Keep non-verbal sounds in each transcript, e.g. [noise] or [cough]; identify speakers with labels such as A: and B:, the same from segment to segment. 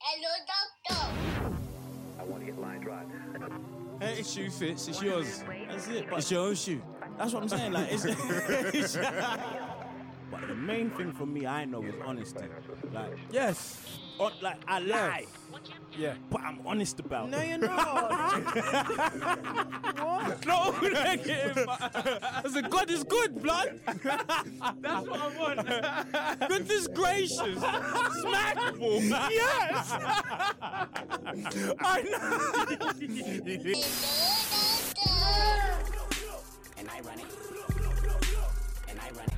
A: Hello, doctor.
B: I want to get line drive.
C: Hey, it's shoe fits. It's yours.
D: That's it. But
C: It's your own shoe.
D: that's what I'm saying. Like,
C: [laughs]
D: it's, but the main thing for me, I know, is honesty. Like,
C: Yes.
D: on, like I lie,
C: Yeah.
D: but I'm honest about it.
C: [laughs] you're not. what? No, negative. As a God is good, blood. That's what I want. [laughs] Goodness gracious. Smackable. Yes. I know.
A: Hello, doctor.
E: and I run it. And I run it.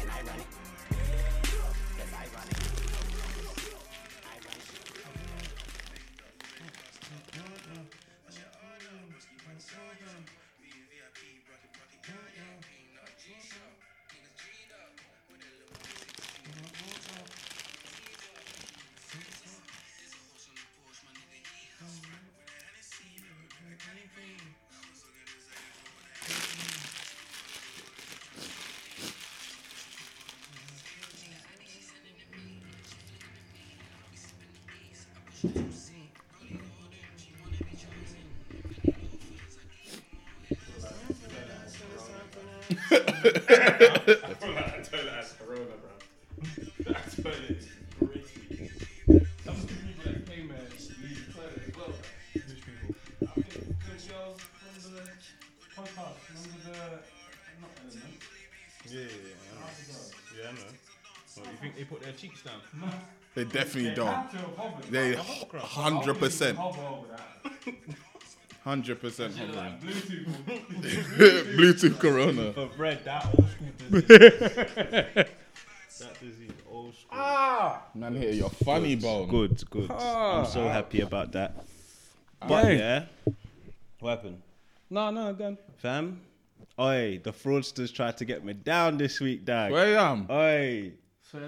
E: And I run it. Yes, I run it. I run it.
F: [laughs] Bro, that toilet has corona, bro. That toilet is crazy. Some of the people that came there leave the toilet as well. Which people? Because y'all remember the podcast, remember the not element.
G: Yeah, yeah, yeah. I know. Yeah, I know. What, you think they put their cheeks down?
H: They definitely don't.
F: had to have hovered.
H: They
F: I
H: hundred
F: wouldn't even
H: percent,
F: hover over that.
H: hundred percent
F: Like Bluetooth.
H: [laughs] Bluetooth Corona.
G: But bread, that old school disease. [laughs] that disease, old school.
H: Man, here you're funny, bone.
G: Good, good. I'm so happy about that. But
C: Hey.
G: yeah, what happened?
C: No, no, again.
G: Fam? Oi, the fraudsters tried to get me down this week, dad.
H: Where I am?
G: Oi,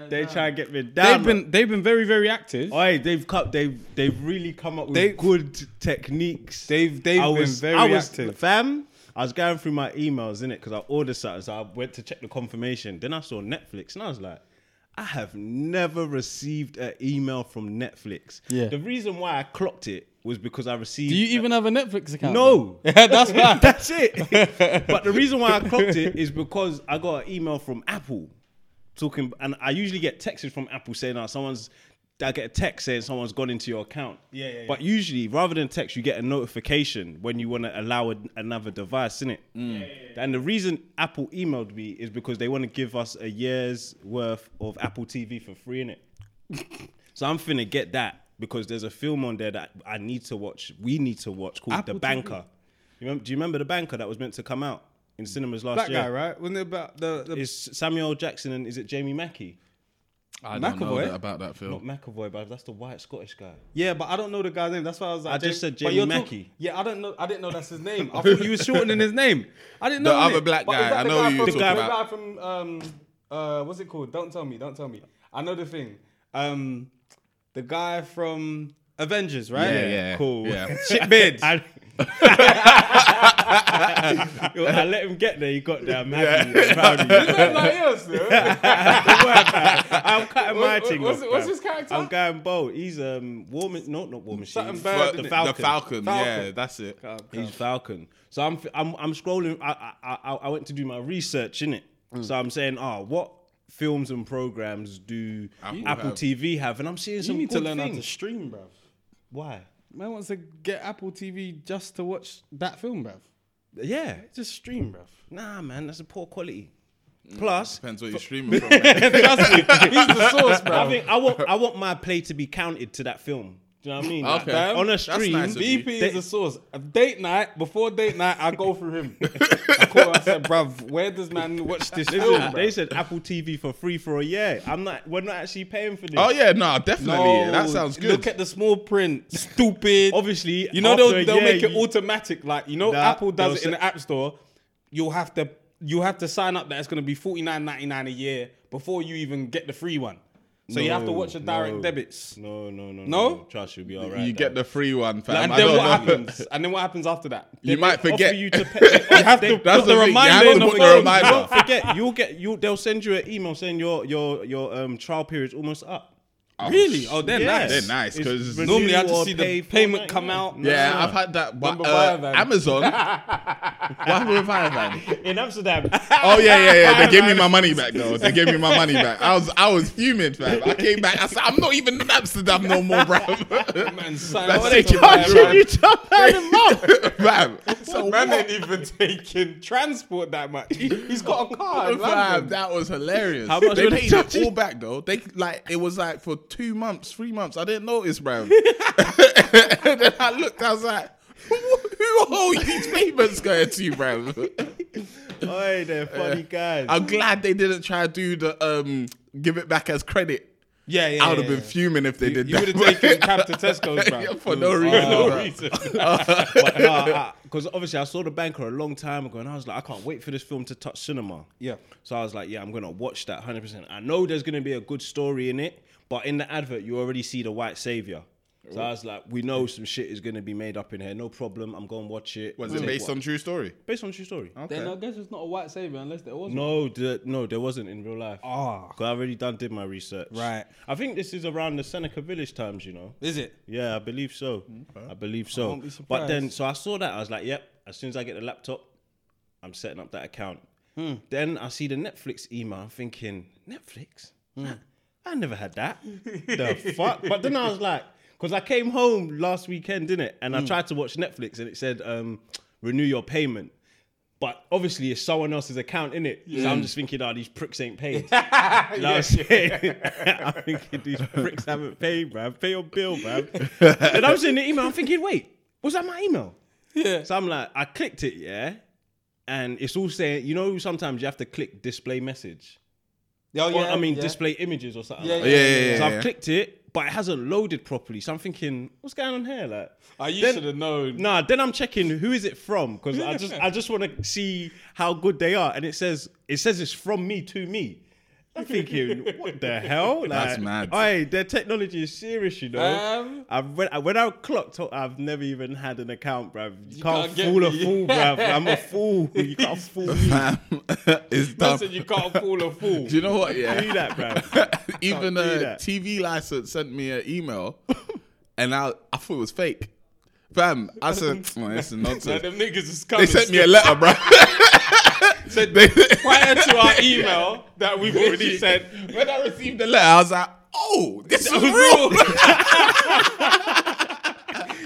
G: they try and get me down.
C: They've been they've been very very active.
G: Oi, they've cut. They've they've really come up with
C: They-
G: good techniques.
C: They've they've
G: I
C: been
G: was
C: very
G: I was
C: active.
G: fam. I was going through my emails in it because I ordered something, so I went to check the confirmation. Then I saw Netflix, and I was like, I have never received an email from Netflix.
C: Yeah.
G: The reason why I clocked it was because I received.
C: Do you even have a Netflix account?
G: No. [laughs]
C: that's bad.
G: That's it. but the reason why I clocked it is because I got an email from Apple talking, and I usually get texts from Apple saying, "Oh, someone's." I get a text saying someone's gone into your account.
F: Yeah, yeah, yeah.
G: But usually, rather than text, you get a notification when you want to allow an, another device, innit?
F: Mm.
G: And the reason Apple emailed me is because they want to give us a year's worth of Apple TV for free, innit? so I'm finna get that because there's a film on there that I need to watch. We need to watch called
C: Apple
G: The
C: TV?
G: Banker. You remember, do you remember the banker that was meant to come out in cinemas last
C: Black
G: year?
C: guy, right? Wasn't it about the, the
G: It's Samuel L. Jackson and is it Jamie Mackey?
H: I don't know
C: McAvoy?
H: that about that
G: Not
H: film.
G: McAvoy, but that's the white Scottish guy.
C: Yeah, but I don't know the guy's name. That's why I was like,
G: I just said
C: but
G: Jamie
C: you're talk-
G: Mackey.
C: yeah, I don't know. I didn't know that's his name. I thought you were shortening his name. I didn't
H: The
C: know
H: other
C: innit?
H: black
C: But is
H: guy,
C: that
H: I
C: the
H: know
C: guy
H: who you're
C: from,
H: talking
C: the
H: about.
C: guy from um uh what's it called? Don't tell me. Don't tell me. I know the thing. Um, the guy from Avengers, right?
H: Yeah, yeah,
C: [laughs]
G: cool.
H: Yeah.
C: Shit beard.
G: [laughs] I, I let him get there. He got there. I'm happy. I'm
C: [laughs]
G: proud of you.
C: Like, yes, yeah.
G: I'm cutting my
C: What-
G: thing
C: what's-
G: off,
C: what's
G: bruv.
C: his character?
G: I'm going bold. He's um war. Ma- No, not war machine.
C: Something bad.
H: But
C: The
H: the,
G: Falcon.
H: the Falcon, yeah,
C: Falcon.
H: that's it.
G: He's Falcon. So I'm I'm, I'm scrolling. I, I I I went to do my research in it.
H: Mm.
G: So I'm saying, oh, what films and programs do Apple,
H: Apple have.
G: TV have? And I'm seeing
C: you
G: some
C: need to
G: good
C: learn how to
G: things.
C: stream, bruv.
G: Why?
C: Man wants to get Apple TV just to watch that film, bruv.
G: Yeah.
C: Just stream, bruv.
G: Nah, man, that's a poor quality. Plus,
H: Mm, Depends what you're streaming from. man.
C: Trust
H: [laughs]
C: me, he's the source, bruv.
G: I think I want I want my play to be counted to that film. Do you know what I mean? Like,
H: Okay.
G: on a
H: That's
G: stream,
H: nice of you.
C: BP is a source. A date night before date night, I go through
H: [laughs]
C: him. I call him. I said, "Bruv, where does man watch this film?"
G: Listen, they
C: bruv?"
G: said Apple TV for free for a year. I'm not. We're not actually paying for this.
H: Oh yeah, no, definitely. that sounds
C: Look
H: good.
C: at the small print. Stupid.
G: oh, Obviously,
C: you know
G: after
C: they'll,
G: a
C: they'll
G: year,
C: make it
G: you-
C: automatic. Like you know,
G: Nah,
C: Apple does
G: they'll
C: it in
G: say-
C: the App Store. You'll have to you have to sign up that it's going to be forty nine ninety nine a year before you even get the free one. So you have to
G: No,
C: watch the direct
G: no.
C: debits.
G: No, no, no, no.
C: No?
G: Trust you'll be all right.
H: you get the free one, fam.
C: And
H: I
C: then
H: don't
C: what
H: know.
C: happens? And then what happens after that?
H: [laughs] you might forget.
G: Offer you to pay.
C: You have to
H: That's
C: put the
H: the thing, you have
C: reminder
H: to
C: in the
H: put the
C: phone.
H: reminder.
G: don't forget. You'll get. You. They'll send you an email saying your your your um trial period's almost up.
C: Really?
H: Oh, they're
G: Yes.
H: nice. They're nice because
G: Renew
H: normally.
C: Normally, I had to
G: or
C: see
G: pay
C: the payment come out.
H: [laughs] Yeah, I've had that. But,
C: Number
H: uh,
C: five, man.
H: Amazon. what happened with Fireman?
G: in Amsterdam.
H: Oh yeah, yeah, yeah. They gave me my money back though. They gave me my money back. I was, I was fuming, fam. I came back. I said, I'm not even in Amsterdam no more, bro.
I: Man,
H: [laughs]
I: sign
H: That's
I: up
H: it,
I: to
H: you
I: buy
H: can't
I: a
H: change
I: ride.
G: you jump out of mouth.
H: fam. So
C: [laughs] Man
H: what?
C: ain't even taking transport that much. [laughs] He- He's got a car. in
H: Fam,
C: London.
H: that was hilarious.
G: How much
H: they
G: were they
H: paid it
G: charging?
H: all back though. They like it was like for two months, three months. I didn't notice, bro. [laughs] then I looked. I was like, who who are all these payments going to, bro?
G: Oi, they're funny guys.
H: [laughs] I'm glad they didn't try to do the um give it back as credit.
C: Yeah, yeah.
H: I would have
C: yeah.
H: been fuming if they did
C: You would
H: that.
C: have taken cab to Tesco's, bro.
H: [laughs] Yeah, for no reason.
C: no
H: bro.
C: reason.
G: because uh, obviously I saw The Banker a long time ago, and I was like, I can't wait for this film to touch cinema.
C: Yeah.
G: So I was like, yeah, I'm gonna watch that 100. percent I know there's gonna be a good story in it, but in the advert you already see the white savior. So I was like, we know some shit is gonna be made up in here. No problem. I'm gonna watch it.
H: Was
G: Take
H: it based
G: what-
H: on true [laughs] story?
G: Based on true story.
I: Then I guess it's not a white savior unless there was.
G: No, the, no, there wasn't in real life.
C: Ah.
G: Cause I already done did my research.
C: Right.
G: I think this is around the Seneca Village times, you know.
C: Is it?
G: Yeah, I believe so. I believe so.
C: Mm-hmm. won't be
G: but then,
C: surprised.
G: so I saw that. I was like, yep, as soon as I get the laptop, I'm setting up that account.
C: Hmm.
G: Then I see the Netflix email. I'm thinking, Netflix?
C: Hmm.
G: Huh? I never had that. the [laughs] fuck? But then I was like, because I came home last weekend, didn't it?
C: Hmm.
G: And I tried to watch Netflix and it said, um, renew your payment. But obviously, it's someone else's account, in it. So I'm just thinking, oh, these pricks
C: [laughs]
G: ain't paid. You know what I'm saying? [laughs] I'm thinking these pricks haven't paid, bruv. Pay your bill, bruv. and I'm seeing the email. I'm thinking, wait, was that my email? Yeah. So I'm like, I clicked it, yeah, and it's all saying, you know, sometimes you have to click display message.
C: Oh,
G: Or, I mean,
C: yeah.
G: display images or something.
C: Yeah,
G: like
C: yeah,
G: that.
H: yeah, yeah,
G: So
H: yeah.
G: I've clicked it, but it hasn't loaded properly. So I'm thinking, what's going on here, like?
C: Oh, you
G: Then-
C: should have known.
G: Nah, then I'm checking who is it from because I just I just want to see how good they are, and it says it says it's from me to me. I'm thinking, what the hell?
H: That's mad.
G: Aye, their technology is serious, you know.
C: Um,
G: I've when, I- when I clocked, up, I've never even had an account, bruv. You, can't,
C: can't get
G: fool a
C: me.
G: fool, bruv.
C: [laughs]
G: I'm a fool. You can't fool me.
H: Fam, [laughs] it's
C: Man
H: dumb.
C: said you can't fool a fool.
H: [laughs] Do you know what?
G: Do
H: Yeah. [laughs]
G: that, bruv.
H: Even
G: do
H: a
G: that.
H: TV license sent me an email, and I I thought it was fake. Fam, I said, "Oh, this is
C: Like,
H: nonsense."
C: them niggas is
H: They
C: coming.
H: sent me a letter, bro.
C: Said
H: They- [laughs]
C: prior to our email that we've already sent.
H: when I received the letter, I was like, "Oh, this is real."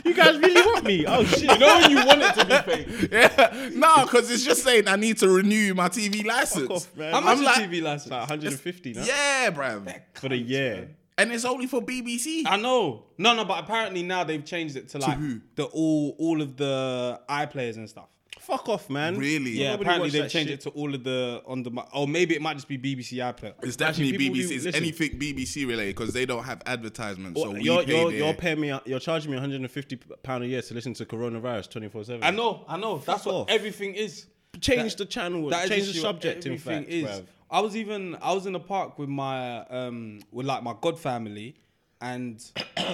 G: You guys really want me? Oh shit!
C: You know when [laughs] you want it to be fake.
H: Yeah, [laughs] no, because it's just saying I need to renew my TV license.
G: off, man.
C: How much
H: I'm
C: is
H: like,
C: TV license?
G: Like 150 now
H: Yeah, bruv.
G: for the year.
H: And it's only for BBC.
C: I know. No, no, but apparently now they've changed it to like
H: who?
C: the all all of the iPlayers and stuff.
G: Fuck off, man.
H: Really?
C: Yeah,
G: Nobody
C: apparently
G: watched
C: they've
G: that
C: changed
G: shit.
C: it to all of the on the or maybe it might just be BBC iPlayer.
H: It's definitely
G: people
H: BBC.
G: do-
H: it's
G: listen.
H: anything BBC related because they don't have advertisements. So
G: Well,
H: we
G: you're,
H: pay
G: you're,
H: their-
G: you're paying me. You're charging me 150 pound a year to listen to coronavirus 24 seven.
C: I know, I know. That's what
G: off.
C: everything is.
G: Change
C: That-
G: the channel.
C: That is
G: change the
C: literally what
G: subject. In
C: everything
G: fact, bruv.
C: I was even I was in the park with my um with like my god family, and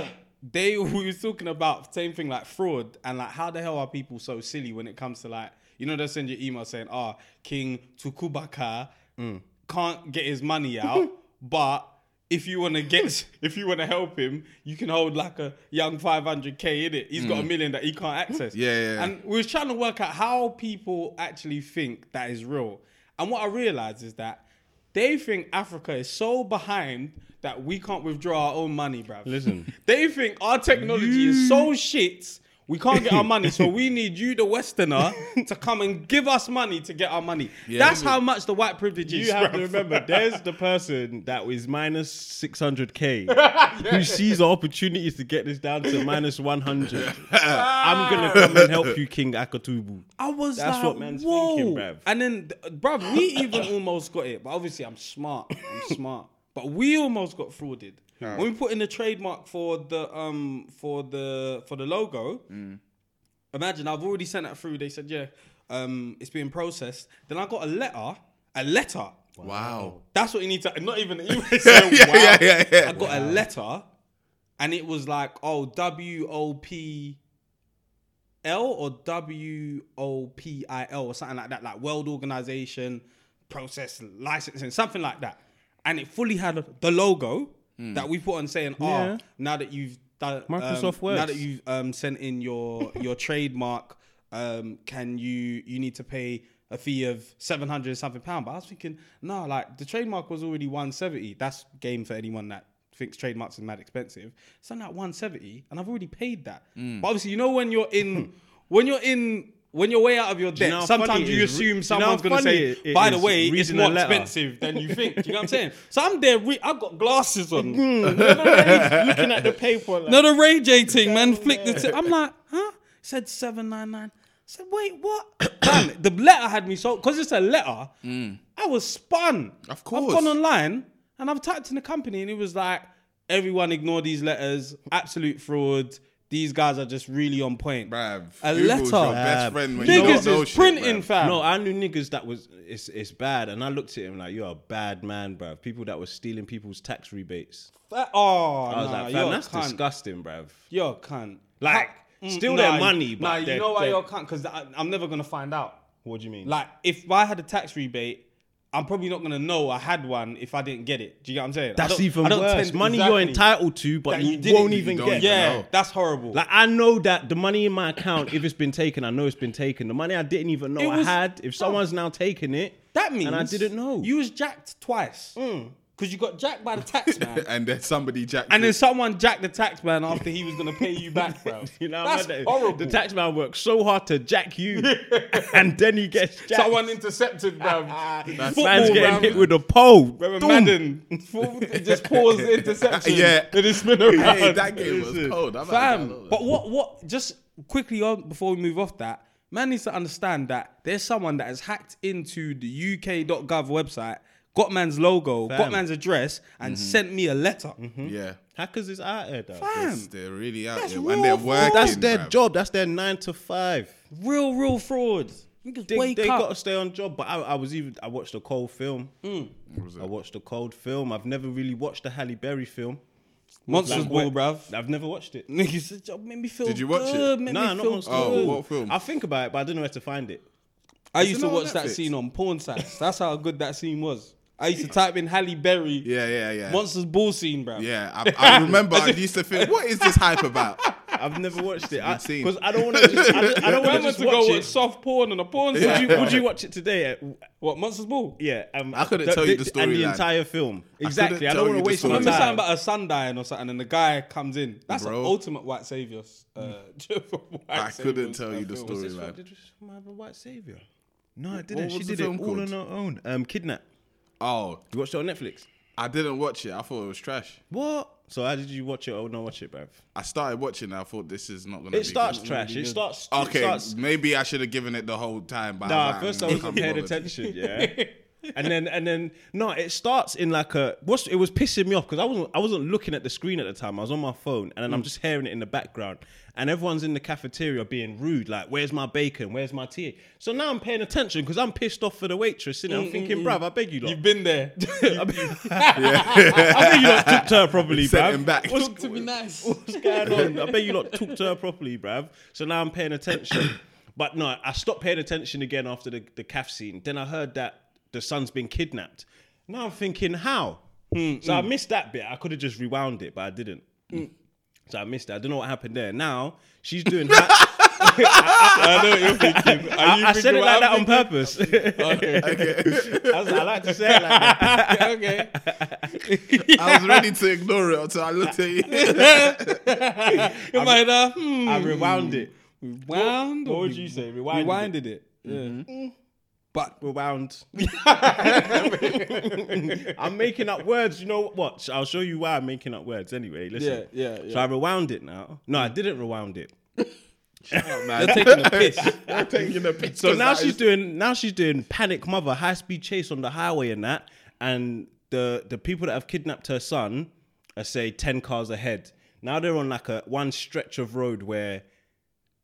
C: [coughs] they we was talking about same thing like fraud and like how the hell are people so silly when it comes to like you know they send you email saying ah King Tukubaka
G: Mm.
C: can't get his money
G: [laughs]
C: out, but if you want to get [laughs] if you want to help him, you can hold like a young 500k in it. He's
G: Mm.
C: got a million that he can't access.
H: Yeah, yeah, yeah.
C: And we was trying to work out how people actually think that is real. And what I realized is that they think Africa is so behind that we can't withdraw our own money, bruv.
G: Listen.
C: [laughs] They think our technology is so shit, we can't get our money, so we need you, the Westerner, to come and give us money to get our money. That's how much the white privilege is.
G: You have
C: bruv.
G: to
C: [laughs]
G: remember, there's the person that was minus
C: [laughs]
G: 600k who sees the opportunity to get this down to
C: [laughs]
G: minus 100. I'm gonna come and help you, King Akatubu.
C: I was
G: That's
C: like,
G: what man's
C: Whoa.
G: thinking, bruv.
C: And then, th- bruv, we even almost got it, but obviously I'm smart.
G: [laughs]
C: I'm smart. But we almost got frauded. When we put in the trademark for the um for the for the logo,
G: Mm.
C: imagine I've already sent that through. They said, yeah, um, it's being processed. Then I got a letter, a letter.
H: Wow.
C: That's what you [laughs] need to. Not even an
H: [laughs]
C: email. So,
H: Yeah,
C: wow.
H: yeah, yeah, yeah.
C: I got a letter, and it was like, oh, W O P L or W O P I L or something like that, like World Organization Process Licensing, something like that. And it fully had the logo, that we put on saying, "Ah,
G: Yeah.
C: now that you've done um,
G: Microsoft
C: now
G: Words.
C: that you've um, sent in your your trademark, um, can you you need to pay a fee of seven hundred something pound?" But I was thinking, no, like the trademark was already one seventy. That's game for anyone that thinks trademarks are mad expensive. So now one seventy, and I've already paid that.
G: Mm.
C: But obviously, you know when you're in [laughs] when you're in. When you're way out of your
G: know
C: depth,
G: how
C: sometimes
G: funny it
C: you
G: is? Do you
C: assume
G: know
C: someone's
G: how
C: going to
G: funny
C: say,
G: it- it
C: "By the
G: is
C: way, it's
G: reading a
C: more
G: letter?"
C: expensive." than you think. You know what I'm saying? So I'm there. Re- I've got glasses on.
G: [laughs]
C: no,
J: Looking at the paper. Like,
C: the Ray J thing, man. Flick the. T- I'm like, huh? Said seven nine nine. Said wait,
H: [coughs]
C: what? Bam, the letter had me so because it's a letter. I was spun.
H: Mm. Of course.
C: I've gone online and I've typed in the company and it was like, everyone ignore these letters. Absolute fraud. These guys are just really on point.
H: Bruv,
C: A
H: Google's
C: letter.
H: Your best friend when you don't
C: Niggas
H: know
C: is
H: shit,
C: printing,
H: bruv.
C: fam.
G: No, I knew niggas that was it's it's bad, and I looked at him like you're a bad man, bruv. People that were stealing people's tax rebates.
C: That- oh,
G: I was
C: nah,
G: like,
C: you're
G: fam,
C: a
G: that's
C: cunt.
G: disgusting, bruv.
C: You're a cunt.
G: Like,
C: Mm,
G: steal
C: nah,
G: their money, but
C: nah,
G: they're-
C: you know why
G: they're-
C: you're a cunt? Because I'm never gonna find out.
G: What do you mean?
C: Like, if I had a tax rebate, I'm probably not gonna know I had one if I didn't get it. Do you get what I'm saying? I
G: that's
C: don't-
G: even
C: I don't
G: worse.
C: tend-
G: Money you're
C: exactly.
G: entitled to, but
C: That
G: you,
C: you didn't-
G: won't
C: you
G: even
H: don't
G: get.
H: even
C: Yeah,
H: know.
C: that's horrible.
G: Like I know that the money in my account, if it's been taken, I know it's been taken. The money I didn't even know
C: It was-
G: I had, if someone's now taking it,
C: that means
G: and I didn't know. Mm.
C: you was jacked twice. Cause you got jacked by the
G: [laughs]
C: tax man.
H: [laughs] And then somebody jacked.
C: And
H: [laughs]
C: then
H: it.
C: someone jacked the tax man after he was gonna pay you
G: [laughs]
C: back, bro.
G: You know,
C: that's
G: man,
C: horrible.
G: The tax man works so hard to
C: [laughs]
G: jack you, and then he gets jacked.
C: someone intercepted,
G: [laughs]
C: bro.
H: That's
G: man's
C: football,
G: getting
C: man.
G: hit with a pole.
C: Remember [laughs] Madden?
G: [laughs]
C: It just paused the interception.
H: Yeah.
C: And it spin around.
H: Hey, that game was cold. I'm
C: Fam. But what, what, just quickly on before we move off that, man needs to understand that there's someone that has hacked into the UK.gov website, got man's logo, got man's address, and sent me a letter.
H: yeah,
G: Hackers is out here, though.
C: Fam,
H: they're really out
C: That's
H: there,
C: raw
H: and they're
C: fraud.
H: working.
G: That's their
H: bruv.
G: job. That's their nine to five.
C: real, real fraud. Niggas
G: They,
C: wake
G: they
C: up.
G: got to stay on job. But I, I was even. I watched a cold film. Hmm. I watched a cold film. I've never really watched a Halle Berry film.
C: Monsters
G: Like,
C: Ball,
G: what-
C: bruv.
G: I've never watched
C: [laughs]
G: it.
C: Niggas, this job made me feel
H: Did you watch it?
C: good, Made
G: Nah,
C: me
G: not
C: feel
G: Monsters
C: good.
H: Oh, what film?
G: I think about it, but I don't know where to find it.
C: I used
H: it
C: to
H: not on
C: watch that
H: Netflix?
C: scene on porn sites. That's how good that scene was. I used to type in Halle Berry
H: Yeah, yeah, yeah.
C: monsters ball scene, bro.
H: yeah,
C: [laughs]
H: I, I remember. I used to think, what is this hype about?
G: I've never watched [laughs] it
H: seen.
G: because I, don't want to. I, don't- I don't want
C: Remember
G: to
C: to go
G: watch
C: watch
G: it.
C: soft porn on a porn
G: Would
C: site.
G: you,
C: [laughs]
G: would you watch it today? uh,
C: What monsters ball?
G: Yeah, um,
H: I couldn't tell you the
G: and the
H: storyline.
G: entire film. Exactly. I,
H: tell
G: don't want
H: you
G: to
H: the
G: waste my
H: storyline.
G: time.
C: Remember something about a sun dying or something, and the guy comes in. That's
H: Bro.
C: the ultimate white savior. Uh, [laughs] white
H: I couldn't
C: saviors,
H: tell
C: uh,
H: you the
C: film.
H: story,
G: This one
H: man.
G: did my white savior. No, I didn't.
H: What
G: She
H: was the
G: did it all
H: film called?
G: on her own. Um, kidnap.
H: Oh,
G: You watched it on Netflix.
H: I didn't watch it. I thought it was trash.
G: What? So how did you watch it or not watch it, bruv?
H: I started watching. it, I thought this is not gonna.
G: It
H: be
G: starts
H: good.
G: trash. It starts.
H: Okay,
G: It starts,
H: maybe I should have given it the whole time. But
G: nah,
H: I was
G: first I
H: like,
G: wasn't paying
H: [laughs]
G: attention. Yeah. And then and then no, it starts in like a what's it was pissing me off because I wasn't I wasn't looking at the screen at the time. I was on my phone and then
H: Mm.
G: I'm just hearing it in the background. And everyone's in the cafeteria being rude, like, where's my bacon? Where's my tea? So now I'm paying attention because I'm pissed off for the waitress, and I'm thinking, bruv, I beg Mm, you lot. [laughs]
C: You've been there. [laughs]
G: I beg I beg you lot talk to her properly,
H: Sent
G: bruv.
H: him back. [laughs]
G: What's,
C: to be nice.
G: what's going on? I bet you lot talk to her properly, bruv. So now I'm paying attention. [coughs] But no, I stopped paying attention again after the, the calf scene. Then I heard that the son's been kidnapped. Now I'm thinking, how?
C: Hmm,
G: So I missed that bit. I could have just rewound it, but I didn't. So I missed it. I don't know what happened there. Now she's doing that.
C: I know what you're thinking. [laughs] Are
G: I,
C: you
G: I said
C: thinking
G: it
C: what
G: like that
C: I'm [laughs]
G: on purpose. [laughs] I, was like, I like to say it like that.
C: thinking? okay.
H: I was ready to ignore it until I looked at you.
C: Am I there? Hmm.
G: I rewound it.
C: Wound.
G: What
C: or
G: would
C: we-
G: you say? Rewinded,
C: Rewinded
G: it.
C: it. Yeah. But [laughs]
G: Rewound. I'm making up words. You know what? I'll show you why I'm making up words. Anyway, listen.
C: Yeah, yeah,
G: So I rewound it now. No, I didn't rewound it.
C: they're taking a piss.
H: I'm taking a [laughs] picture.
G: So now she's doing now she's doing panic mother high speed chase on the highway and that and the the people that have kidnapped her son are say 10 cars ahead. Now they're on like a one stretch of road where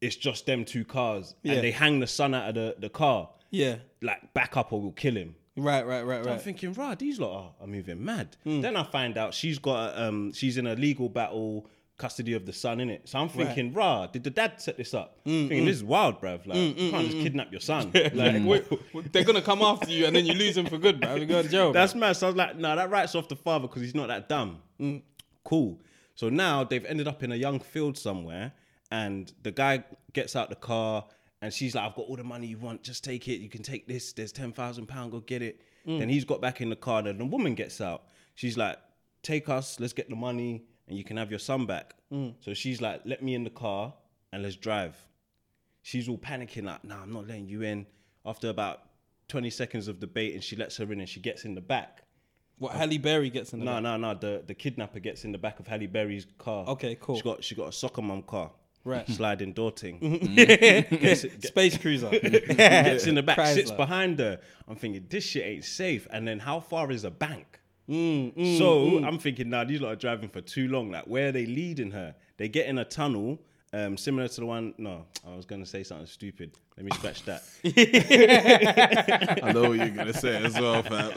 G: it's just them two cars
C: Yeah.
G: and they hang the son out of the, the car.
C: Yeah.
G: Like back up or we'll kill him.
C: Right, right, right,
G: I'm
C: right.
G: thinking, rah, these lot are, are moving mad. Then I find out she's got a, um she's in a legal battle custody of the son in it. So I'm thinking, rah, did the dad set this up? thinking this is wild, bruv. Like you can't just kidnap your son. like
C: Hmm. Wait, they're gonna come after you, and then you lose them for good, bro. You go to jail.
G: that's mad. So I was like, nah, that writes off the father because he's not that dumb. Mm, Cool. So now they've ended up in a young field somewhere, and the guy gets out the car, and she's like, "I've got all the money you want. Just take it. You can take this. There's ten thousand pound. Go get it." Then he's got back in the car, and the woman gets out. She's like, "Take us. Let's get the money, and you can have your son back." So she's like, "Let me in the car, and let's drive." she's all panicking like, "Nah, I'm not letting you in." After about 20 seconds of debate, and she lets her in, and she gets in the back.
C: What Halle Berry gets in the
G: No, no, no. The the kidnapper gets in the back of Halle Berry's car.
C: Okay, cool.
G: She got she got a soccer mom car.
C: Right.
G: Sliding door
C: [laughs]
G: thing.
C: Space Cruiser.
G: Gets in the back,
C: Chrysler.
G: sits behind her. I'm thinking this shit ain't safe. And then how far is a bank?
C: Mm,
G: so I'm thinking now these lot are driving for too long. Like where are they leading her? They get in a tunnel. Um, similar to the one, no, I was gonna say something stupid. Let me scratch
C: [laughs]
G: that. [laughs]
H: I know what you're gonna say as well, fam.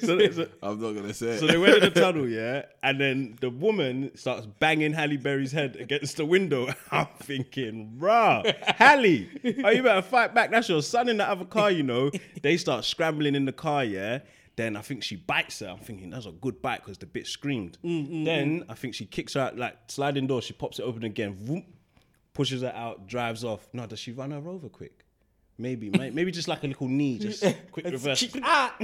G: So- so-
H: [laughs] I'm not gonna say it.
G: So they went in the tunnel, yeah, and then the woman starts banging Halle Berry's head against the window. [laughs] I'm thinking, rah, Halle, oh, you better fight back. That's your son in the other car, you know. They start scrambling in the car, yeah. Then I think she bites her. I'm thinking that's a good bite because the bitch screamed. Then I think she kicks her out like sliding door. She pops it open again, Vroom. pushes her out, drives off. No, does she run her over quick? Maybe, may- maybe just like a little knee, just quick reverse.
C: Ah!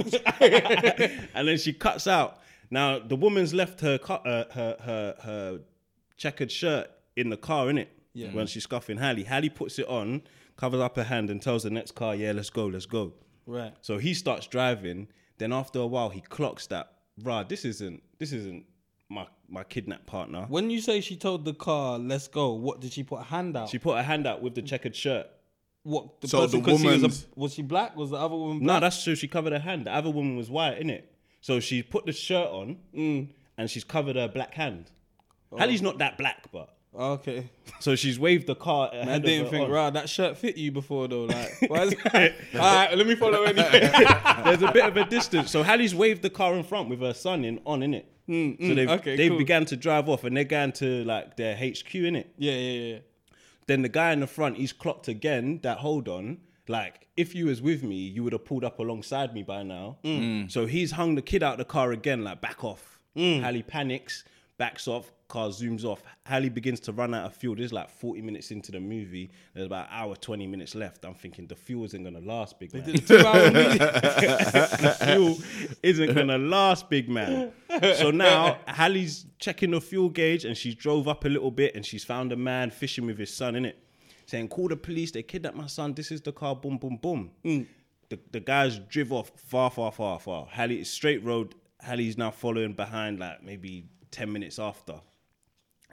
G: and then she cuts out. Now the woman's left her cu- uh, her her her checkered shirt in the car, innit? Yeah. When she's scuffing Hallie, Hallie puts it on, covers up her hand, and tells the next car, "Yeah, let's go, let's go."
C: Right.
G: So he starts driving. Then after a while, he clocks that, "Bruh, this isn't this isn't my my kidnap partner."
C: When you say she told the car, let's go, what did she put a hand out?
G: She put her hand out with the checkered shirt.
C: what the
H: So
C: person
H: the
C: could see was, a-
H: woman's-
C: was she black? Was the other woman
G: No,
C: black?
G: that's true. She covered her hand. The other woman was white, innit? So she put the shirt on, mm, and she's covered her black hand. Hallie's not that black, but.
C: Oh,
H: [laughs]
C: okay.
G: So she's waved the car. ahead
C: I
G: of
C: didn't
G: her
C: think,
G: on.
C: right, that shirt fit you before though. Like,
H: [laughs]
C: why is [laughs] all right, let me follow anyway.
G: [laughs] There's a bit of a distance. So Hallie's waved the car in front with her son in on in it. so they
C: Mm, okay,
G: they
C: cool.
G: began to drive off and they're going to like their HQ in it.
C: yeah,
H: [laughs]
C: yeah, yeah.
G: Then the guy in the front, he's clocked again. That hold on, like if you was with me, you would have pulled up alongside me by now.
C: Mm.
G: So he's hung the kid out the car again, like back off.
C: Mm.
G: Hallie panics, backs off. Car zooms off. Hallie begins to run out of fuel. This is like 40 minutes into the movie. There's about an hour, 20 minutes left. I'm thinking the fuel isn't gonna last, big man.
C: Two hour movie.
G: [laughs] fuel isn't gonna last, big man. So now Hallie's checking the fuel gauge and she drove up a little bit and she's found a man fishing with his son in it, saying, "Call the police! They kidnapped my son. This is the car. Boom, boom, boom." The the guys drive off far, far, far, far. Hallie it's straight road. Hallie's now following behind, like maybe ten minutes after.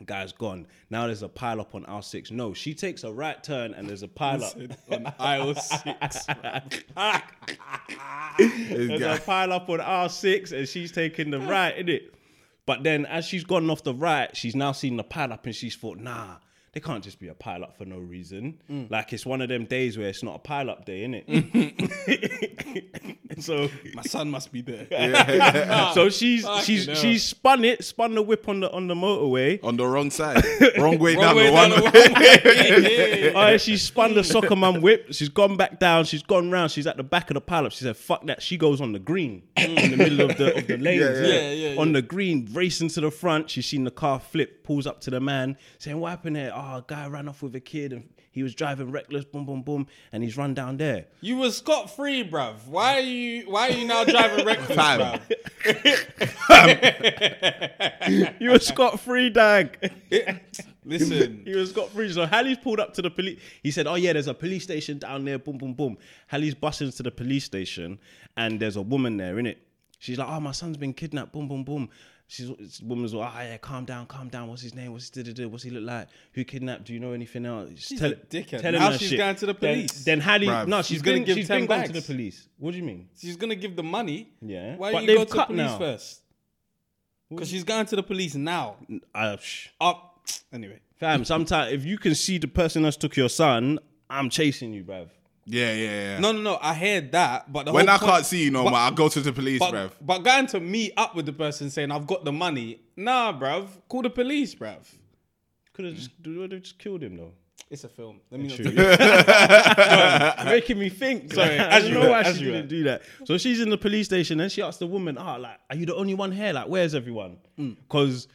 G: Guy's gone. Now there's a pile up on aisle six. No, she takes a right turn and there's a pile up.
C: on aisle
H: [laughs]
C: six.
H: This
G: There's a
H: guy-
G: pile up on R6 and she's taking the right, innit? But then as she's gone off the right, she's now seen the pile up and she's thought, nah, they can't just be a pile up for no reason.
C: Mm.
G: Like it's one of them days where it's not a pile up day, innit? [laughs] so
C: My son must be there.
G: [laughs] so she's
C: fucking
G: she's
C: hell.
G: she's spun it, spun the whip on the on the motorway.
H: [laughs] on the wrong side, wrong way down
C: way
H: the
C: down
H: one.
C: the
H: way.
G: [laughs] Oh, yeah, she spun the soccer mum whip. She's gone back down. She's gone round. She's at the back of the pile up. She said, "Fuck that." She goes on the green mm, in the middle of the of
C: [laughs]
G: the lanes.
H: Yeah, yeah.
C: Yeah, yeah,
G: On the green, racing to the front. She's seen the car flip. Pulls up to the man, saying, "What happened there? Oh, a guy ran off with a kid and he was driving reckless. Boom, boom, boom, and he's run down
C: [laughs]
G: there."
C: You were scot free, bruv. Why are you why are you now driving reckless,
H: Fam.
C: bruv?
G: You was scot free, dag.
C: Listen.
G: He was got free. So Hallie's pulled up to the police. He said, "Oh yeah, there's a police station down there." Boom, boom, boom. Hallie's busting to the police station, and there's a woman there in it. She's like, "Oh, my son's been kidnapped." Boom, boom, boom. She's this woman's like, "Ah, yeah, calm down, calm down. What's his name? What's his da-da-da? What's he look like? Who kidnapped? Do you know anything else?" She's
C: a dickhead. Now she's going to the police.
G: Then, then Hallie,
H: Bruv.
G: no,
C: She's
G: she's
C: gonna
G: been,
C: give
G: she's
C: 10
G: been gone to the
C: bags.
G: police. What do you mean?
C: She's gonna give the money.
G: Yeah.
C: Why
G: But
C: you
G: they've
C: go to the
G: cut
C: police
G: now.
C: first? Because she's going to the police now. Oh,
G: Uh, psh.
C: Up. Anyway.
G: Fam, sometimes if you can see the person that's took your son, I'm chasing you, bruv.
H: [laughs] Yeah, yeah, yeah.
C: No, no, no. I heard that, but the
H: when
C: whole
H: I
C: point-
H: can't see you no more, I go to the police,
C: but,
H: bruv.
C: but going to meet up with the person saying I've got the money, nah, bruv. Call the police, bruv.
G: Could have just, would've just killed him though.
C: It's a film. Let me not [laughs]
G: True. [laughs] You're making me think. Sorry, I don't
C: as you
G: know
C: were,
G: why
C: as
G: she
C: you were.
G: didn't do that. So she's in the police station and she asks the woman, "Ah, like, are you the only one here? Like, where's everyone?
C: Mm.
G: Because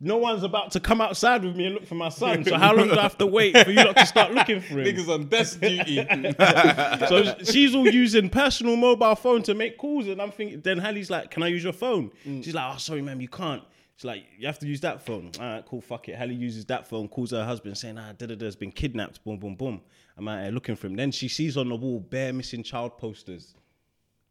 G: no one's about to come outside with me and look for my son. So how long do I have to wait for you lot to start looking for him?"
C: [laughs] Niggas on desk [laughs] duty.
G: so she's all using personal mobile phone to make calls, and I'm thinking. Then Hallie's like, "Can I use your phone?"
H: Mm.
G: She's like, "Oh, sorry, ma'am, you can't." She's like, "You have to use that phone." All right, cool, fuck it. Hallie uses that phone, calls her husband, saying, "Ah, da da da's been kidnapped." Boom, boom, boom. I'm out here looking for him. Then she sees on the wall bare missing child posters.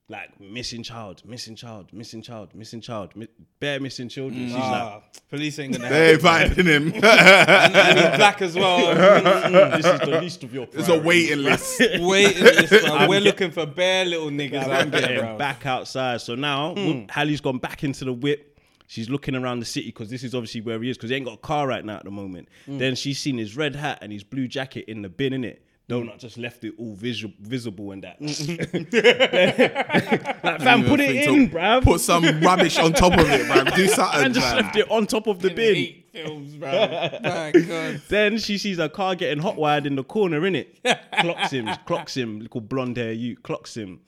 G: Like missing child, missing child, missing child, missing child, mi- bare missing children. She's like,
C: Ah, police ain't gonna
H: They
C: help.
H: finding him.
C: And he's black as well.
G: "Mm, "This is the least of your."
H: [laughs] It's a
G: priorities."
H: waiting list.
C: Waiting list, bro. We're
G: get-
C: looking for bare little niggas. [laughs] I'm getting
G: Yeah,
C: bro.
G: back outside. So now Hallie's gone back into the whip. She's looking around the city because this is obviously where he is because he ain't got a car right now at the moment. Then she's seen his red hat and his blue jacket in the bin, innit? Donut just left it all visual, visible and that. [laughs] like, fam, put it
H: Thing
G: in,
H: to
G: bruv.
H: Put some rubbish on top of it, bruv. Do
G: [laughs]
H: something,
G: and just
H: bruv.
G: left it on top of the bin.
C: Eight films, bro. [laughs] My God.
G: Then she sees her car getting hot wired in the corner, innit? Clocks him, clocks him, little blonde hair you, clocks him.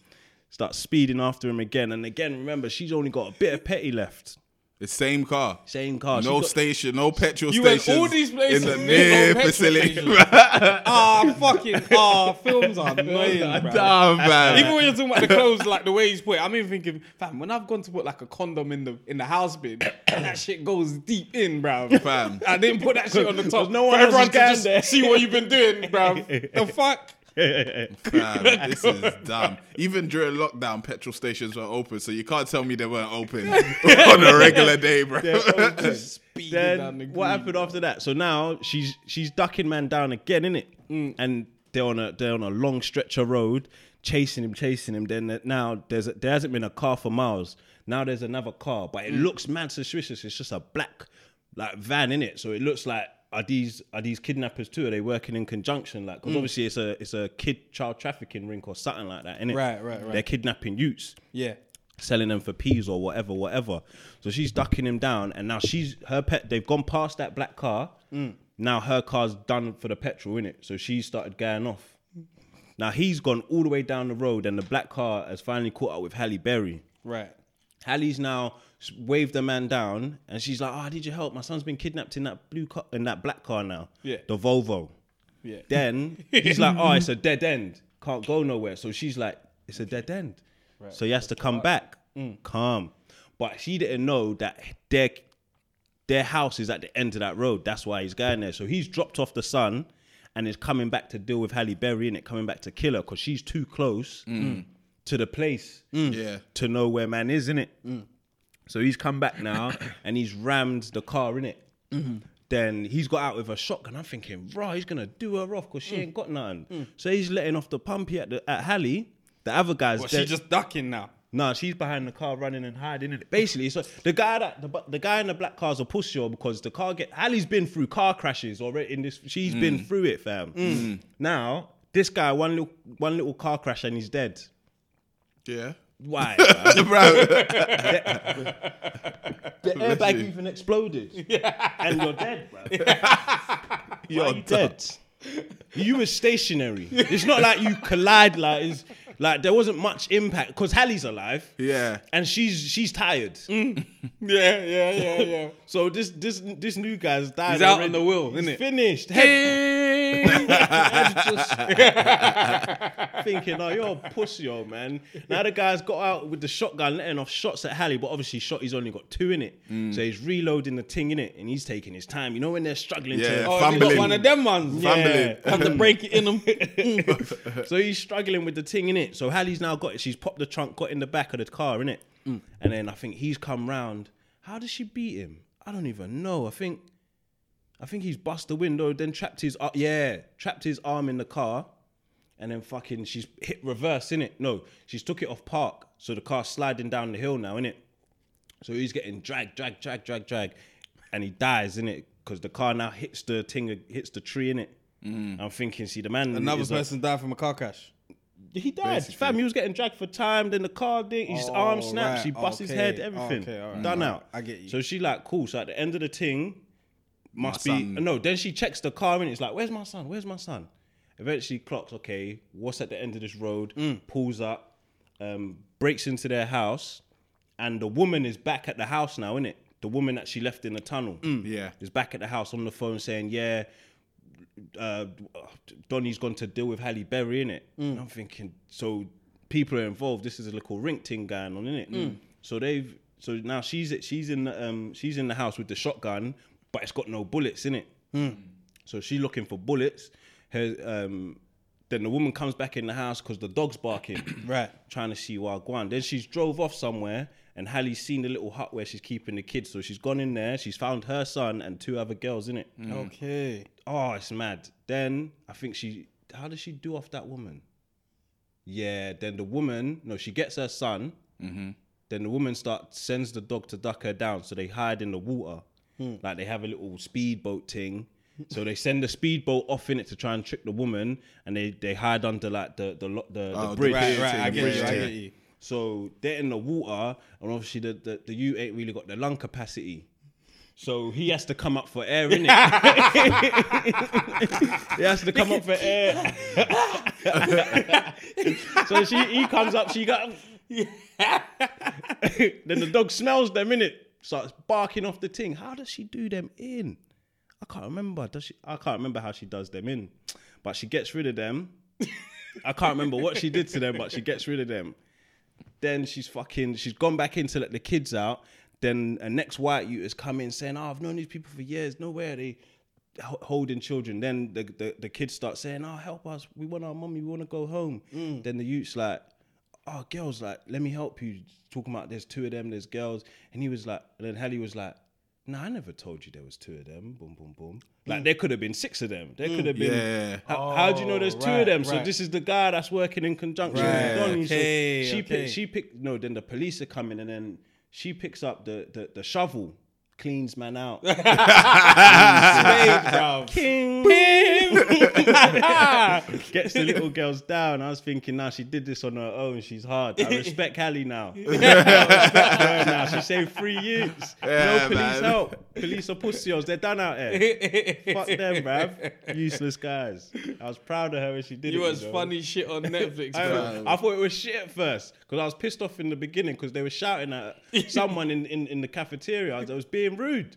G: Starts speeding after him again. And again, remember, she's only got a bit of petty left.
H: The same car.
G: Same car.
H: No
G: She's got-
H: station, no petrol
C: You went
H: stations.
C: all these places
H: in the
C: and there's no
H: near
C: petrol
H: facility. [laughs]
C: stations. Ah, fucking ah, films [laughs] are annoying, bro.
H: Damn,
C: Even
H: man.
C: when you're talking about the
G: [laughs]
C: clothes, like the way he's put, it, I'm even thinking, fam, when I've gone to put like a condom in the in the house bin, that shit goes deep in, bro.
H: Fam.
C: I didn't put that shit on the top.
G: no one
C: for
G: else
C: everyone
G: is
C: to
G: down
C: just
G: there.
C: see what you've been doing, bro.
G: [laughs]
C: The fuck.
H: Fam, this is dumb. Even during lockdown, petrol stations were open, so you can't tell me they weren't open [laughs] on a regular day, bro.
C: down the
G: then what
C: green,
G: happened after that? So now she's she's ducking man down again, innit?
C: Mm.
G: And they're on a they're on a long stretch of road, chasing him, chasing him. Then th- now there's a, there hasn't been a car for miles. Now there's another car, but
C: Mm.
G: it looks mad suspicious. It's just a black like van in it, so it looks like are these are these kidnappers too? Are they working in conjunction? Like,
C: Mm.
G: because obviously it's a it's a kid child trafficking ring or something like that, innit?
C: Right, right, right.
G: They're kidnapping youths
C: Yeah.
G: selling them for peas or whatever, whatever. So she's ducking him down, and now she's her pet. They've gone past that black car. Now her car's done for the petrol in it, so she started going off. Now he's gone all the way down the road, and the black car has finally caught up with Halle Berry.
C: Right.
G: Hallie's now s- waved the man down, and she's like, "Oh, I need your help. My son's been kidnapped in that blue car, in that black car now.
C: Yeah.
G: the Volvo."
C: Yeah. [laughs]
G: Then he's like, "Oh, it's a dead end. Can't go nowhere." So she's like, "It's a dead end." So he has to come back.
C: Mm.
G: Calm, but she didn't know that their their house is at the end of that road. That's why he's going there. So he's dropped off the son. And is coming back to deal with Halle Berry and it coming back to kill her because she's too close
C: Mm.
G: to the place
H: Yeah.
G: to know where man is, innit?
C: Mm.
G: So he's come back
C: [coughs]
G: now and he's rammed the car, innit?
C: Mm-hmm.
G: Then he's got out with a shotgun. I'm thinking, rah, he's gonna do her off because she
C: Mm.
G: ain't got nothing. So he's letting off the pumpy at the at Hallie. The other guy's
C: But
G: dead.
C: she just ducking now.
G: nah, she's behind the car running and hiding it. Basically, so the guy that the, bu- the guy in the black car's a pussy or because the car get Hallie's been through car crashes already in this She's
C: Mm.
G: been through it, fam. Now, this guy, one little one little car crash and he's dead.
H: Yeah.
G: Why? fam? [laughs]
H: Bro,
G: The airbag
H: you.
C: [laughs]
G: even exploded. And you're dead, bro.
H: you're
G: You're dead. You were stationary. It's not like you collide like it's, like there wasn't much impact because Hallie's alive
H: Yeah.
G: and she's she's tired.
C: Mm. Yeah, yeah, yeah, yeah. [laughs]
G: So this this this new guy's died.
C: He's out
G: already.
C: on the wheel,
G: He's
C: isn't it?
G: finished. [laughs] Head,
C: Oh,
G: head just- thinking, oh, you're a pussy, old man. Now the guy's got out with the shotgun, letting off shots at Hallie, but obviously shot he's only got two in it,
H: Mm.
G: so he's reloading the thing in it, and he's taking his time. You know when they're struggling
H: Yeah.
G: to
C: Oh,
H: Fumbling.
C: You got one of them ones.
H: Fumbling.
C: Yeah. Have to break it in
G: [laughs]
C: them.
G: So he's struggling with the thing in it. So Hallie's now got it. She's popped the trunk, got in the back of the car in it, and then I think he's come round. How does she beat him? I don't even know. I think, I think he's bust the window, then trapped his ar- yeah, trapped his arm in the car, and then fucking she's hit reverse in it. No, she's took it off park, so the car's sliding down the hill now in it. So he's getting dragged, dragged, dragged, dragged, dragged, and he dies in it because the car now hits the thing, hits the tree in it. I'm thinking, see the man.
C: Another
G: is a-
C: person died from a car crash.
G: he died. Fam, he was getting dragged for time. Then the car thing, his arm snaps.
C: Oh, right.
G: He busts his
C: Okay.
G: head. Everything
C: Okay, all right,
G: done
C: all right.
G: out.
C: I get you.
G: So she like cool. So at the end of the thing, must
H: My
G: be
H: son.
G: no. Then she checks the car and it's like, where's my son? Where's my son? Eventually clocks, okay, what's at the end of this road?
C: Mm.
G: Pulls up, um, breaks into their house, and the woman is back at the house now, isn't it? The woman that she left in the tunnel
H: Yeah.
G: is back at the house on the phone saying, yeah, uh, Donny's gone to deal with Halle Berry, innit? And I'm thinking, so people are involved. This is a little rink ting going on, innit? So they've so now she's she's in the, um she's in the house with the shotgun, but it's got no bullets in it. So she's looking for bullets. Her um then the woman comes back in the house because the dog's barking.
C: Right.
G: Trying to see Wagwan. Then she's drove off somewhere and Hallie's seen the little hut where she's keeping the kids. So she's gone in there, she's found her son and two other girls, in it.
C: Okay.
G: Oh, it's mad. Then I think she. How does she do off that woman? Yeah. Then the woman. No, she gets her son.
H: Mm-hmm.
G: Then the woman start sends the dog to duck her down, so they hide in the water. Like they have a little speedboat thing. So they send the speedboat off in it to try and trick the woman, and they, they hide under like the the lo- the, the
H: Oh, the
G: bridge.
H: pier
C: Right, right. I
H: thing,
C: get you. I
H: bridge
C: get
H: thing.
C: you.
G: So they're in the water, and obviously the, the, the U ain't really got the lung capacity. So he has to come up for air, innit? he has to come up for air. so she he comes up, she got [laughs] Then the dog smells them, innit? Starts barking off the ting. How does she do them in? I can't remember. Does she I can't remember how she does them in. But she gets rid of them. I can't remember what she did to them, but she gets rid of them then she's fucking she's gone back in to let the kids out. Then a next white youth has come in saying, oh, I've known these people for years. No way are they ho- holding children. Then the, the, the kids start saying, Oh, help us. We want our mummy. We want to go home.
H: Mm.
G: Then the youth's like, Oh, girls, like, let me help you. Talking about there's two of them, there's girls. And he was like, and then Hallie was like, No, I never told you there was two of them. Boom, boom, boom. Like there could have been six of them. There could have been.
H: Mm. Yeah.
G: How, how do you know there's two of
C: Oh, right,
G: them? So
C: right.
G: this is the guy that's working in conjunction
H: Right,
G: with Donnie. So
C: okay,
G: she
C: okay.
G: picked, she picked no. Then the police are coming, and then she picks up the the, the shovel, cleans man
C: [laughs]
G: out.
C: Hey, bruv.
G: King
C: [laughs]
G: gets the little girls down. I was thinking, now she did this on her own. She's hard. I
C: [laughs]
G: respect Hallie now. I respect her now. She saved three years.
C: [laughs]
G: no
H: Yeah,
G: police
H: man.
G: help. Police are pussies. They're done out here. Fuck them, bruv. Useless guys. I was proud of her when she did
C: You
G: it.
C: was
G: know.
C: funny shit [laughs] on Netflix,
G: I,
C: bro.
G: [laughs] I thought it was shit at first because I was pissed off in the beginning because they were shouting at someone in, in, in the cafeteria that was being rude.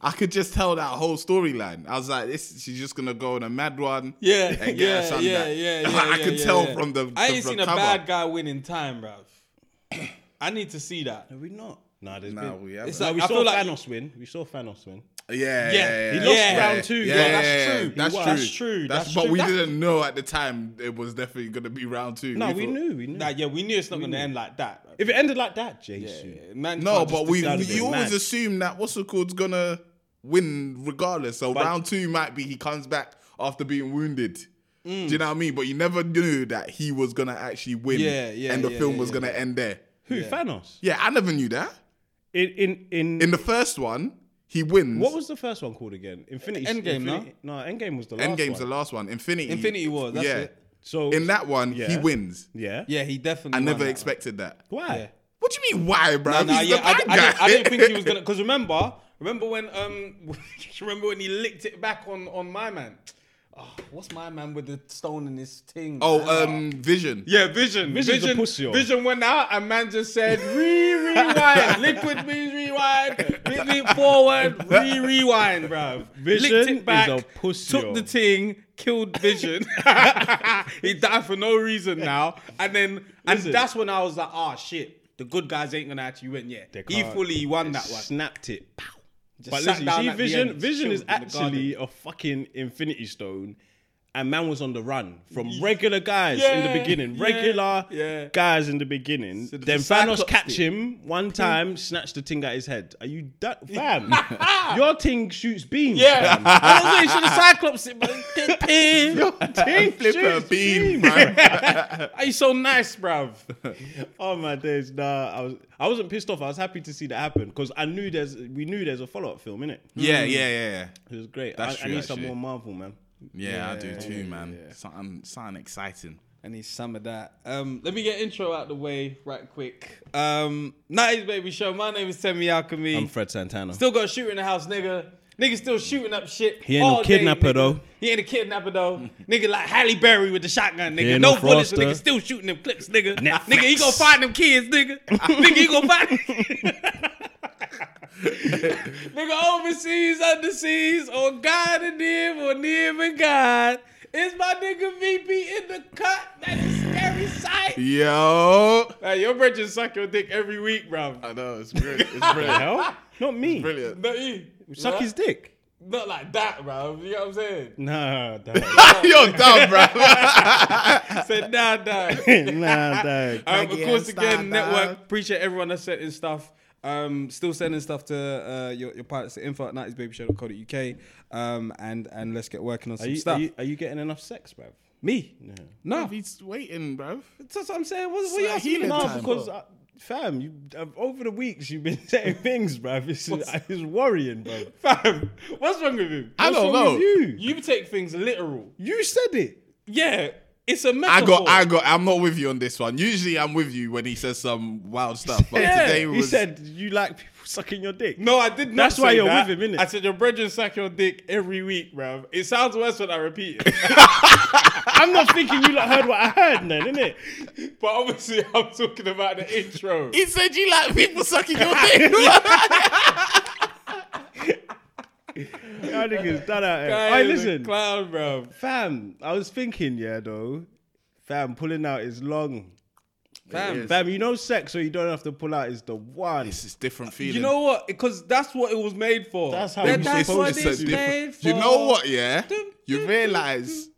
H: I could just tell that whole storyline. I was like, this, she's just gonna go on a mad one.
C: Yeah, [laughs]
H: and get her
C: yeah,
H: son
C: yeah,
H: back.
C: yeah, yeah.
H: [laughs] I
C: yeah,
H: could
C: yeah,
H: tell
C: yeah.
H: from the.
C: I ain't
H: from
C: seen
H: the
C: a
H: cover.
C: bad guy win in time, bruv. I need to see that.
G: Are we not? Nah, there's
H: Nah,
G: been.
H: we
C: It's
H: haven't.
G: No,
C: like
G: we
C: I
G: saw
C: feel like
G: Thanos win. We saw Thanos win.
H: yeah,
C: Yeah,
H: yeah, yeah,
C: he
H: yeah,
C: lost
H: yeah.
C: round two.
H: Yeah,
C: Yo,
H: yeah,
C: that's
H: yeah,
C: true.
H: yeah. That's
C: He
H: true.
C: won. That's true. That's
H: but
C: true.
H: we
C: That's-
H: didn't know at the time it was definitely gonna be round two.
G: No, we
H: thought-
G: knew. We knew.
C: Nah, yeah, we knew it's not going to end like that. bruv.
G: If it ended like that, Jason.
C: Yeah, man
H: No,
C: can't just
H: but we
C: decide
G: be
H: you always
G: mad.
H: assume that what's it called's gonna win regardless. So round two might be he comes back after being wounded.
C: Mm.
H: Do you know what I mean? But you never knew that he was gonna actually win.
C: Yeah, yeah,
H: And the
C: yeah,
H: film
C: yeah,
H: was
C: yeah.
H: gonna end there.
G: Who? Thanos.
H: Yeah, I never knew that.
G: In in in.
H: In the first one, he wins.
G: what was the first one called again? Infinity.
C: Endgame, no?
G: Infinity- No, Endgame was the last
H: Endgame's the
G: one.
H: last one. Infinity.
C: Infinity War, that's
H: yeah.
C: it.
G: So
H: In that one, he
G: Yeah.
H: wins.
G: Yeah.
C: Yeah, he definitely.
H: I
C: won
H: never
C: that
H: expected that.
G: Why?
C: Yeah.
H: What do you mean? Why, bro?
C: one. Nah, nah,
H: He's
C: yeah,
H: the
C: I,
H: bad
C: I, didn't,
H: guy.
C: I didn't think
H: [laughs]
C: he was gonna. Because remember, remember when um, [laughs] remember when he licked it back on on my man. Oh, what's my man with the stone in his thing? Ah.
H: oh, um, Vision.
C: Yeah, Vision.
G: Vision's a
C: Vision,
G: pussy, yo.
C: Vision went out and man just said, re
G: [laughs]
C: rewind. Liquid means rewind. Lick it forward, re rewind, bruv.
G: Vision
C: Licked it back,
G: is a pussy,
C: Took
G: yo.
C: the ting, killed
G: [laughs]
C: Vision. he died for no reason now. And then, and
G: Listen.
C: that's when I was like, ah, shit. The good guys ain't gonna actually win yet. He
G: can't.
C: fully won that one.
G: Snapped it. Pow. but
C: sat
G: listen, you
C: down
G: see,
C: at the
G: Vision,
C: end,
G: Vision is
C: chilled in the
G: actually a fucking Infinity Stone, and man was on the run from regular guys in the
C: Yeah,
G: beginning,
C: yeah,
G: regular
C: yeah.
G: guys in the beginning.
C: the
G: then Thanos
C: Cyclops
G: catch
C: did.
G: him one time, snatch the thing out his head. Are you done,
C: [laughs]
G: fam? Your thing shoots beams.
C: Yeah,
G: fam.
C: I was like, you should have cyclops it,
G: [laughs]
C: but [laughs]
G: Ting
H: Flip a
G: shoots
H: beam, man.
C: are you so nice, bruv?
G: [laughs] Oh my days, nah. I was I wasn't pissed off. I was happy to see that happen because I knew there's we knew there's a follow up film in it.
H: Yeah, yeah, yeah, yeah.
G: It was great.
H: That's
G: I,
H: true,
G: I need some
H: actually.
G: more Marvel, man.
H: Yeah, I do too, man. Something, something exciting.
C: I need some of that. Um, let me get intro out the way right quick. Um, 90s Baby Show. My name is Temi Alchemy.
G: Fred Santana.
C: Still got a shooter in the house, nigga. Nigga still shooting up shit.
G: He ain't no
C: all day,
G: kidnapper,
C: nigga.
G: though.
C: He ain't a kidnapper though. nigga like Halle Berry with the shotgun, nigga.
G: ain't
C: No,
G: no
C: bullets, but
G: Froster.
C: nigga still shooting them clips, nigga.
G: Netflix.
C: Nigga, he gonna find them kids,
G: [laughs]
C: nigga. nigga, he gonna find them. [laughs] nigga, overseas, underseas, or God and him, or him and God. Is my nigga VP in the cut? That's a scary sight.
H: Yo.
C: Like, your bro just suck your dick every week, bro.
G: Uh,
H: I know it's brilliant. It's brilliant.
G: Hell? Not me.
H: brilliant.
C: No, you,
G: Suck his dick.
C: not like that, bro. You know what I'm saying? [laughs]
G: Nah, dog.
H: [laughs] You're dumb, bro.
C: Said nah,
H: [laughs]
C: nah.
G: nah, dog.
C: Um, of
H: Maggie
C: course,
H: and
C: again,
H: Stada.
C: network. Appreciate everyone that's sending stuff. Um, still sending stuff to uh, your, your pilots at info at 90sbabyshow.co.uk. Um, and, and let's get working on
G: Are
C: some
G: you,
C: stuff.
G: are, you, are you getting enough sex, bruv?
C: Me? No.
H: He's waiting, bro.
C: That's what I'm saying. What,
H: like
C: what you asking me
H: healing
G: No,
H: time,
G: because uh fam, you uh, over the weeks you've been [laughs] saying things, bruv. It's, it's worrying, bro.
C: [laughs] Fam, what's wrong with him?
H: I
C: What's
H: don't
C: wrong
H: know.
C: with
G: You,
C: You You take things literal.
G: you said it.
C: Yeah, it's a
H: I
C: metaphor.
H: got, I got. I'm not with you on this one. Usually, I'm with you when he says some wild stuff. But
C: Yeah,
H: today
G: He
H: was.
G: said you like people sucking your dick.
C: No, I did not.
G: That's why
C: say
G: you're
C: that.
G: with him, innit?
C: I said your brethren suck your dick every week, bruv. It sounds worse when I repeat it, [laughs]
G: I'm not thinking you like heard what I heard, then,
C: [laughs]
G: innit?
C: but obviously I'm talking about the intro.
H: he said you like people sucking your dick. [laughs]
G: I think it's done out here.
C: Guy
G: Hey,
C: is a
G: listen,
C: clown, bruv.
G: fam. I was thinking, yeah, though, fam, pulling out is long.
C: Fam,
G: Fam, you know, sex, so you don't have to pull out is the one.
H: this is different feeling.
C: you know what? Because that's what it was made for.
G: That's how
C: That-
G: we
C: that's
G: supposed
C: what
G: to
C: it's
G: do.
C: made for.
H: You know what? Yeah,
C: Dum,
H: you
C: dum,
H: realize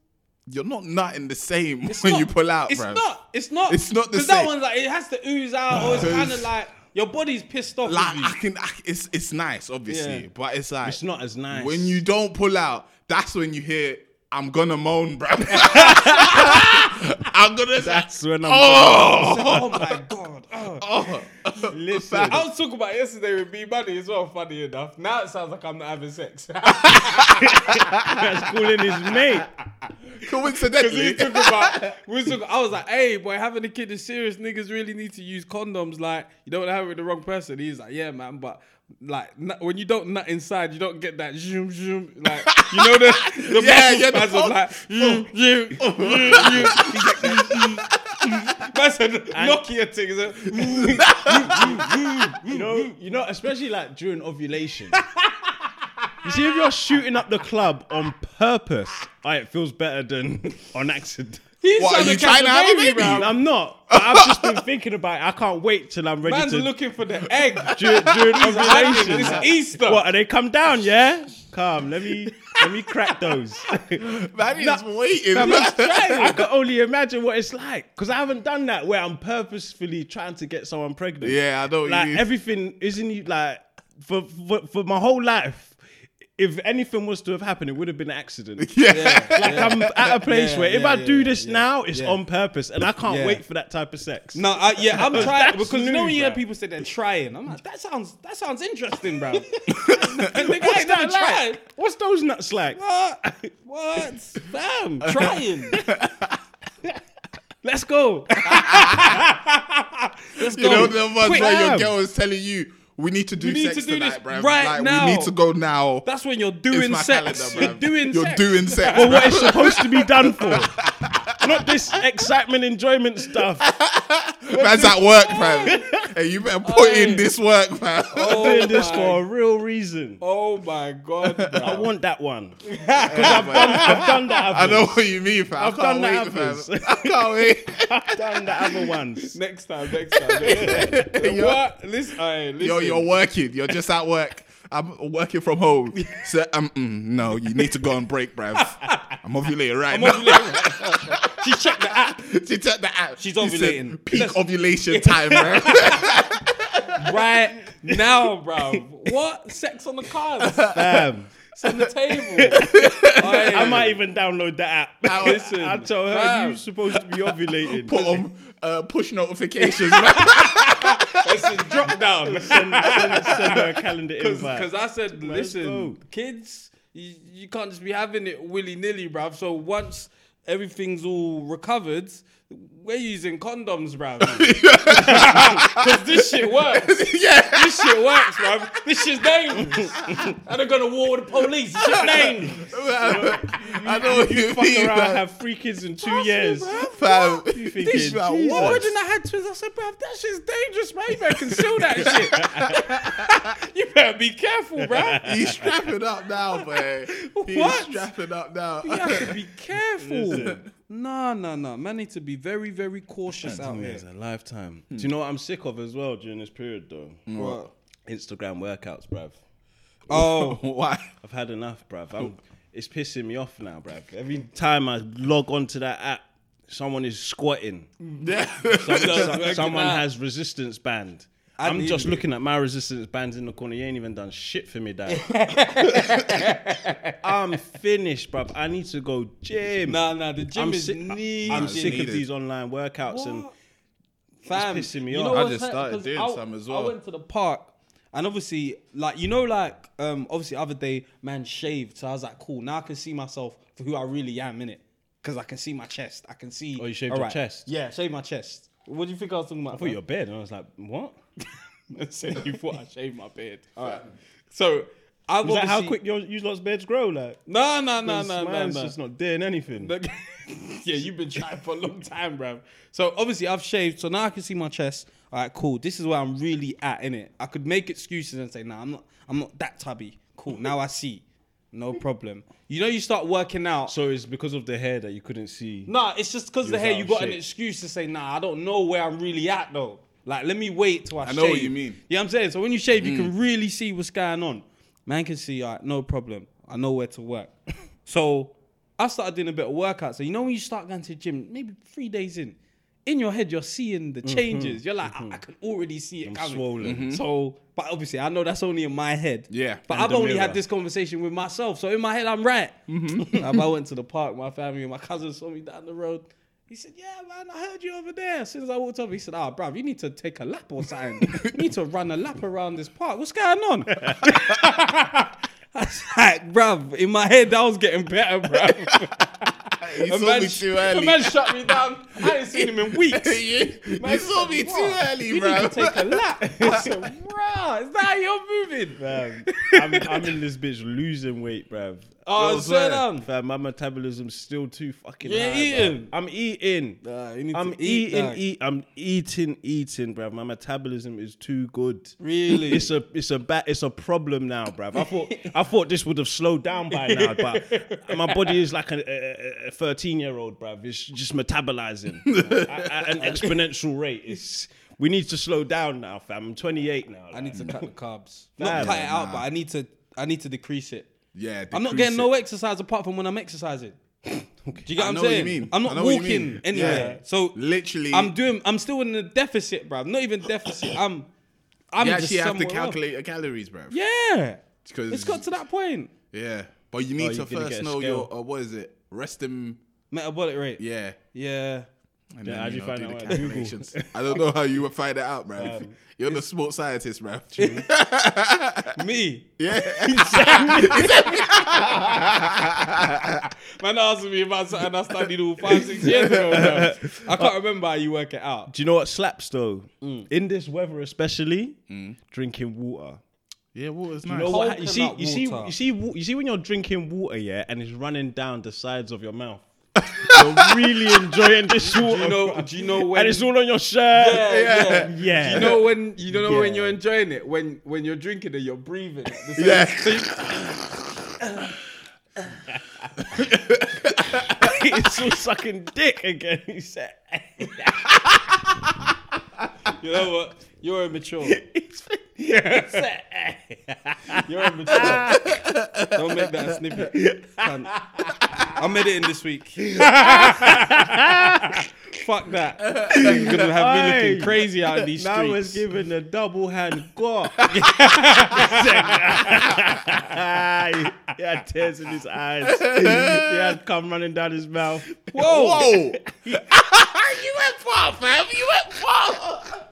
H: you're not nutting the same
C: It's
H: when
C: not-
H: you pull out,
C: it's
H: bro.
C: not. It's not.
H: It's not the
C: 'Cause
H: same.
C: that one's like it has to ooze out, or it's kind of like your body's pissed off.
H: Like [laughs]
C: with
H: I
C: you.
H: can, I, it's it's nice, obviously,
C: Yeah.
H: but it's like
G: It's not as nice.
H: when you don't pull out. That's when you hear I'm gonna moan, bro. [laughs] I'm gonna.
G: That's [laughs] when I'm.
H: oh,
C: Oh my god. Oh.
H: [laughs]
G: Listen.
C: I was talking about it yesterday with B Money as well, funny enough. Now it sounds like I'm not having sex. [laughs]
G: [laughs] That's calling his mate.
H: coincidentally. [laughs]
C: we talking about, we was talking, I was like, hey, boy, having a kid is serious. Niggas really need to use condoms. Like, you don't have it with the wrong person. He's like, yeah, man, but like, nut- when you don't nut inside, you don't get that zoom, zoom. Like, you know, the,
H: [laughs]
C: the
H: Yeah,
C: muscle
H: yeah, the
C: spasm,
H: pump.
C: like, zoom,
H: [laughs]
C: zoom, zoom, zoom. He's like, mm, mm. [laughs] That's a Nokia thing. Is
H: [laughs]
C: it?
G: You know, you know, especially like during ovulation. You see, if you're shooting up the club on purpose, aye, it feels better than [laughs] on accident.
C: He's
H: What, are you
C: catch
H: trying to have a baby?
C: bruv.
G: I'm not. but I've just been thinking about it. I can't wait till I'm ready
C: Man's
G: to
C: looking for the
H: [laughs]
C: egg.
G: [laughs] during, during ovulation.
C: It's Easter.
G: What? And they come down, yeah? Come, let me let me crack those. [laughs]
H: Man, he's waiting.
G: I can only imagine what it's like because I haven't done that where I'm purposefully trying to get someone pregnant.
H: [laughs] Yeah, I know what you
G: Like
H: mean.
G: everything isn't you like for, for for my whole life. If anything was to have happened, it would have been an accident.
H: [laughs] yeah.
G: Like I'm at a place
C: Yeah,
G: where if
C: yeah,
G: I
C: yeah,
G: do this
C: yeah,
G: now, it's
C: yeah.
G: on purpose, and I can't
C: Yeah.
G: wait for that type of sex.
C: No, I, yeah,
G: [laughs]
C: I'm trying because you know
G: new,
C: when you hear
G: bruv.
C: people say they're trying, I'm like, that sounds that sounds interesting,
G: [laughs]
C: bro. and they ain't never tried.
G: What's those nuts like?
C: What? What?
G: [laughs]
C: Fam,
H: [laughs]
C: trying.
G: Let's go.
C: Let's go.
H: You know the ones
C: Quick.
H: where your
G: Damn.
H: girl is telling you, "We need to do
C: need
H: sex
C: to do
H: tonight,
C: this
H: bruv.
C: right
H: like,
C: now."
H: We need to go now.
C: That's when you're
H: It's
C: doing
H: my
C: sex.
H: calendar, bruv.
C: you're doing
H: You're
C: sex. [laughs]
H: doing sex.
G: But what it's supposed to be done for? Not this excitement, enjoyment stuff.
H: Man's at work,
C: [laughs]
H: bruv. Hey, you better put in this work, bruv.
G: I'm doing this
C: Oh my-
G: for a real reason.
C: Oh my
G: [laughs]
C: god,
G: I
C: bro.
G: want that
H: [laughs]
G: one. 'Cause I've, done, I've done the
H: I
G: other.
H: know what you mean, fam.
G: I've
H: I can't
G: done the
H: wait,
G: others.
H: fam. I can't wait.
G: I've done the other ones.
C: Next time, next time. Next
G: [laughs]
C: time. what? Listen, alright, listen.
H: Yo, you're working. You're just at work. I'm working
G: [laughs]
H: from home. So, um, mm, no, you need to go on break, bruv. I'm ovulating right now.
G: [laughs]
C: she checked the app
H: [laughs] she took the app.
C: She's
H: She said,
C: ovulating.
G: [laughs]
H: Peak ovulation time, bruv.
C: right now, bro. What? Sex on the cards.
H: [laughs]
G: Damn.
C: It's on the
G: [laughs]
C: table. Alright.
G: I might even download the app.
H: I-
C: Listen,
G: I tell her
C: fam.
G: you're supposed to be
H: [laughs]
G: ovulating.
H: Put on uh, push notifications, bruv. [laughs]
C: Listen, drop down.
G: send, send, send her a calendar invite.
C: Because I said,
G: Let's
C: listen,
G: go.
C: kids, you, you can't just be having it willy nilly, bruv. So once everything's all recovered, we're using condoms, bruv. Because this shit works.
H: Yeah.
C: This shit works, bruv. This shit's dangerous. And they're going to war with the police. This shit's dangerous.
H: I know what you
G: Fuck
H: mean.
G: around,
H: man.
G: have three kids in two years.
H: [laughs] Fam,
G: You thinking,
H: this man,
G: Jesus.
C: More
H: what?
C: than I had twins, I said, bruv, that shit's dangerous, man. You better conceal that [laughs] shit. you better be careful, bruv.
H: He's strapping up now,
G: [laughs]
H: man. He's
C: What?
H: strapping up now.
C: You have to be careful.
G: Listen.
C: No, no, no. Man need to be very, very cautious out here.
G: It's a lifetime. Do you know what I'm sick of as well during this period though?
H: Mm.
C: What?
G: Instagram workouts, bruv. [laughs]
C: Oh,
H: [laughs] Why?
G: I've had enough, bruv. I'm, it's pissing me off now, bruv. Every time I log onto that app, someone is squatting. Some-
C: working
G: someone
C: out.
G: has resistance band.
C: I
G: I'm
C: need
G: just
C: it.
G: looking at my resistance bands in the corner. You ain't even done shit for
C: [laughs]
G: me, dad. I'm finished, bruv. I need to go gym.
C: no, no. The gym
G: I'm,
C: is
G: sick,
C: needed.
G: I'm sick of
H: Needed.
G: these online workouts and
C: Fam,
G: pissing me
C: Um, you
G: off.
C: know
G: I
C: what's
H: just
C: hurt?
H: started
C: 'Cause
H: doing
C: I-
H: some as
C: I
H: well.
C: went to the park and obviously, like you know, like um, obviously, other day, man shaved, so I was like, cool. Now I can see myself for who I really am in it, because I can see my chest. I can see.
G: Oh, you shaved
C: All
G: your chest?
C: Yeah, shaved my chest. [laughs] What do you think I was talking about?
G: put your bed. And I was like, what?
C: said you thought I shaved my beard. All right. So I
G: Is that how quick your you lot's beds grow? Like,
C: No, no, no, no, no,
G: mine's
C: no.
G: just not doing anything.
C: Look- [laughs] yeah, you've been trying for a long time, bruv. So obviously I've shaved, so now I can see my chest. All right, cool. This is where I'm really at in it. I could make excuses and say, "Nah, I'm not. I'm not that tubby." Cool. Now I see. No problem. You know, you start working out.
G: So it's because of the hair that you couldn't see.
C: nah, it's just because the
G: was
C: hair.
G: out
C: You
G: of
C: got an
G: shape.
C: excuse to say, "Nah, I don't know where I'm really at though." Like, let me wait till I.
H: I know what
C: shave.
H: you mean.
C: You know what I'm saying? So when you shave, you can really see what's going on. Man can see, all right, no problem. I know where to work. [laughs] so I started doing a bit of workout. So you know when you start going to the gym, maybe three days in, in your head you're seeing the changes. You're like, I, I can already see it coming. Mm-hmm.
G: swollen.
C: So, but obviously I know that's only in my head.
H: Yeah,
C: But
G: in
C: I've
G: the
C: only had
G: mirror.
C: this conversation with myself. So in my head I'm right.
H: Mm-hmm.
C: Like, I went to the park, my family and my cousin saw me down the road. He said, "Yeah, man, I heard you over there." As soon as I walked over, he said, "Ah, bruv, you need to take a lap or something. you need to run a lap around this park. What's going on?" [laughs] I was like, "Bruv, in my head, that was getting better, bruv."
H: You
C: A
H: [laughs] saw
C: man,
H: me too
C: a
H: early. [laughs]
C: man shut me down. I ain't seen him in weeks.
H: you, you saw me too
C: "Bruh,
H: early,
C: You
H: bro.
C: need to take a lap. I said, "Bruh, is that how you're moving?"
G: Fam, Um, I'm, I'm in this bitch losing weight, bruv.
C: Oh,
H: was
C: sit
H: there.
C: down.
G: Fam, my metabolism's still too fucking
C: You're
G: high. bruv.
C: eating.
G: I'm eating.
C: Nah, you need
G: I'm
C: to eat,
G: eating,
C: dog.
G: eat, I'm eating, eating, bruv. My metabolism is too good.
C: Really?
G: It's a it's a ba- it's a problem now, bruv. I thought I thought this would have slowed down by
C: [laughs]
G: now, but my body is like a- a- a thirteen year old, bruv. It's just
C: [laughs]
G: metabolizing at, at an exponential rate. It's we need to slow down now, fam. I'm 28 now.
C: I
G: like.
C: need to cut the carbs.
G: Nah,
C: Not cut it
G: nah.
C: out, but I need to. I need to decrease it.
H: [laughs] Yeah,
C: I'm not
H: decrease
C: getting no
H: it.
C: exercise apart from when I'm
H: [laughs]
C: exercising. Do you get
H: I
C: what I'm
H: know what you
C: saying?
H: mean.
C: I'm
H: I
C: not
H: know what you
C: walking
H: mean.
C: anywhere.
H: Yeah.
C: So
H: Literally-
C: I'm doing. I'm still in the deficit, bro. not even deficit. I'm. I'm
H: You
C: just
H: actually have to
C: somewhere else.
H: calculate your calories, bro.
C: Yeah,
H: because
C: it's got to that point. Oh,
H: Yeah, but you need
G: you're
H: to
G: gonna get
H: first
G: a
H: know
G: scale.
H: your uh, what is it? Resting.
C: Metabolic rate.
H: Yeah.
C: yeah.
H: And
G: Yeah, how do you
H: know,
G: find
H: do
G: that
H: the
G: out?
H: calculations. [laughs] I don't know how you would find it out, bro.
C: Um,
H: [laughs] You're the sports scientist, bro.
C: Me. [laughs]
H: yeah.
C: Man asked me about something I studied all five, six years ago. Bro. I can't remember how you work it out.
G: Do you know what slaps though?
C: Mm.
G: In this weather, especially, drinking water.
H: [laughs] Yeah, water's nice.
G: You, know what- you
C: Coconut
G: see, you see,
C: water.
G: you see, wa- you see when you're drinking water, yeah, and it's running down the sides of
C: [laughs]
G: your mouth. you're really enjoying this water,
C: Do you know? Do you know when?
G: and it's all on your shirt.
C: yeah, yeah.
G: Yeah.
C: Do you know when you don't know when
G: Yeah.
C: you're enjoying it? When when you're drinking it, you're breathing. at the same-
H: Yeah.
C: So you-
G: [laughs] it's all sucking dick again. He said,
C: [laughs]
G: [laughs]
C: You know what? You're immature.
G: [laughs]
C: You're immature. [laughs] Don't make that a snippet. Cunt. I'm editing this [laughs] week. Fuck that. You're gonna have me
G: Aye.
C: looking crazy out in these
G: "Now was
C: streets.
G: given a double hand go." [laughs] [laughs] he had tears in his [laughs] eyes. he had cum running down his mouth.
H: [laughs]
C: [laughs]
H: Whoa! you went far, fam. You went far. [laughs]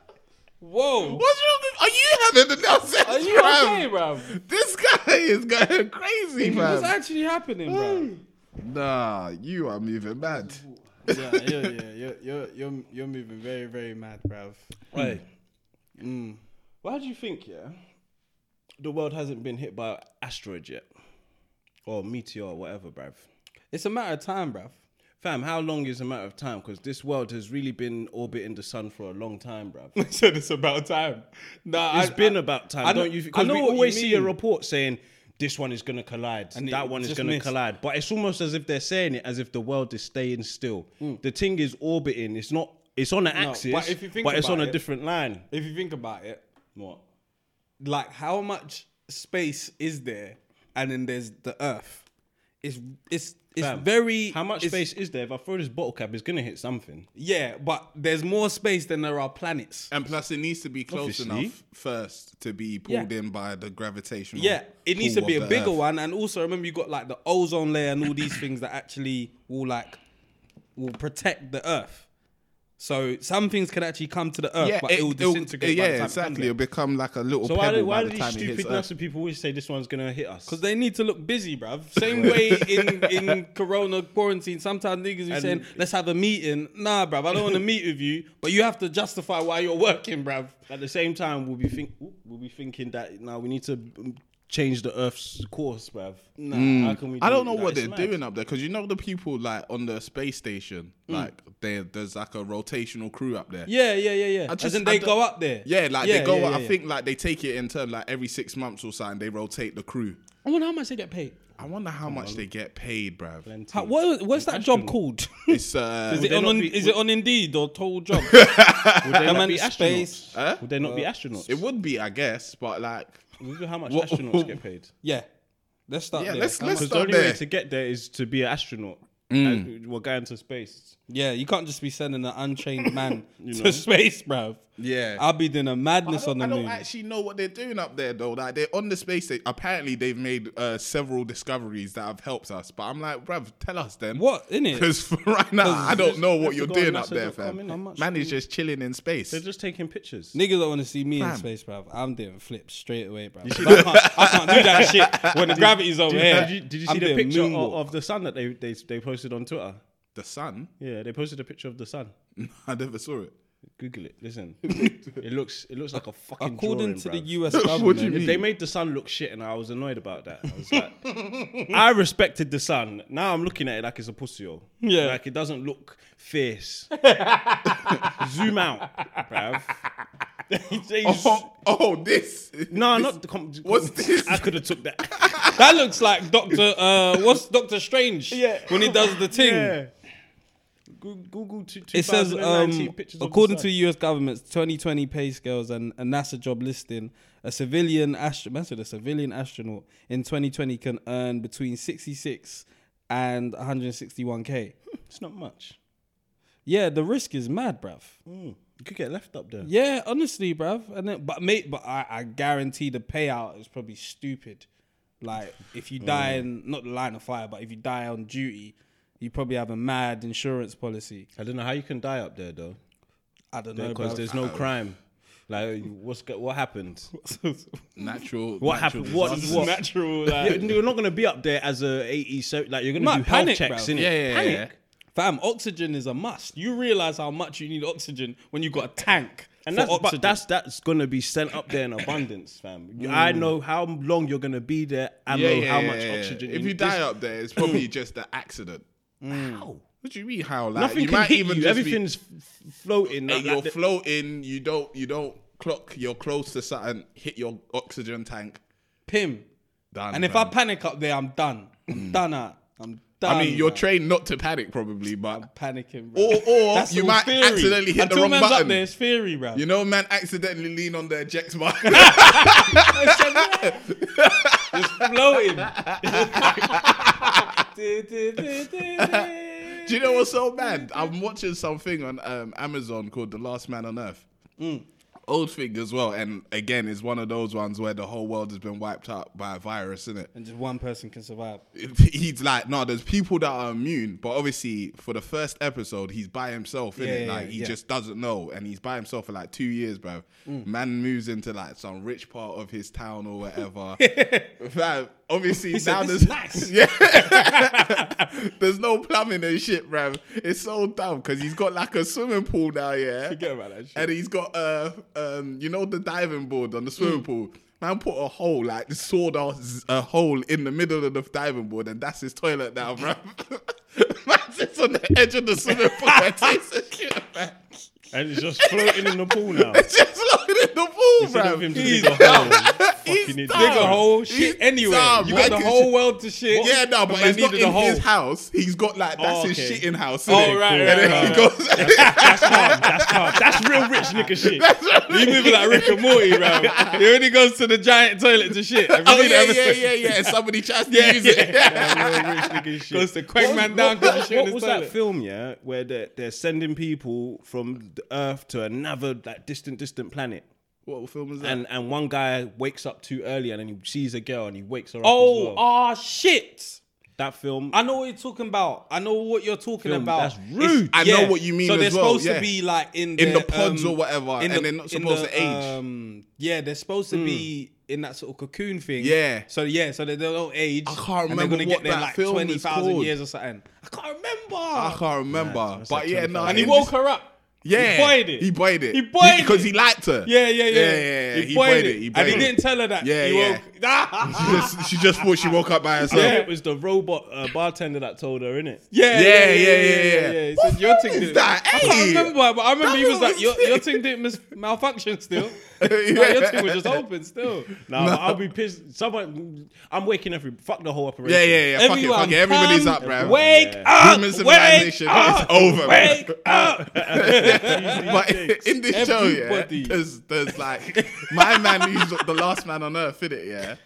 C: Whoa.
H: What's wrong with? Are you having enough sex,
C: Are you
H: fam?
C: okay, bruv?
H: This guy is going crazy,
C: What's
H: fam.
C: actually happening, bruv?
H: Nah, you are moving mad.
C: [laughs] yeah, yeah, yeah. You're, you're, you're, you're moving very, very mad, bruv. Hmm.
G: Right. Why do you think, yeah, the world hasn't been hit by an asteroid yet? Or meteor, or whatever, bruv?
C: It's a matter of time, bruv.
G: Fam, how long is a matter of time? Because this world has really been orbiting the sun for a long time, bruv.
C: [laughs] so it's about time. Nah,
G: It's
C: I-
G: been
C: I-
G: about time,
C: I know-
G: don't you?
C: I
G: Because
C: know
G: we
C: what you
G: always see a
C: mean.
G: report saying this one is going to collide,
C: And
G: that
C: it
G: one is
C: just
G: going to
C: missed.
G: collide. But it's almost as if they're saying it as if the world is staying still. The thing is orbiting. It's not. It's on an
C: Mm.
G: axis,
C: but if you think
G: but it's on
C: about
G: a
C: it-
G: different line.
C: If you think about it, what? Like how much space is there, and then there's the Earth. It's it's it's
G: Fam,
C: very
G: How much
C: it's-
G: space is there? If I throw this bottle cap, it's going to hit something.
C: Yeah, but there's more space than there are planets.
H: And plus, it needs to be close
G: Obviously.
H: enough first to be pulled
C: Yeah.
H: in by the gravitational.
C: Yeah, it needs to
H: pull
C: be
H: of
C: a
H: the
C: bigger
H: Earth.
C: one. And also remember, you got like the ozone layer and all these things that actually will like will protect the Earth. So some things can actually come to the Earth,
H: Yeah,
C: but it, will disintegrate.
H: yeah,
C: by the time
H: exactly. It'll become like a little
G: So
H: pebble
G: why, do- why
H: by
G: do
H: the
G: these
H: time it
G: stupid
H: hits Earth.
G: NASA people always say this one's going to hit us?
C: Because they need to look busy, bruv. Same way in,
H: [laughs]
C: in Corona quarantine, sometimes niggas be
G: And-
C: saying, let's have a meeting. Nah, bruv, I don't want to meet with you, but you have to justify why you're working, bruv.
G: At the same time, we'll be think oop, we'll be thinking that now we need to um, change the Earth's course, bruv. Mm. Nah, how can we?
H: I don't
G: it?
H: know
G: Like,
H: what
G: it's
H: they're
G: mad.
H: doing up there because you know the people like on the space station, like there, there's like a rotational crew up there.
C: Hmm. Yeah, yeah, yeah, yeah.
H: I
C: As
H: just-
C: in
H: I
C: they
H: don't-
C: go up there.
H: Yeah, like they go.
C: yeah,
H: I
C: yeah.
H: think like they take it in turn, like every six months or something. They rotate the crew.
C: I wonder how much they get paid.
H: I wonder how much they get paid, bruv.
C: How, what, what's that job called? [laughs]
H: It's uh,
C: Is it,
G: they
C: on,
G: not
C: on-
G: be-
C: is
G: would-
C: it on Indeed or Total Job?
G: [laughs] Would they
C: Them
G: not
C: and
G: be
C: space. Uh,
G: astronauts? Would they not be astronauts?
H: it would be, I guess, but like,
G: Wonder how much
H: What-
G: astronauts get paid?
C: yeah. Let's start
H: yeah,
C: there. Mm.
H: let's
C: How much-
G: Because
H: let's
G: the
H: stop
G: only
H: there.
G: way to get there is to be an astronaut. And we're going to space.
C: yeah, you can't just be sending an
G: [laughs]
C: untrained man to space, bruv.
H: Yeah.
C: I'll be doing a madness
H: I
C: on
H: don't,
C: the
H: I
C: moon.
H: don't actually know what they're doing up there though. Like they're on the space. They, apparently, they've made uh, several discoveries that have helped us. But I'm like, bruv, tell us then.
C: What, innit?
H: [laughs] Because right now, I don't know
G: you have
H: what you're
G: to go on
H: doing up there,
G: NASA.com,
H: fam.
G: innit? How much
H: Man is
G: do
H: just chilling in space.
G: They're just taking pictures.
C: Niggas don't want to see me in
H: Fam.
C: space, bruv. I'm doing flips straight away, bruv. I, can't, I can't do that shit when the gravity's over
G: [laughs] Did,
C: here.
G: did you, did you
C: I'm
G: see the
C: doing
G: picture of,
C: moonwalk.
G: of the sun that they, they they posted on Twitter?
H: The sun?
G: Yeah, they posted a picture of the sun.
H: I never saw
G: [laughs]
H: it.
G: Google it.
C: [laughs]
G: Listen, it looks it looks like a fucking.
C: According
G: drawing,
C: to the
G: bruv. [laughs]
C: US
H: What do
C: government,
H: you mean?
G: They made the sun look shit, and I was annoyed about that. I was like, [laughs] I respected the sun. Now I'm looking at it like it's a pussy. hole.
C: Yeah.
G: like it doesn't look fierce. Zoom out, bruv. [laughs] They just-
H: Oh, [laughs] oh, this.
G: no, not the com-
H: What's this?
G: I could have took that.
C: that looks like Doctor. Uh, what's Doctor Strange?
G: [laughs] Yeah.
C: when he does the thing.
G: Yeah. Goo- Google two,
C: It says,
G: 2019
C: um,
G: pictures of the
C: according to
G: sun.
C: the U.S. government's 2020 pay scales and a NASA job listing, a civilian astronaut, a civilian astronaut in 2020 can earn between 66 and 161k.
G: it's not much.
C: Yeah, the risk is mad, bruv.
G: Mm. You could get left up there.
C: Yeah, honestly, bruv. And then, but mate, but I, I guarantee the payout is probably stupid. Like if you
G: Mm.
C: die in not the line of fire, but if you die on duty, you probably have a mad insurance policy.
G: I don't know how you can die up there though,
C: I don't know
G: because
C: bruv.
G: there's no crime. Like, what's go- what happened?
C: [laughs]
H: [laughs] Natural.
G: What
H: natural
G: happened? What?
H: disaster.
G: what?
C: natural.
H: Uh,
G: Yeah, you're not gonna be up there as a 80 so like you're gonna
C: Might
G: do health
C: panic,
G: checks
C: bruv.
G: in
H: Yeah, yeah, yeah.
C: Fam, oxygen is a must. You realize how much you need oxygen when you got a tank.
G: And
C: for
G: that's
C: oxygen.
G: but that's that's gonna be sent up there in abundance, fam. I know how long you're gonna be there. I
H: Mm. Yeah,
G: know
H: yeah,
G: how
H: yeah,
G: much
H: yeah.
G: oxygen.
H: If
G: need.
H: you die
G: This- Mm.
H: up there, it's probably just an accident. How? What do you mean how? Like,
G: nothing
H: you
G: can
H: might
G: hit
H: even
G: you.
H: just be-
G: Everything's f- floating.
H: Hey,
G: like-
H: you're
G: like the-
H: floating. You don't. You don't clock. You're close to something. Hit your oxygen tank.
C: Pim.
H: Done.
C: And if I
H: fam.
C: panic up there, I'm done. I'm done. out. I'm done.
H: I mean, you're
C: bruv.
H: trained not to panic, probably,
C: [laughs]
H: but
C: panicking. Bro.
H: or [laughs] or
C: That's
H: you
C: all
H: might
C: theory.
H: accidentally hit
C: Until
H: the wrong
C: man's
H: button.
C: Up there, it's theory, bro.
H: You know, man, accidentally lean on the eject
C: [laughs]
H: [laughs] button.
C: [laughs] floating.
H: Do you know what's so bad? I'm watching something on um, Amazon called The Last Man on Earth.
C: Mm.
H: Old thing as well, and again, it's one of those ones where the whole world has been wiped out by a virus, isn't it?
C: and just one person can survive.
H: he's like, no, there's people that are immune, but obviously for the first episode, he's by himself, innit?
C: Yeah, yeah,
H: like he
C: yeah. Mm.
H: just doesn't know, and he's by himself for like two years, bro. Man moves into like some rich part of his
C: [laughs]
H: town [laughs] or whatever. Fam, obviously now
C: "This
H: there's
C: is nice."
H: [laughs] yeah. [laughs] There's no plumbing and shit, bruv. It's so dumb because he's got like a swimming pool now, yeah.
C: Forget about that shit.
H: And he's got uh um you know the diving board on the swimming pool. Man put a hole like sawed off z- a hole in the middle of the diving board and that's his toilet now, bruv. [laughs] Man's just on the edge of the swimming pool and takes a shit, man.
G: and it's just floating in the pool
H: [laughs]
G: now.
H: It's just floating in the pool,
G: Instead
H: bruv.
G: of him to dig a hole.
H: He's
G: fucking idiot.
H: dumb.
G: Dig
C: Dig a whole shit
H: He's
C: anyway.
H: dumb.
C: you got
H: Like,
C: the whole world to shit.
H: Yeah, no, but
C: man
H: it's not
C: needed a
H: in his
C: hole.
H: house. He's got like that's
G: Oh,
H: his
G: okay.
H: shitting house.
C: Oh,
H: innit? [laughs]
C: right,
H: And
C: right,
H: then
C: right,
H: he
C: right.
H: goes.
G: That's calm. That's calm. That's real rich nigga
H: [laughs]
G: shit.
C: He moving like Rick and Morty, bro. He only goes to the giant toilet to shit. Have you
H: Oh
C: seen
H: yeah,
C: the
H: yeah,
C: episode?
H: yeah, yeah. And [laughs] somebody tries to
C: Yeah,
H: use
C: yeah.
H: it. [laughs]
G: That's real rich nigga shit.
C: Goes to Quack Man down
G: What,
C: because he's
G: what-
C: shitting
G: what
C: his
G: was
C: toilet.
G: that film, yeah, where they're, they're sending people from the Earth to another like distant, distant planet,
H: What film is that?
G: and and one guy wakes up too early and then he sees a girl and he wakes her up.
C: Oh,
G: as well.
C: ah, shit.
G: that film.
C: I know what you're talking about. I know what you're talking
G: Film,
C: about.
G: that's rude.
H: I know what you mean
C: So they're
H: as well,
C: supposed
H: yeah.
C: to be like in
H: In the
C: their, um,
H: pods or whatever, and they're not
C: in
H: supposed to age. Hmm.
C: Um, yeah, they're supposed to be in that sort of cocoon thing.
H: Yeah.
C: So yeah, so they they don't age. I And
H: can't remember
C: they're gonna
H: what
C: get
H: that
C: there like
H: film is
C: twenty thousand
H: called.
C: years or something. I can't remember.
H: I can't remember, but
G: like
H: yeah, no.
G: 25.
C: and he
H: in
C: woke
H: this-
C: her up.
H: Yeah,
C: He boyed it.
H: He boyed it.
C: He boyed it.
H: because he liked her.
C: Yeah, yeah, yeah.
H: yeah, yeah, yeah.
C: He, boyed it.
H: He
C: and
H: boyed
C: he
H: it.
C: didn't tell her that.
H: Yeah,
C: he
H: yeah.
C: Woke, [laughs] ah,
H: She just, she just thought she woke up by herself. [laughs]
G: It was the robot uh, bartender that told her, innit?
C: yeah,
H: Yeah, yeah, yeah, yeah.
C: He
H: What
C: said, your
H: film
C: thing
H: is
C: didn't.
H: that?
C: I can't
H: Hey.
C: remember, but I remember
H: That
C: he was
H: film
C: like,
H: is
C: your,
H: sick.
C: your thing didn't mis- malfunction still.
H: [laughs] Yeah.
C: Like, your thing was just open still.
G: Nah, but I'll be pissed. Someone, I'm waking every fuck the whole operation.
H: Yeah, yeah, yeah. Fuck it, fuck it. Everybody's
C: come
H: up, bruv.
C: Wake
G: Yeah.
C: up!
H: Human
C: wake
H: civilization is
C: up!
H: over, man.
C: Wake
H: [laughs]
C: up!
H: but [laughs] in this show,
C: Everybody.
H: yeah, there's, there's like my man who's the last man on earth, is it? Yeah?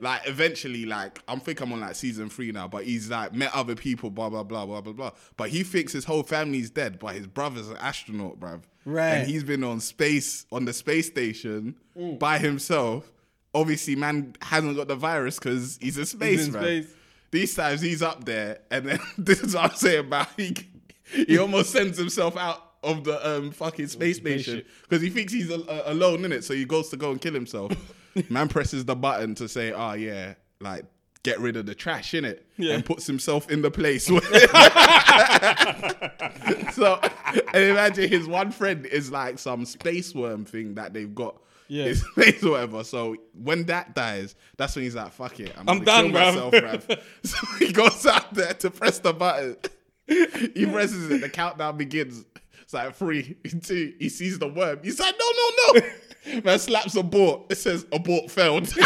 H: Like eventually, like I'm think I'm on like season three now, but he's like met other people, blah blah blah blah blah blah. But he thinks his whole family's dead, but his brother's an astronaut, bruv.
C: Right.
H: And he's been on space on the space station by himself. Obviously, man hasn't got the virus because he's in space,
C: in
H: bruv.
C: space.
H: These times he's up there, and then [laughs] this is what I'm saying about he, he almost sends himself out of the um fucking space station because he thinks he's al- uh, alone in it, so he goes to go and kill [laughs] himself. Man presses the button to say, "Oh yeah, like get rid of the trash in it," and puts himself in the [laughs] place. where- so [laughs] and imagine his one friend is like some space worm thing that they've got.
C: Yeah.
H: His [laughs] face or whatever. So when that dies, that's when he's like, "Fuck it, I'm,
C: I'm
H: gonna
C: done, bruv.
H: kill myself,
C: [laughs]
H: bruv. So he goes out there to press the button. He presses it. The countdown begins. It's like three, two. He sees the worm. He's like,
C: [laughs]
H: no, no, no. Man slaps abort. It says abort failed. [laughs]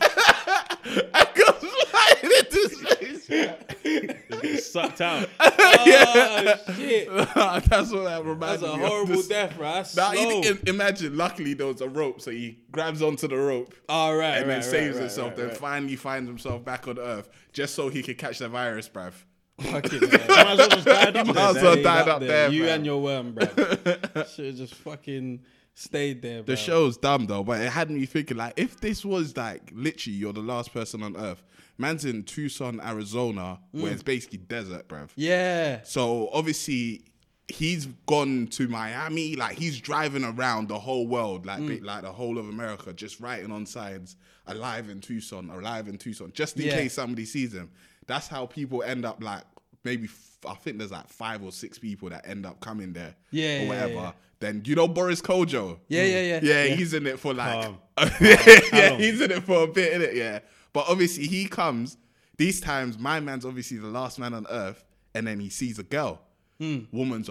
H: I go flying into space.
C: [laughs]
G: Sucked out.
C: Oh, shit.
H: [laughs] That's what that reminds
C: That's a
H: me of.
C: horrible
H: This-
C: death, bro. That's
H: Now,
C: slow.
H: im- imagine. Luckily, there was a rope, so he grabs onto the rope.
C: All right,
H: and
C: right,
H: then
C: right,
H: saves
C: right,
H: himself,
C: right,
H: then
C: right.
H: finally finds himself back on Earth just so he could catch the virus, bruv. [laughs]
C: Fucking hell.
G: Might as well just die up there,
H: Might as
G: then.
H: well
C: Stayed
H: died up there,
C: You
H: bruv.
C: and your worm, bro.
H: [laughs]
C: Should have just fucking stayed there, bro.
H: The show's dumb though, but it had me thinking like, if this was like literally you're the last person on Earth, man's in Tucson, Arizona,
C: Mm.
H: where it's basically desert, bruv.
C: Yeah.
H: [laughs] So obviously he's gone to Miami, like he's driving around the whole world,
C: Mm.
H: like bit- like the whole of America, just writing on signs, alive in Tucson, alive in Tucson, just in
C: Yeah.
H: case somebody sees him. That's how people end up like maybe f- I think there's like five or six people that end up coming there,
C: Yeah,
H: or
C: yeah,
H: whatever.
C: yeah.
H: Then you know Boris Kojo,
C: Yeah, yeah, yeah.
H: yeah, he's in it for like,
G: Um,
H: [laughs] yeah, he's in it for a bit, in it, yeah. But obviously, he comes these times. My man's obviously the last man on earth, and then he sees a girl.
C: Hmm.
H: Woman's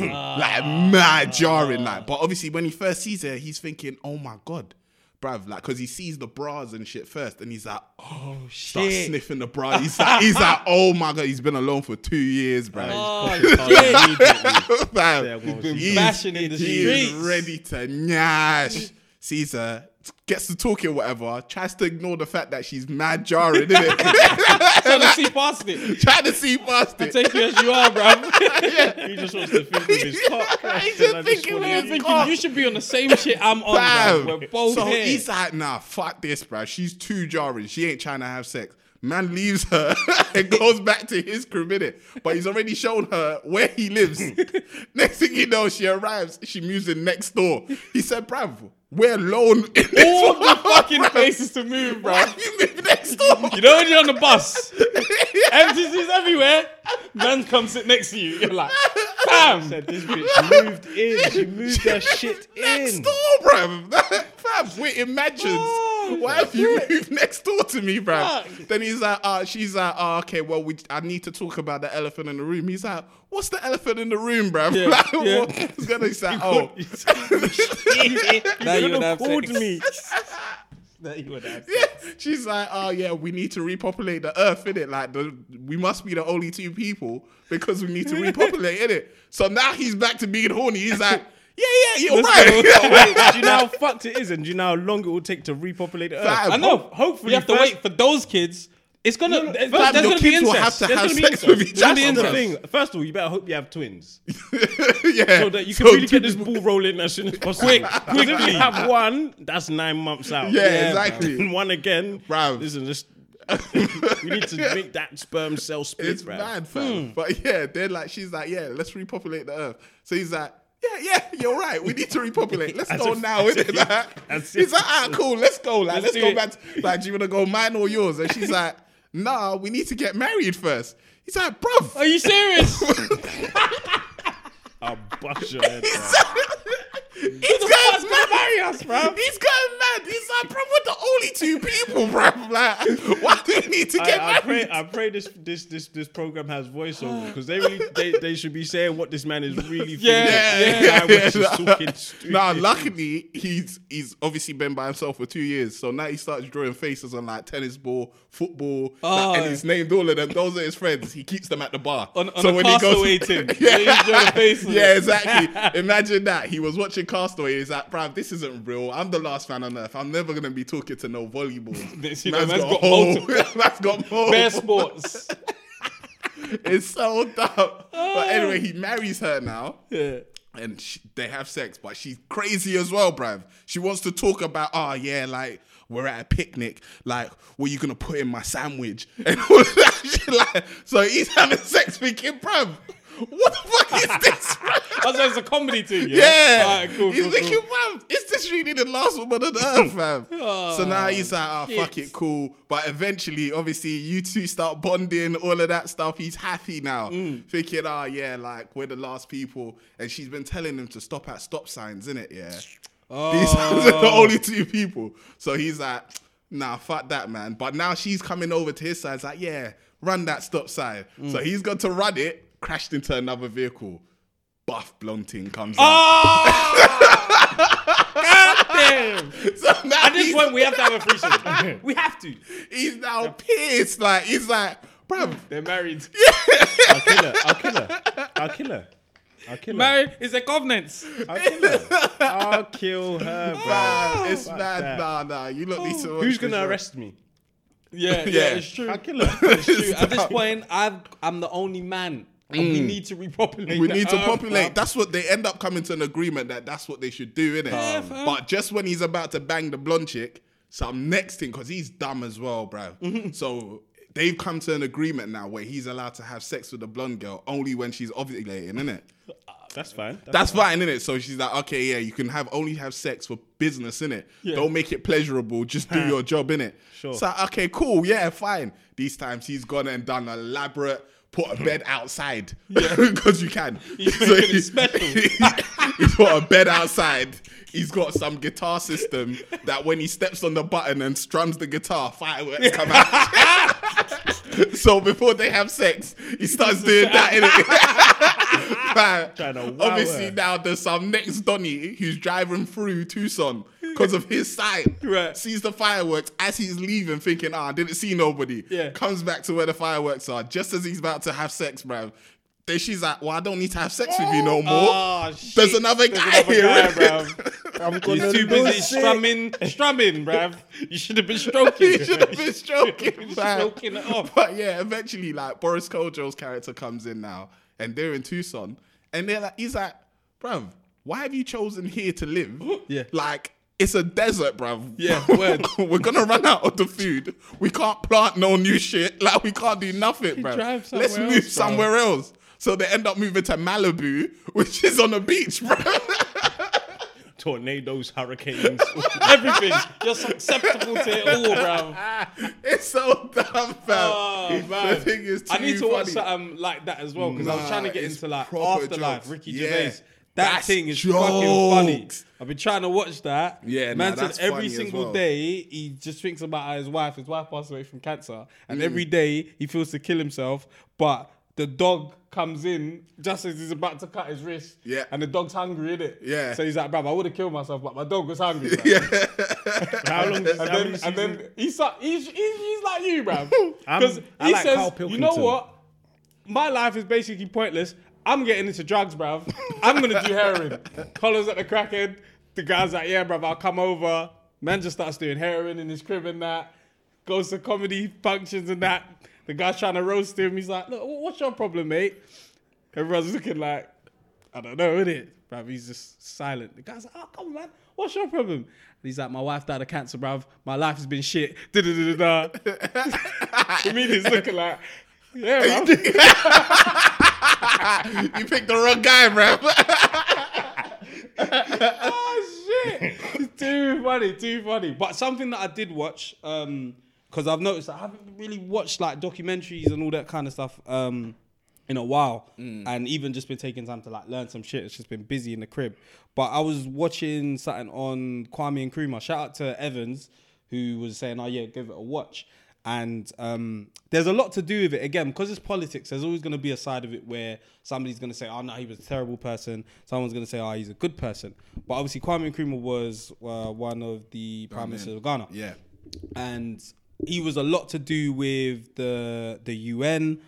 C: [laughs]
H: [laughs] like mad jarring, like. But obviously, when he first sees her, he's thinking, "Oh my god." Bruv, like, cause he sees the bras and shit first, and he's like, [gasps] "Oh Starts
C: shit.
H: sniffing the bra. He's like,
C: [laughs]
H: he's like, "Oh my god, he's been alone for two years, bruv."
C: Oh,
G: Yeah,
C: [laughs] shit.
G: you didn't.
H: Fam,
G: Yeah, well,
C: been
H: he's-
C: bashing in the
H: he is
C: streets.
H: ready to nyash. Caesar gets to talking, whatever, tries to ignore the fact that she's mad
C: [laughs]
H: jarring, innit?
C: Trying to
H: [laughs]
C: see past it.
H: trying to see past it.
C: Take you as you are, bro.
H: [laughs]
C: Oh,
G: He just wants to think
C: [laughs]
G: with his cock.
H: He's
G: And I
H: just thinking
G: wanna- [laughs]
H: with his cock.
C: Thinking you should be on the same shit I'm on.
H: Fam.
C: bruv. We're both
H: so
C: here.
H: he's like, nah, fuck this, bruv. She's too jarring. She ain't trying to have sex. Man leaves her [laughs] and goes back to his crib, innit? But he's already shown her where he
C: [laughs]
H: lives. next thing you know, she arrives. She moves in next door. He said, bruv, we're alone in this
C: all the
H: [laughs] world,
C: fucking [laughs]
H: bruv.
C: places to move, bro.
H: Why you move next door?
C: You know when you're on the bus, MTC's everywhere. Man comes sit next to you. You're like, bam.
G: Said this bitch moved in. She moved her shit
H: [laughs] next
G: in.
H: door, bruv. [laughs] fam, we're in mansions.
G: Oh,
H: Why have you moved next door to me, bruv? Then he's like, uh, she's like, oh, okay, well, we, I need to talk about the elephant in the room. He's like, what's the elephant in the room, bruv?
C: Yeah,
H: [laughs] like,
C: yeah.
H: what- He's gonna he's like,
C: [laughs]
G: [laughs]
H: oh, [laughs]
C: now you would have
G: Called
C: sex.
G: [laughs] me.
C: Now you would have sex.
H: yeah. She's like, oh, yeah, we need to repopulate the earth, innit? Like, the, we must be the only two people because we
G: [laughs]
H: need to repopulate, innit? So now he's back to being horny. He's like, [laughs] yeah, yeah,
G: [laughs]
H: you're right.
G: do you know how fucked it is, and do you know how long it will take to repopulate the earth?
H: Fam,
C: I know.
G: hopefully
C: you have to
G: first-
C: wait for those kids. It's gonna. there's
H: fam,
C: there's
H: your
C: gonna be
H: kids will have
C: incest.
H: to
C: There's
H: have
C: gonna be
H: sex
C: incest.
H: with each
C: There's gonna be
H: other.
G: That's the
C: incest.
G: thing. First of all, you better hope you have twins
H: yeah.
G: so that you can
H: So
G: really get this
H: people-
G: ball rolling as [laughs] soon as possible. Quick, quickly. If you have one, that's nine months out.
H: Yeah, exactly.
G: And [laughs] one again,
H: Bruv.
G: Listen, [laughs] just we need to make that sperm cell split,
H: It's
G: bruv.
H: mad, fam.
G: Hmm.
H: But yeah, they're like, she's like, yeah, let's repopulate the earth. So he's like, yeah, yeah, you're right. We need to repopulate.
G: [laughs]
H: Let's
G: As
H: go
G: if-
H: now,
G: as
H: isn't it?
G: if-
H: Like,
G: [laughs] as
H: he's
G: if-
H: like, ah, cool, let's go. Like, let's,
G: do
H: go
G: it.
H: back. To, like, do you want to go mine or yours? And
G: [laughs]
H: she's like, nah, we need to get married first. He's like, bruv.
C: Are you serious?
H: [laughs]
G: I'll bust [laughs] your head. bruv.
H: He's going mad, Marius, bro. He's going mad. He's like, bro, we're the only two people, bro. Like, [laughs] why do we need to
G: I,
H: get
G: I pray,
H: married?
G: I pray this this this this program has voiceover [sighs] because they really they, they should be saying what this [laughs] man is really
C: Yeah,
G: thinking.
H: yeah,
G: I was
H: yeah.
G: just [laughs] talking stupid.
H: Nah, luckily he's he's obviously been by himself for two years, so now he starts drawing faces on like tennis ball, football, like,
C: Oh.
H: and he's named all of them. Those are his friends. He keeps them at the bar.
C: On- on
H: so
C: a
H: [laughs]
C: Castaway team. Yeah, he's drawing faces.
H: yeah, exactly. Imagine that he was watching Castaway. He's like, "Bruv, this isn't real. I'm the last man on earth. I'm never gonna be talking to no volleyball.
C: [laughs] This- you know, man's got
H: hole. [laughs]
C: multiple.
H: man's got more.
C: Bear sports.
H: It's so dumb. But anyway, he marries her now
C: Yeah.
H: and sh they have sex, but she's crazy as well, bruv. She wants to talk about, oh yeah, like we're at a picnic, like what you gonna put in my sandwich [laughs] and all of that shit. Like, so he's having sex thinking, bruv, what the fuck is this, bruv?
C: That's why it's a comedy thing. [laughs] Yeah.
H: Yeah,
C: All right, cool.
H: he's
C: cool,
H: thinking,
C: cool.
H: bruv, is this really the last woman
C: [laughs]
H: on earth, fam? so now he's like, oh, fuck
C: shit.
H: it, cool. But eventually, obviously, you two start bonding, all of that stuff. He's happy now,
C: Mm.
H: thinking, oh, yeah, like, we're the last people. And she's been telling him to stop at stop signs, innit? Yeah. These are [laughs] the
C: Oh.
H: only two people. So he's like, nah, fuck that, man. But now she's coming over to his side. It's like, yeah, run that stop sign.
C: Mm.
H: So he's got to run it, crashed into another vehicle. Buff Blunting comes out. [laughs] So now
C: At this
H: he's-
C: point, we have to have a
G: [laughs]
C: threesome. we have to.
H: He's now pissed. Like he's like, bruv,
C: They're married.
G: I'll kill her. I'll kill her. I'll kill her. I'll kill her.
C: Married is a covenant.
G: I'll kill [laughs] her. I'll kill her, bruv.
H: bruv, it's
G: Fuck
H: mad.
G: that.
H: oh, Nah, nah. You look need to. watch
G: Who's
H: this,
G: gonna
H: bruv.
G: arrest me?
C: Yeah, yeah,
H: Yeah.
C: it's true.
G: I'll kill her.
C: True. At this point, I've, I'm the only man. And We need to repopulate.
H: Mm. We
C: the
H: need to
C: earth,
H: populate.
C: bruv.
H: That's what they end up coming to an agreement that that's what they should do, innit? Um,
C: fam.
H: but just when he's about to bang the blonde chick, some next thing because he's dumb as well, bruv. so they've come to an agreement now where he's allowed to have sex with the blonde girl only when she's ovulating, innit?
G: [laughs] That's fine. That's,
H: That's fine, innit? So she's like, okay, yeah, you can have only have sex for business, innit? Don't make it pleasurable, just do your job, innit? Sure. So okay, cool, yeah, fine. These times he's gone and done elaborate put a bed outside [laughs] because you can. He's
C: making it special.
H: [laughs] he's got a bed outside. He's got some guitar system that when he steps on the button and strums the guitar, fireworks come out. [laughs] so before they have sex, he starts doing
C: [laughs]
H: that. innit? Right.
G: Tryna wow
H: Obviously
G: her.
H: now there's some next Donny who's driving through
C: [laughs]
H: Tucson because of his sign.
C: Right.
H: Sees the fireworks as he's leaving, thinking, "Ah, I didn't see nobody."
C: Yeah.
H: Comes back to where the fireworks are just as he's about to have sex, bruv. Then she's like, "Well, I don't need to have sex with you no more."
C: Oh, shit.
H: There's another guy
C: another
H: here.
C: [laughs] guy,
H: innit?
C: bruv. He's too busy strumming, strumming, bruv. You should have been stroking.
H: [laughs] you should have
C: [laughs]
H: been stroking,
C: You should
H: bruv.
C: stroking it off.
H: But yeah, eventually, like Boris Kojo's character comes in now, and they're in Tucson, and they're like, he's like, bruv, why have you chosen here to live?
C: [laughs] Yeah.
H: like. It's a desert, bruv. [laughs]
C: Yeah, word.
H: We're gonna run out of the food. We can't plant no new shit. [laughs] Like we can't do nothing, bruv.
C: Drive somewhere
H: Let's move
C: else, bruv.
H: somewhere [laughs] else. So they end up moving to Malibu, which is on the beach, bruv.
G: tornadoes,
C: [laughs]
G: hurricanes.
C: Everything. You're susceptible to it all, bro.
H: [laughs] It's so [laughs] dumb, fam.
C: Oh, man.
H: [laughs] The thing is,
C: I need to
H: too
C: watch
H: funny. [laughs]
C: something like that as well because I was
H: Nah,
C: trying to get
H: it's
C: into like
H: proper
C: Afterlife,
H: jokes.
C: Ricky
H: Yeah.
C: Gervais. That
H: That's
C: thing is fucking funny.
H: jokes.
C: I've been trying to watch that.
H: Yeah,
C: man
H: nah,
C: said
H: that's funny
C: every
H: as
C: single
H: well.
C: day he just thinks about how his wife. His wife passed away from cancer,
H: Mm.
C: and every day he feels to kill himself, but the dog comes in just as he's about to cut his wrist.
H: Yeah.
C: and the dog's hungry, innit?
H: Yeah.
C: So he's like, "Bruv, I would have killed myself, but my dog was
H: [laughs]
C: hungry." bruv."
G: how long? Does,
C: And
G: how many
C: then, and then he's, like- he's, he's, he's like you, bruv.
G: [laughs] I'm-
C: Because
G: I
C: he
G: like Carl
C: says, you
G: Pilkington.
C: know what? My life is basically pointless. I'm getting into drugs, bruv. I'm going to do
G: [laughs]
C: heroin. Collars at the crackhead. The guy's like, yeah, bruv, I'll come over. Man just starts doing heroin in his crib and that. Goes to comedy functions and that. The guy's trying to roast him. He's like, look, what's your problem, mate? Everyone's looking like, I don't know, innit? Bruv, he's just silent. The guy's like, oh, come on, man. What's your problem? And he's like, my wife died of cancer, bruv. My life has been shit. [laughs] Da-da-da-da-da. [laughs] the media's looking like, yeah, bruv.
H: You picked the wrong guy, bro.
C: oh, shit. [laughs] too funny, too funny. But something that I did watch, because I've noticed I haven't really watched like documentaries and all that kind of stuff um, in a while. And even just been taking time to like learn some shit. It's just been busy in the crib. But I was watching something on Kwame and Nkrumah. Shout out to Evans, who was saying, oh, yeah, give it a watch. And um, there's a lot to do with it again because it's politics. There's always going to be a side of it where somebody's going to say, "Oh no, he was a terrible person." Someone's going to say, "Oh, he's a good person." But obviously, Kwame Nkrumah was uh, one of the prime ministers of Ghana
H: Yeah.
C: and he was a lot to do with the the UN,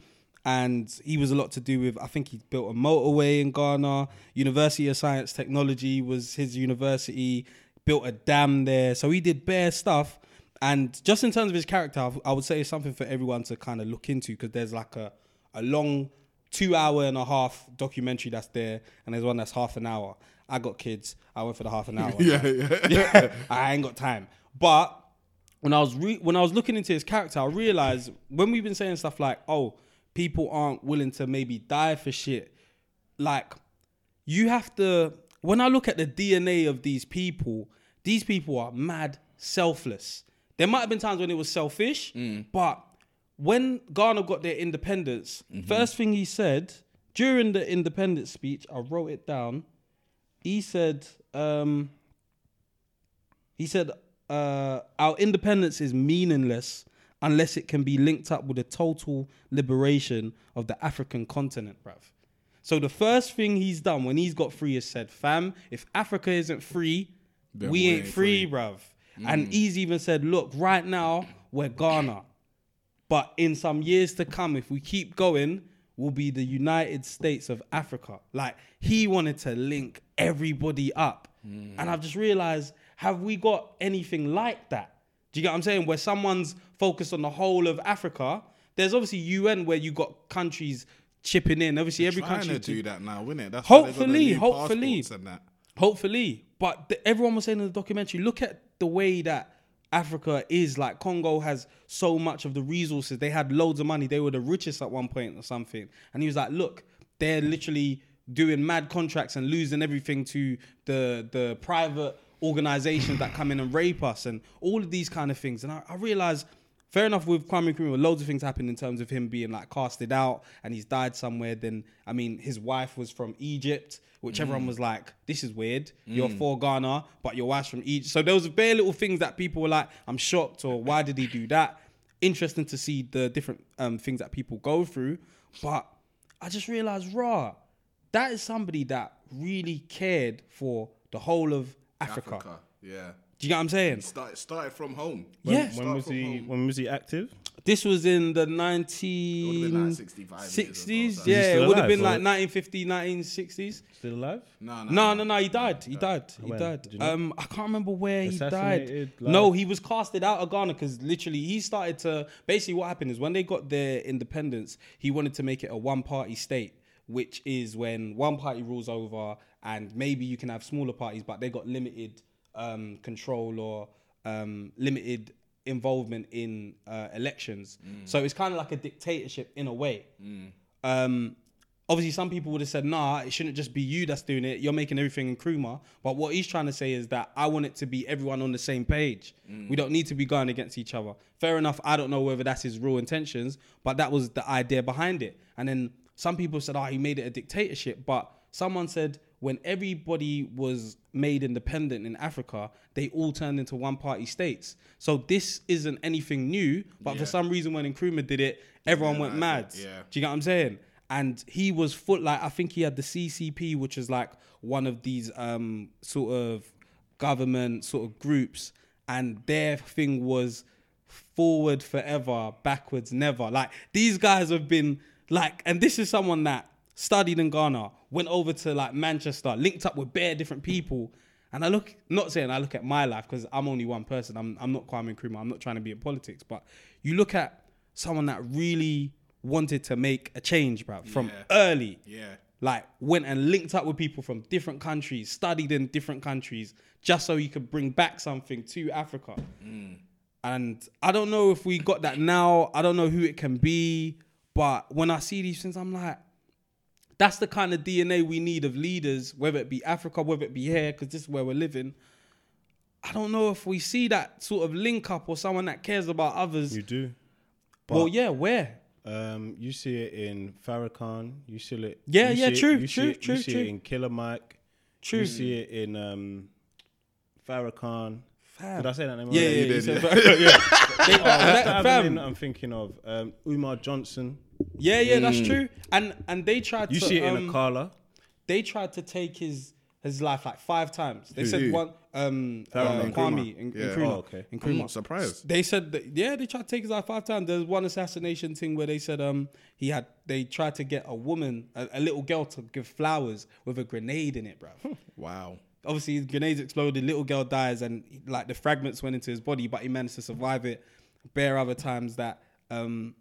C: and he was a lot to do with I think he built a motorway in Ghana. University of Science Technology was his university. Built a dam there, so he did bare stuff. And just in terms of his character, I- I would say it's something for everyone to kind of look into because there's like a a long two hour and a half documentary that's there, and there's one that's half an hour. I got kids. I went for the half an hour.
H: [laughs] Yeah, yeah.
C: [laughs] I ain't got time. But when I was re- when I was looking into his character, I realized when we've been saying stuff like, "Oh, people aren't willing to maybe die for shit," like you have to. When I look at the DNA of these people, these people are mad selfless. There might have been times when it was selfish,
H: Mm.
C: but when Ghana got their independence,
H: Mm-hmm.
C: first thing he said during the independence speech, I wrote it down. He said, um, he said, uh, Our independence is meaningless unless it can be linked up with the total liberation of the African continent, bruv. So the first thing he's done when he's got free is said, Fam, if Africa isn't free, we ain't free, bruv. And he's even said, Look, right now, we're Ghana. But in some years to come, if we keep going, will be the United States of Africa. Like he wanted to link everybody up. And I've just realized, have we got anything like that? Do you get what I'm saying? Where someone's focused on the whole of Africa. There's obviously UN where you got countries chipping in. Obviously, every
H: Trying
C: country
H: to
C: do
H: do
C: that.
H: that now, isn't it? That's
C: Hopefully,
H: hopefully,
C: hopefully.
H: hopefully. And that.
C: Hopefully, but th- everyone was saying in the documentary, look at the way that Africa is. Like Congo has so much of the resources. They had loads of money. They were the richest at one point or something. And he was like, look, they're literally doing mad contracts and losing everything to the the private organizations that come in and rape us and all of these kind of things. And I, I realized. Fair enough with Kwame Nkrumah, loads of things happened in terms of him being like casted out and he's died somewhere. Then, I mean, his wife was from Egypt, which everyone was like, this is weird. You're for Ghana, but your wife's from Egypt. So there was bare little things that people were like, I'm shocked or why did he do that? Interesting to see the different um, things that people go through. But I just realized, raw, that is somebody that really cared for the whole of Africa.
H: Africa. Yeah.
C: Do you get what I'm saying?
H: Start, started from home.
C: When- Yeah.
G: when was he? When was he active?
C: This was in the 19... 60s, yeah, it would have
G: alive,
C: been
G: or-
C: like 1950, 1960s.
G: Still alive?
H: No,
C: No, no, no, he died. He died. He
G: When?
C: died.
G: Did you know?
C: Um, I can't remember where he died.
G: Assassinated, like-
C: No, he was casted out of Ghana because literally he started to. Basically, what happened is when they got their independence, he wanted to make it a one party state, which is when one party rules over and maybe you can have smaller parties, but they got limited um, control or um, limited involvement in uh, elections. So it's kind of like a dictatorship in a way. Um, obviously some people would have said, nah, it shouldn't just be you that's doing it. You're making everything in Kruma. But what he's trying to say is that I want it to be everyone on the same page.
H: Mm.
C: We don't need to be going against each other. Fair enough. I don't know whether that's his real intentions, but that was the idea behind it. And then some people said, oh, he made it a dictatorship. But someone said, when everybody was made independent in Africa, they all turned into one party states. So this isn't anything new, but for some reason when Nkrumah did it, everyone went mad.
H: yeah.
C: Do you get what I'm saying? And he was foot like I think he had the CCP, which is like one of these um sort of government sort of groups, and their thing was forward forever, backwards never. Like these guys have been like, and this is someone that studied in Ghana, went over to like Manchester, linked up with bare different people. And I look, not saying I look at my life because I'm only one person. I'm, I'm not Kwame Nkrumah. I'm not trying to be in politics, but you look at someone that really wanted to make a change, bruv, from early.
H: Yeah.
C: Like went and linked up with people from different countries, studied in different countries, just so you could bring back something to Africa.
H: Mm.
C: And I don't know if we got that now. I don't know who it can be. But when I see these things, I'm like, that's the kind of DNA we need of leaders, whether it be Africa, whether it be here, because this is where we're living. I don't know if we see that sort of link up or someone that cares about others.
G: You do.
C: well, yeah, where?
G: Um, you see it in Farrakhan. You see it.
C: Yeah,
G: you
C: yeah,
G: see it-
C: true,
G: you see
C: true,
G: it-
C: true,
G: You see
C: true.
G: it in Killer Mike.
C: True.
G: You see it in um, Farrakhan. Did I say that name?
C: Yeah, yeah,
G: right?
C: yeah. you
H: did,
C: said-
H: Oh, [laughs] yeah.
C: yeah. They- that-
G: That other name
C: fam.
G: that I'm thinking of. Um, Umar Johnson.
C: yeah, yeah, that's true. And and they tried
G: Mm. You
C: to
G: see it
C: um,
G: in Akala.
C: they tried to take his his life like five times. They said
H: Who?
C: one um uh,
H: Nkrumah.
C: Kwame in,
H: Yeah.
C: Nkrumah.
G: Oh, okay.
C: Nkrumah.
H: I'm not surprised.
C: They said that, yeah, they tried to take his life five times. There's one assassination thing where they said um he had they tried to get a woman, a, a little girl to give flowers with a grenade in it,
G: [laughs]
C: bruv.
H: Wow.
C: Obviously his grenades exploded, little girl dies and like the fragments went into his body, but he managed to survive it. Bare other times that um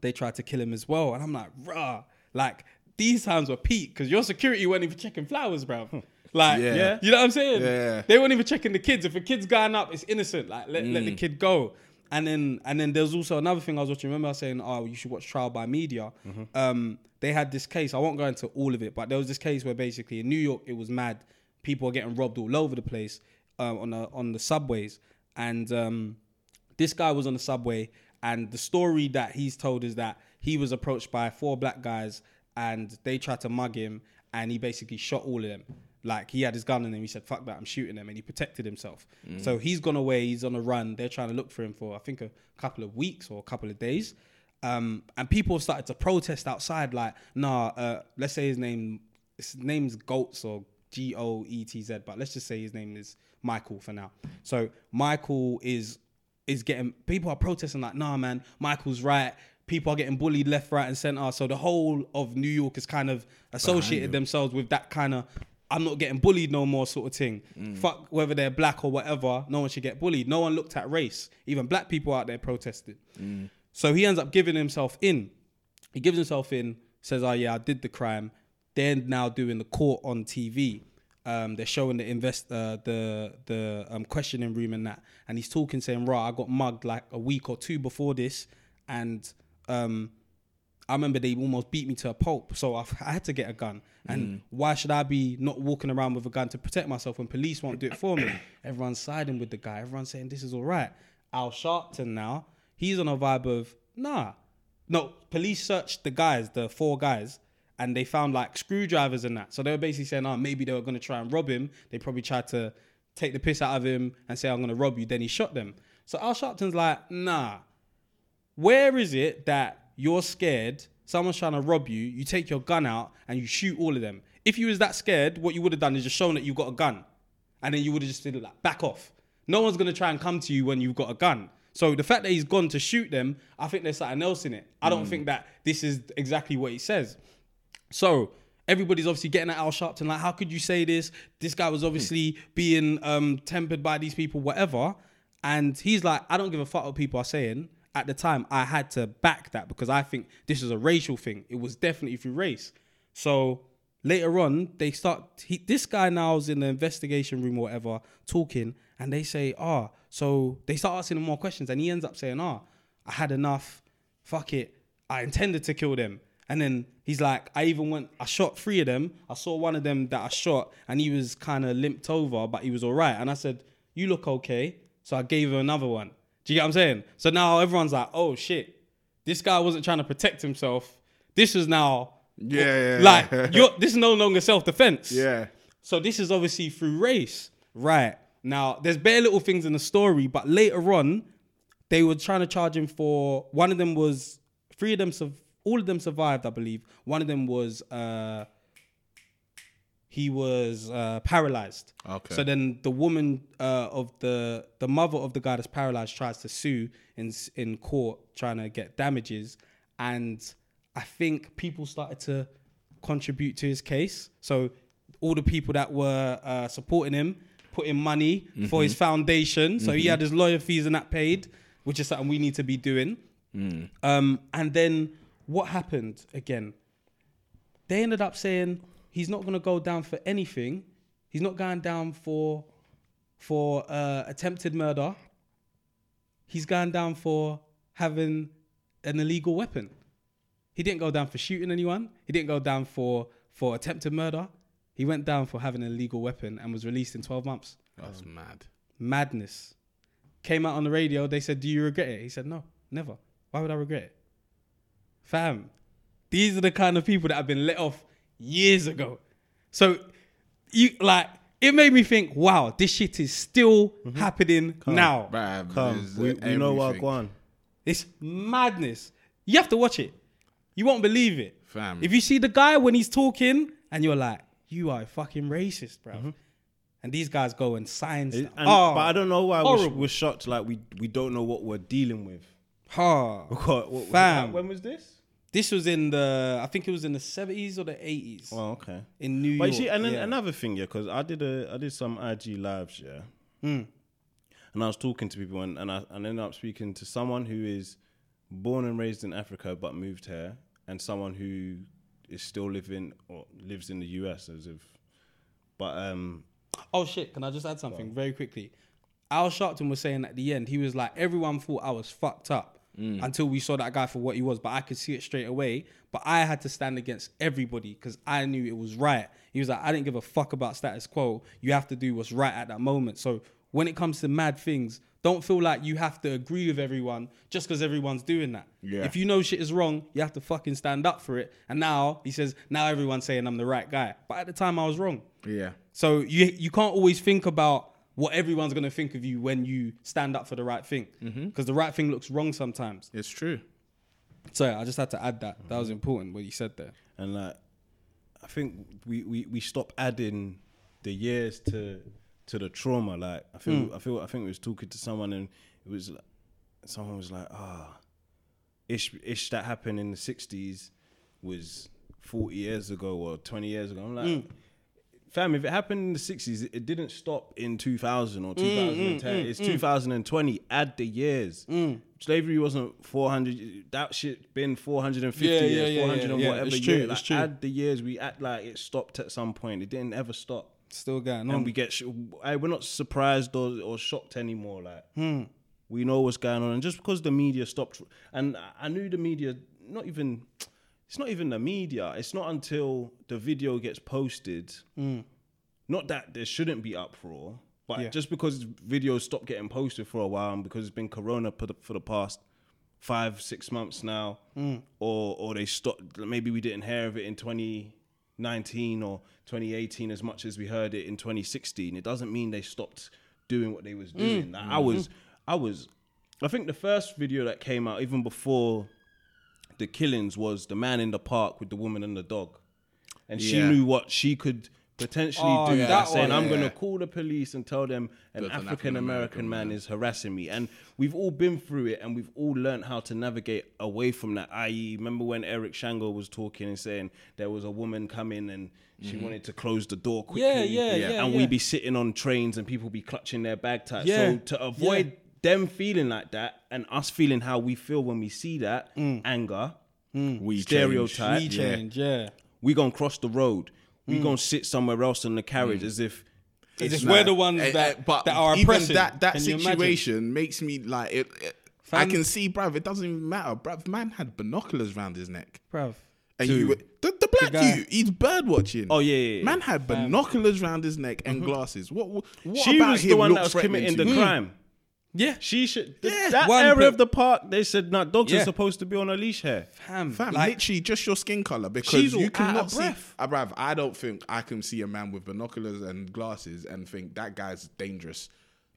C: they tried to kill him as well. And I'm like, rah, like these times were peak because your security weren't even checking flowers, bruv. Like,
H: Yeah. Hmm. Yeah.
C: you know what I'm saying?
H: Yeah.
C: They weren't even checking the kids. If a kid's going up, it's innocent. Like, let, let the kid go. And then, and then there's also another thing I was watching. Remember, I was saying, oh, you should watch Trial by Media. Um, they had this case. I won't go into all of it, but there was this case where basically in New York it was mad. People were getting robbed all over the place um, on the on the subways, and um, this guy was on the subway and the story that he's told is that he was approached by four black guys and they tried to mug him and he basically shot all of them like he had his gun in him he said fuck that i'm shooting them and he protected himself so he's gone away he's on a run they're trying to look for him for i think a couple of weeks or a couple of days um, and people started to protest outside like nah uh, let's say his name his name's Goetz or G O E T Z, but let's just say his name is Michael for now. So Michael is is getting people are protesting like, nah, man, Michael's right. People are getting bullied left, right, and center. So the whole of New York is kind of associated themselves with that kind of I'm not getting bullied no more sort of thing. Fuck whether they're black or whatever, no one should get bullied. No one looked at race. Even black people out there protested. So he ends up giving himself in. He gives himself in, says, "Oh yeah, I did the crime." They're now doing the court on TV. Um, they're showing the invest uh, the the um, questioning room and that, and he's talking, saying, "Right, I got mugged like a week or two before this, and um, I remember they almost beat me to a pulp, so I, I had to get a gun. And why should I be not walking around with a gun to protect myself when police won't do it for me? [coughs] Everyone's siding with the guy. Everyone's saying this is all right. Al Sharpton now he's on a vibe of nah, no. Police searched the guys, the four guys, and they found like screwdrivers and that. So they were basically saying, oh, maybe they were going to try and rob him. They probably tried to take the piss out of him and say, I'm going to rob you. Then he shot them. So Al Sharpton's like, nah where is it that you're scared someone's trying to rob you you take your gun out and you shoot all of them if you was that scared what you would have done is just shown that you got a gun and then you would have just did it like back off no one's going to try and come to you when you've got a gun so the fact that he's gone to shoot them i think there's something else in it i don't think that this is exactly what he says so everybody's obviously getting at Al Sharpton, like, how could you say this? This guy was obviously being um, tempered by these people, whatever. And he's like, I don't give a fuck what people are saying. At the time, I had to back that because I think this is a racial thing. It was definitely through race. So later on, they start. He, this guy now is in the investigation room or whatever, talking, and they say, "Ah." So they start asking him more questions, and he ends up saying, "Ah, I had enough. Fuck it. I intended to kill them." And then he's like, I even went, I shot three of them. I saw one of them that I shot, and he was kind of limped over, but he was all right. And I said, You look okay. So I gave him another one. Do you get what I'm saying? So now everyone's like, Oh shit, this guy wasn't trying to protect himself. This is now,
H: Yeah, yeah,
C: like,
H: yeah.
C: you're, this is no longer self defense.
H: Yeah.
C: So this is obviously through race, right? Now there's bare little things in the story, but later on, they were trying to charge him for one of them was three of them su- all of them survived, I believe. One of them was uh he was uh paralyzed.
H: Okay.
C: So then the woman uh of the the mother of the guy that's paralyzed tries to sue in s- in court trying to get damages and I think people started to contribute to his case. So all the people that were uh, supporting him put in money for his foundation. So he had his lawyer fees and that paid, which is something we need to be doing. Um, and then what happened again? They ended up saying he's not going to go down for anything. He's not going down for for uh, attempted murder. He's going down for having an illegal weapon. He didn't go down for shooting anyone. He didn't go down for for attempted murder. He went down for having an illegal weapon and was released in 12 months.
H: That's mad.
C: Madness. Came out on the radio. They said, "Do you regret it?" He said, "No, never. Why would I regret it?" Fam, these are the kind of people that have been let off years ago. So, you like it made me think, wow, this shit is still
G: Mm-hmm.
C: happening now.
H: Bruh,
G: Come,
H: there's
G: we, we know what
H: everything.
G: going.
C: It's madness. You have to watch it. You won't believe it.
H: Fam.
C: If you see the guy when he's talking and you're like, you are a fucking racist, bro. And these guys go and sign
G: Mm-hmm. And,
C: stuff. oh,
G: but I don't know why we're,
C: horrible.
G: we're shocked. Like we we don't know what we're dealing with.
C: Ha.
G: What, what-
C: Fam.
G: When was this?
C: This was in the, I think it was in the 70s or the 80s
G: Oh, okay.
C: in New
G: But
C: York.
G: you see, and then
C: yeah.
G: another thing, yeah, because I did a I did some IG lives, yeah,
C: Hmm.
G: and I was talking to people, and and I and ended up speaking to someone who is born and raised in Africa but moved here, and someone who is still living or lives in the US as if, but um,
C: Oh shit, can I just add something very quickly? Al Sharpton was saying at the end, he was like, everyone thought I was fucked up until we saw that guy for what he was, but I could see it straight away. But I had to stand against everybody because I knew it was right. He was like, I didn't give a fuck about status quo. You have to do what's right at that moment. So when it comes to mad things, don't feel like you have to agree with everyone just because everyone's doing that.
H: Yeah.
C: If you know shit is wrong, you have to fucking stand up for it. And now he says, now everyone's saying I'm the right guy. But at the time, I was wrong.
H: Yeah.
C: So you you can't always think about what everyone's gonna think of you when you stand up for the right thing, because
H: Mm-hmm.
C: the right thing looks wrong sometimes.
H: It's true.
C: So yeah, I just had to add that. That was
H: Mm-hmm.
C: important what you said there.
G: and like I think we we we stop adding the years to to the trauma. Like I feel I feel I think we was talking to someone and it was like, someone was like ah ish ish that happened in the sixties was forty years ago or twenty years ago. I'm like. Fam, if it happened in the sixties, it didn't stop in two thousand
C: Mm,
G: or two thousand and ten. it's two thousand and twenty. Add the years.
C: Mm.
G: Slavery wasn't four hundred. That shit been four hundred and fifty
C: Yeah, yeah,
G: years,
C: yeah, yeah,
G: four hundred and
C: yeah.
G: whatever
C: It's true,
G: year. Like,
C: it's true.
G: Add the years, we act like it stopped at some point. It didn't ever stop.
C: Still going
G: And
C: on.
G: we get, sh- I, we're not surprised or, or shocked anymore. Like we know what's going on, and just because the media stopped, and I- I knew the media, not even, it's not even the media. It's not until the video gets posted. Not that there shouldn't be uproar, but
C: Yeah.
G: just because videos stopped getting posted for a while, and because it's been Corona for the, for the past five six months now,
C: Mm.
G: or or they stopped. Maybe we didn't hear of it in twenty nineteen or 2018 as much as we heard it in 2016 it doesn't mean they stopped doing what they
C: Mm.
G: was doing Like,
C: Mm-hmm.
G: i was i was i think the first video that came out even before the killings was the man in the park with the woman and the dog and she
H: Yeah.
G: knew what she could potentially
C: Oh,
G: do
C: yeah.
G: by
C: that
G: saying
C: one,
G: i'm going
H: yeah.
G: to call the police and tell them an
H: That's an
G: african american
H: African-American
G: man is harassing me and we've all been through it and we've all learned how to navigate away from that i.e remember when eric shango was talking and saying there was a woman coming and she wanted to close the door quickly
C: Mm-hmm. Yeah, yeah, yeah,
G: and
C: yeah.
G: we be sitting on trains and people be clutching their bag tight
C: Yeah,
G: so to avoid
C: yeah.
G: them feeling like that and us feeling how we feel when we see that anger
H: We
G: Stereotype.
C: Mm. we
G: yeah.
C: change, Mm. yeah.
G: we gonna cross the road. We gonna sit somewhere else in the carriage
C: Mm.
G: as if
C: It's
H: It's
C: we're
H: mad.
C: the ones
H: Eh, eh,
C: that, that are
H: even
C: oppressing.
H: That, that
C: Can you imagine?
H: situation makes me like it. it- I
C: Fam-
H: can see, bruv. It doesn't even matter, bruv. Man had binoculars round his neck,
C: Bruv.
H: and you were, the, the black
C: guy-
H: you, he's bird watching.
G: Oh, yeah, yeah, yeah.
H: Man had binoculars round his neck and glasses. What? What?
G: She
H: about
G: was the
H: him
G: one that
H: looked
G: was
H: threatening
G: committing
H: to
G: the
H: you?
G: crime.
C: Yeah,
G: She should. th-
H: Yeah.
G: that
C: One
G: area
C: per-
G: of the park, they said, nah, dogs
C: Yeah.
G: are supposed to be on a leash here.
C: fam,
H: Mm. Fam,
C: like,
H: literally just your skin color because
G: She's all
H: you
G: out
H: cannot
G: of
H: see.
G: breath.
H: I, bruv, I don't think I can see a man with binoculars and glasses and think that guy's dangerous,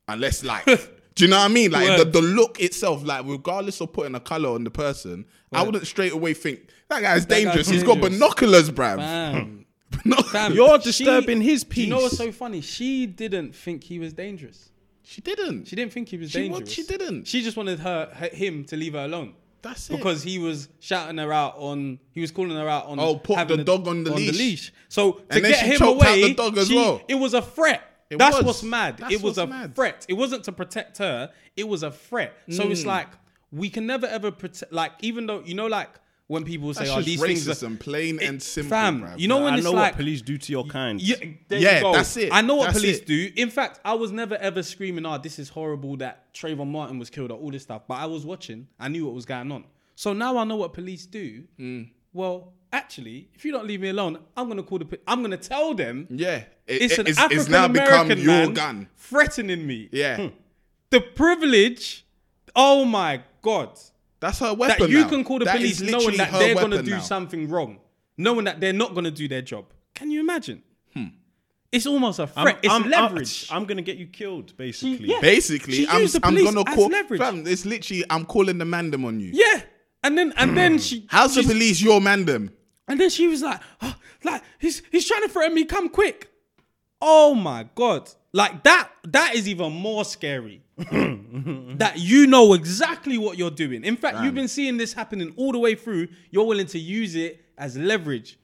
H: unless
G: [laughs]
H: like, do you know what I mean? Like the,
C: Word.
H: the look itself, like regardless of putting a color on the person, I wouldn't straight away think that guy's dangerous. He's got
C: dangerous."
H: binoculars, bruv. [laughs]
C: fam,
H: Binoculars.
C: fam,
G: You're disturbing his
C: do You know
G: peace.
C: what's so funny? She didn't think he was dangerous.
H: [laughs] she didn't.
C: She didn't think he was
H: She wa-
C: dangerous.
H: she didn't.
C: She just wanted her, her- him to leave her alone.
H: That's it.
C: Because he was shouting her out on, he was calling her out on.
H: Oh, put
C: having
H: the dog on the leash.
C: So to
H: And then
C: get
H: she
C: him
H: choked out
C: away,
H: the dog as
C: she-
H: well.
C: It was a threat.
H: It
C: That's
H: was.
C: what's mad.
H: That's
C: it was
H: what's
C: a
H: mad.
C: threat. It wasn't to protect her. It was a threat. So
H: Mm.
C: it's like we can never ever protect. Like even though you know, like when people say,
H: That's
C: "Oh,
H: just
C: these things are
H: racism, plain and simple,
C: Fam,
H: bruv.
C: you know when
G: I
C: it's
G: know
C: like
G: what police do to your kind.
C: yeah, there
H: Yeah,
C: you go.
H: that's it.
C: I know what
H: That's
C: police
H: it.
C: do. In fact, I was never ever screaming, "Ah, this is horrible that Trayvon Martin was killed" or all this stuff. But I was watching. I knew what was going on. So now I know what police do.
H: Mm.
C: Well, actually, if you don't leave me alone, I'm gonna call the. po- I'm gonna tell them.
H: Yeah, It-
C: It's
H: it-
C: an African
H: now become
C: American
H: your
C: man Hmm.
H: gun.
C: threatening me.
H: Yeah,
C: The privilege. Oh my god!
H: that's her
C: That
H: weapon.
C: you
H: now.
C: can call the
H: That
C: police
H: is
C: knowing
H: literally
C: that
H: her
C: they're gonna
H: weapon
C: do
H: now.
C: something wrong, knowing that they're not gonna do their job. Can you imagine?
H: Hmm.
C: It's almost a
G: I'm,
C: threat. it's
G: I'm-
C: leverage.
G: I'm, going to get you killed, basically.
C: yeah.
H: Basically,
C: She
H: I'm,
C: used the
H: I'm
C: police
H: gonna
C: as
H: call.
C: leverage.
H: Fam, it's literally I'm calling the mandem on you.
C: Yeah. And then and
H: Hmm.
C: then she
H: How's the
C: she's-
H: police your mandem?
C: and then she was like, "Oh, like he's he's trying to threaten me, come quick. Oh my god. Like that that is even more
H: [laughs]
C: scary. that you know exactly what you're doing. In fact, you've been seeing this happening all the way through. You're willing to use it as leverage.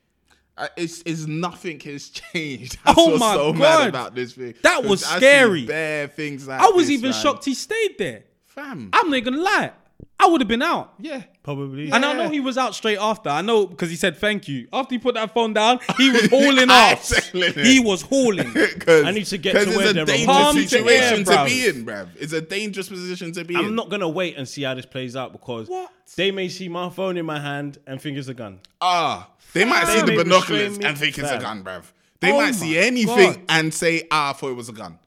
H: Uh, It's, it's nothing has [laughs] changed. That's
C: Oh
H: what's
C: my
H: so mad
C: God.
H: about this thing.
C: That was
H: 'Cause I see
C: scary.
H: Bare things like
C: I was
H: this,
C: even
H: man.
C: shocked he stayed there.
H: Fam, [laughs]
C: I'm not gonna lie. I would have been out.
H: yeah,
G: Probably.
C: And I know he was out straight after. I know because he said thank you. After he put that phone down, he
H: [laughs]
C: was hauling
H: I
C: off.
H: selling it.
C: He was
H: [laughs]
C: hauling.
H: because
G: I need to get to
H: it's
G: where
H: a
G: they're
C: Palm
H: dangerous
C: to air,
H: situation to,
C: bruv.
H: be in, bruv. It's a dangerous position to be in.
G: I'm not going to wait and see how this plays out because
C: What?
G: they may see my phone in my hand and think it's a gun.
H: Ah, they might see
G: Fam.
H: the
G: They
H: binoculars
G: restrain me.
H: and think it's a
G: Fam.
H: gun, bruv. They
C: Oh
H: might see
C: my
H: anything
C: God.
H: and say, "Ah, I thought it was a gun."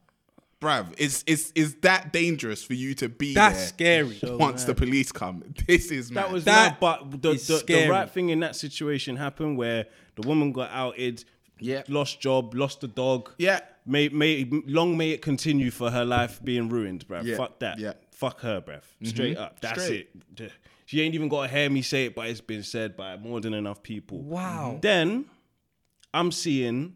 H: Bruv, it's it's is that dangerous for you to be
C: That's
H: there
C: scary.
H: once the police come? This is mad.
G: That was
C: That
G: that, but the,
C: is
G: the,
C: scary.
G: the right thing in that situation happened where the woman got outed,
H: Yeah.
G: lost job, lost the dog.
H: Yeah.
G: May may long may it continue for her life being ruined, bruv.
H: Yeah.
G: Fuck that.
H: Yeah. Mm-hmm.
G: Fuck her, bruv. Straight up. That's
H: Straight.
G: it. She ain't even gotta hear me say it, but it's been said by more than enough people.
C: Wow.
G: Then I'm seeing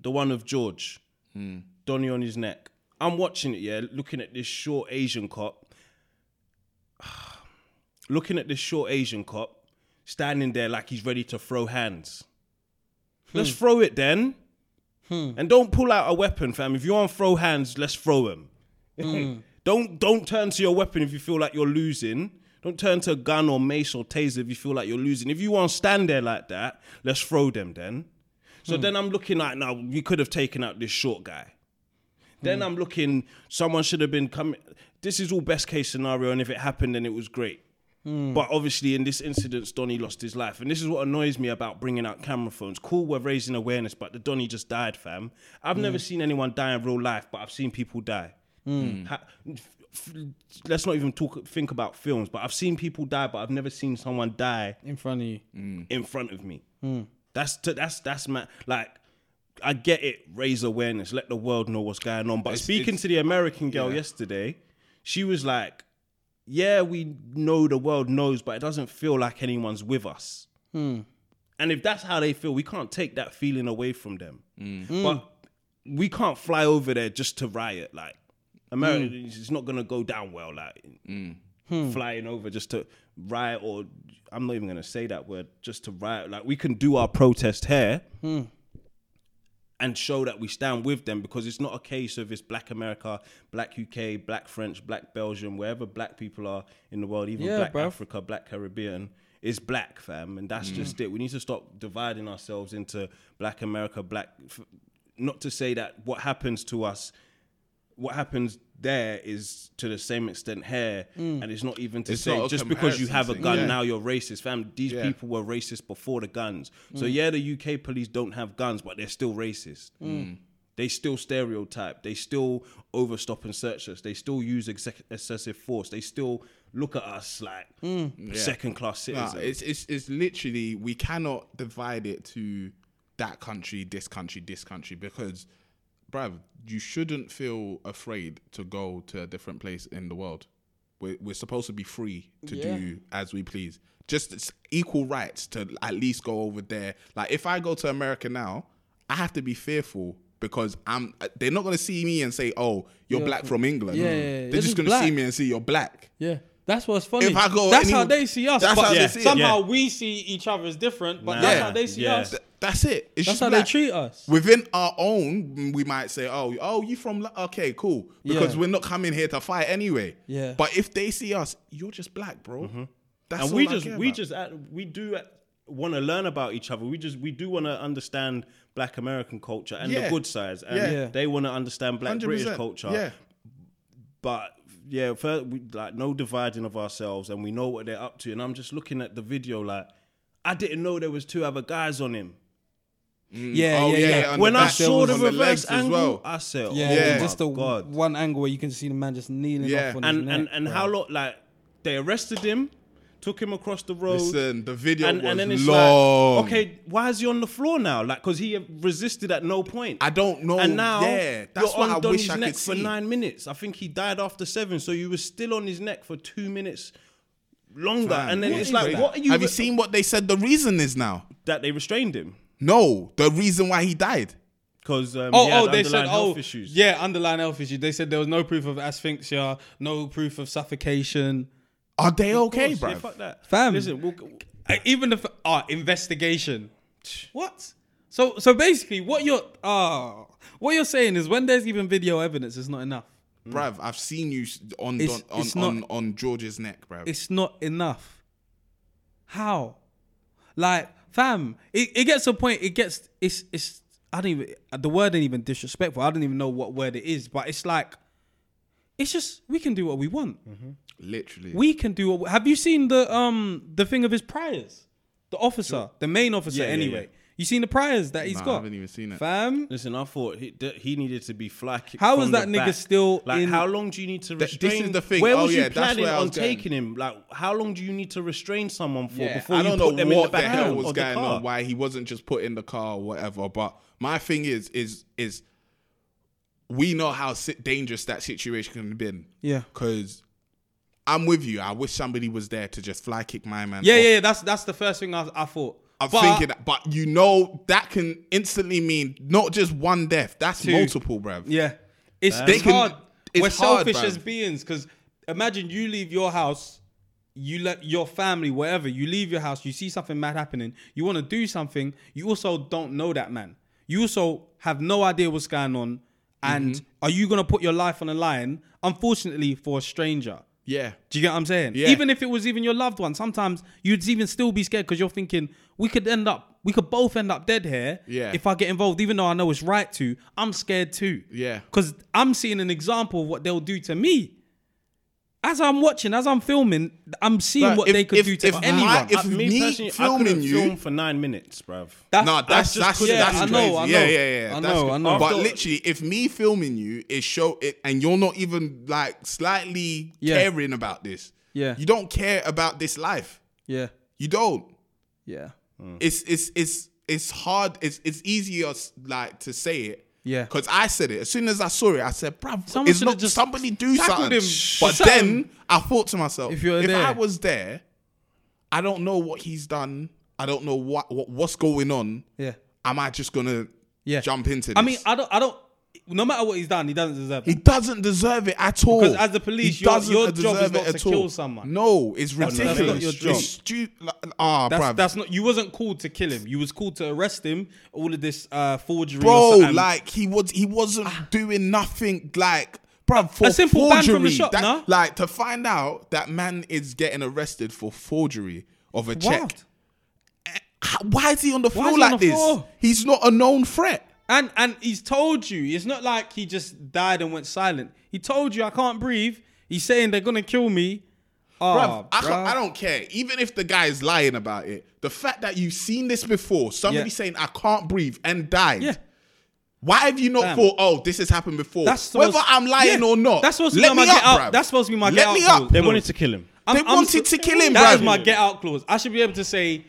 G: the one of George,
H: Hmm.
G: Donny on his neck. I'm watching it, yeah, looking at this short Asian cop. [sighs] looking at this short Asian cop standing there like he's ready to throw hands.
H: Hmm.
G: Let's throw it then. And don't pull out a weapon, fam. If you want to throw hands, let's throw them. [laughs] don't don't turn to your weapon if you feel like you're losing. Don't turn to a gun or mace or taser if you feel like you're losing. If you want to stand there like that, let's throw them then. So then I'm looking like, now we could have taken out this short guy. Then I'm looking, someone should have been coming. This is all best case scenario, and if it happened, then it was great.
C: Mm.
G: But obviously, in this incident, Donny lost his life. And this is what annoys me about bringing out camera phones. Cool, we're raising awareness, but the Donny just died, fam. I've never
C: Mm.
G: seen anyone die in real life, but I've seen people die. Ha- f- f- let's not even talk, think about films, but I've seen people die, but I've never seen someone die
C: In front of you. Mm.
G: in front of me. That's t- that's that's my like. I get it. Raise awareness. Let the world know what's going on. But speaking to the American girl yesterday, she was like, "Yeah, we know the world knows, but it doesn't feel like anyone's with us." And if that's how they feel, we can't take that feeling away from them. But we can't fly over there just to riot. Like America, it's not gonna go down well. Like flying over just to riot, or I'm not even gonna say that word, just to riot. Like we can do our protest here. And show that we stand with them because it's not a case of it's black America, black UK, black French, black Belgium, wherever black people are in the world, even
C: Yeah,
G: black
C: bruv. Mm.
G: Africa, black Caribbean, it's black, fam. And that's just it. We need to stop dividing ourselves into black America, black. F- not to say that what happens to us what happens there is to the same extent here,
C: Mm.
G: and it's not even to
H: It's
G: say
H: not a
G: just because you
H: comparison
G: have a
H: thing.
G: gun
H: Yeah.
G: now you're racist, fam. These
H: Yeah. Mm.
G: people were racist before the guns. So yeah, the UK police don't have guns, but they're still racist.
H: Mm.
G: They still stereotype. They still overstop and search us. They still use exec- excessive force. They still look at us like second class
H: Mm. Nah,
G: citizens.
H: it's, it's it's literally we cannot divide it to that country, this country, this country because, bruv, you shouldn't feel afraid to go to a different place in the world. We're, we're supposed to be free to do as we please. Just it's equal rights to at least go over there. Like if I go to America now, I have to be fearful because I'm. uh, They're not gonna see me and say, "Oh, you're black from England."
C: yeah, yeah, yeah.
H: They're
C: They're
H: just
C: just
H: gonna see
C: black.
H: me and see you're black.
C: Yeah. That's what's funny.
H: If I go
C: that's
H: any-
C: how they see us.
H: that's
C: but
H: how they
C: yeah.
H: see us.
C: somehow
G: Yeah.
C: we see each other as different, but
G: Nah.
C: that's
H: Yeah.
C: how they see
G: Yeah.
C: us.
H: Th- that's it. It's
C: That's
H: just
C: how
H: black.
C: they treat us.
H: within our own, we might say, "Oh, oh, you from? Lo- Okay, cool," because
C: Yeah.
H: we're not coming here to fight anyway.
C: Yeah.
H: But if they see us, you're just black, bro. That's
G: Mm-hmm. and
H: all
G: we
H: I
G: just
H: care
G: we
H: about.
G: just act- we do want to learn about each other we just we do want to understand black american culture and
H: Yeah.
G: the good sides and
H: Yeah. Yeah.
G: they want to understand black
H: 100%.
G: british culture
H: Yeah,
G: but yeah fir- we, like no dividing of ourselves and we know what they're up to and i'm just looking at the video like i didn't know there was two other guys on him
C: Yeah,
H: Oh,
C: yeah,
H: yeah,
C: yeah.
H: on the
G: when i
H: back,
G: saw
H: on
G: the
H: the legs
G: reverse
H: as
G: angle
H: well.
G: i said
C: Yeah,
G: oh
H: Yeah.
G: my
C: just the
G: god
C: one angle where you can see the man just kneeling
H: Yeah.
C: off on his
G: and
C: neck.
G: and, and how long like they arrested him took him across the road
H: listen, the video
G: Oh. and,
H: was
G: and then it's
H: long.
G: like, okay, why is he on the floor now? Like, because he resisted at no point.
H: I don't know.
G: and now
H: Oh, yeah, that's
G: you're
H: what
G: on
H: I
G: Donny's
H: wish I
G: neck
H: could
G: for
H: see.
G: nine minutes. I think he died after seven, so you were still on his neck for two minutes longer.
H: Fam,
G: and then
H: what
G: it's
H: is
G: like,
H: that?
G: what are you?
H: Have you
G: re-
H: seen what they said? The reason is now.
G: that they restrained him?
H: No, the reason why he died.
G: Because um,
C: Oh,
G: he had
C: oh, they said,
G: underlying
C: oh,
G: health issues.
C: yeah, underlying health issues. They said there was no proof of asphyxia, no proof of suffocation.
H: Are they okay,
G: Of course,
H: bro?
G: yeah, fuck that,
C: Fam.
G: Listen, we'll,
C: Uh, Even the f- ah investigation. What? So, so basically, what you're ah, what you're saying is when there's even video evidence, it's not enough.
G: Mm.
H: Bruv, I've seen you s- on
C: It's-
H: Don- on,
C: it's not-
H: on on George's neck, bruv.
C: It's not enough. How? Like, fam, it, it gets to a point. It gets it's it's. I don't even the word ain't even disrespectful. I don't even know what word it is, but it's like, it's just we can do what we want.
H: Literally.
C: we can do what have you seen the um the thing of his priors the officer the main officer
G: yeah,
C: anyway
G: yeah.
C: you seen the priors that he's
H: Nah, I
C: got
H: haven't even seen it.
C: fam
G: listen. I thought he, that he needed to be fly kicked.
C: How
G: from
C: is that
G: the
C: nigga
G: back.
C: still
G: Like,
C: in-
G: how long do you need to
H: Th- this
G: restrain?
H: is the thing.
G: Where
H: Oh,
G: was you
H: yeah, that's
G: planning
H: where I
G: on
H: was going.
G: taking him? Like, how long do you need to restrain someone for
H: Yeah,
G: before
H: I
G: you
H: don't
G: put
H: know
G: them in the
H: what the,
G: back
H: hell
G: of
H: was
G: the
H: going
G: car?
H: on, why he wasn't just put in the car or whatever. But my thing is, is, is we know how si- dangerous that situation can have been.
C: Yeah.
H: Because I'm with you. I wish somebody was there to just fly kick my man.
C: yeah
H: off.
C: yeah, yeah that's that's the first thing i, I thought
H: I'm
C: But-
H: thinking that, but you know that can instantly mean not just one death. That's multiple, bruv.
C: yeah it's,
H: They
C: it's
H: can-
C: hard
H: it's
C: we're
H: hard,
C: selfish
H: bruv.
C: as beings because imagine you leave your house you let your family wherever you leave your house you see something mad happening you want to do something you also don't know that man you also have no idea what's going on and
H: Mm-hmm.
C: are you going to put your life on the line unfortunately for a stranger
H: Yeah.
C: Do you get what I'm saying?
H: Yeah.
C: Even if it was even your loved one, sometimes you'd even still be scared because you're thinking we could end up, we could both end up dead here.
H: Yeah.
C: If I get involved, even though I know it's right to, I'm scared too.
H: Yeah.
C: Because I'm seeing an example of what they'll do to me. As I'm watching, as I'm filming, I'm seeing
H: Bruh,
C: what
H: if-
C: they could
H: if-
C: do to
H: if
C: anyone.
H: my- if
G: I- me,
H: me
G: personally, I
H: filming
G: couldn't
H: you-
G: film for nine minutes, bruv.
H: No, that's that's
C: yeah,
H: that's,
C: I
H: crazy.
C: know, I know,
H: yeah, yeah, yeah.
C: I
H: that's
C: know,
H: cra-
C: I know.
H: But
C: After-
H: literally, if me filming you is show it, and you're not even like slightly
C: Yeah.
H: caring about this,
C: Yeah.
H: you don't care about this life.
C: yeah,
H: You don't.
C: yeah,
H: It's it's it's it's hard. It's it's easier s- like to say it.
C: Yeah.
H: Because I said it as soon as I saw it, I said, "Bruv,
C: Someone
H: it's
C: should've
H: not
C: just
H: somebody do
C: tackled
H: something."
C: him
H: But
C: or something.
H: then I thought to myself,
C: If
H: if,
C: you're there.
H: I was there, I don't know what he's done. I don't know what, what what's going on.
C: yeah,
H: Am I just gonna
C: yeah.
H: jump into? This?
C: I mean, I don't, I don't. No matter what he's done, he doesn't deserve.
H: He
C: it.
H: doesn't deserve it at all.
C: Because as the police,
H: He
C: your-
H: doesn't
C: your job
H: deserve
C: is not
H: it at
C: to kill
H: all.
C: someone.
H: No, it's
G: no,
H: ridiculous.
G: that's
C: not your job.
H: It's stu- like, ah,
C: That's,
H: bruv.
C: that's not. You wasn't called to kill him. You was called to arrest him. All of this uh, forgery. or
H: bro,
C: something.
H: like he was, he wasn't doing nothing. Like, bruv, for
C: Ah. a simple ban
H: forgery.
C: from the shop,
H: that-
C: nah?
H: Like to find out that man is getting arrested for forgery of a
C: Wild.
H: check. How- Why is he on the floor
C: is he on
H: like
C: the
H: this?
C: floor?
H: He's not a known threat.
C: And and he's told you. It's not like he just died and went silent. He told you I can't breathe. He's saying they're gonna kill me. Oh,
H: Bruv, I, can't-
C: bruh.
H: I don't care. Even if the guy is lying about it, the fact that you've seen this before, somebody
C: Yeah.
H: saying I can't breathe and died.
C: Yeah.
H: Why have you not
C: Fam.
H: thought, oh, this has happened before?
C: That's
H: Whether
C: supposed-
H: I'm lying
C: yeah,
H: or not.
C: that's supposed to
H: let
C: be my
H: me
C: get
H: up,
C: out-
H: bruv.
C: that's supposed to be my
H: let
C: get out
H: me
C: clause.
H: up.
G: They wanted to kill him.
H: They wanted to kill him,
C: That
H: bruv.
C: is my get out clause. I should be able to say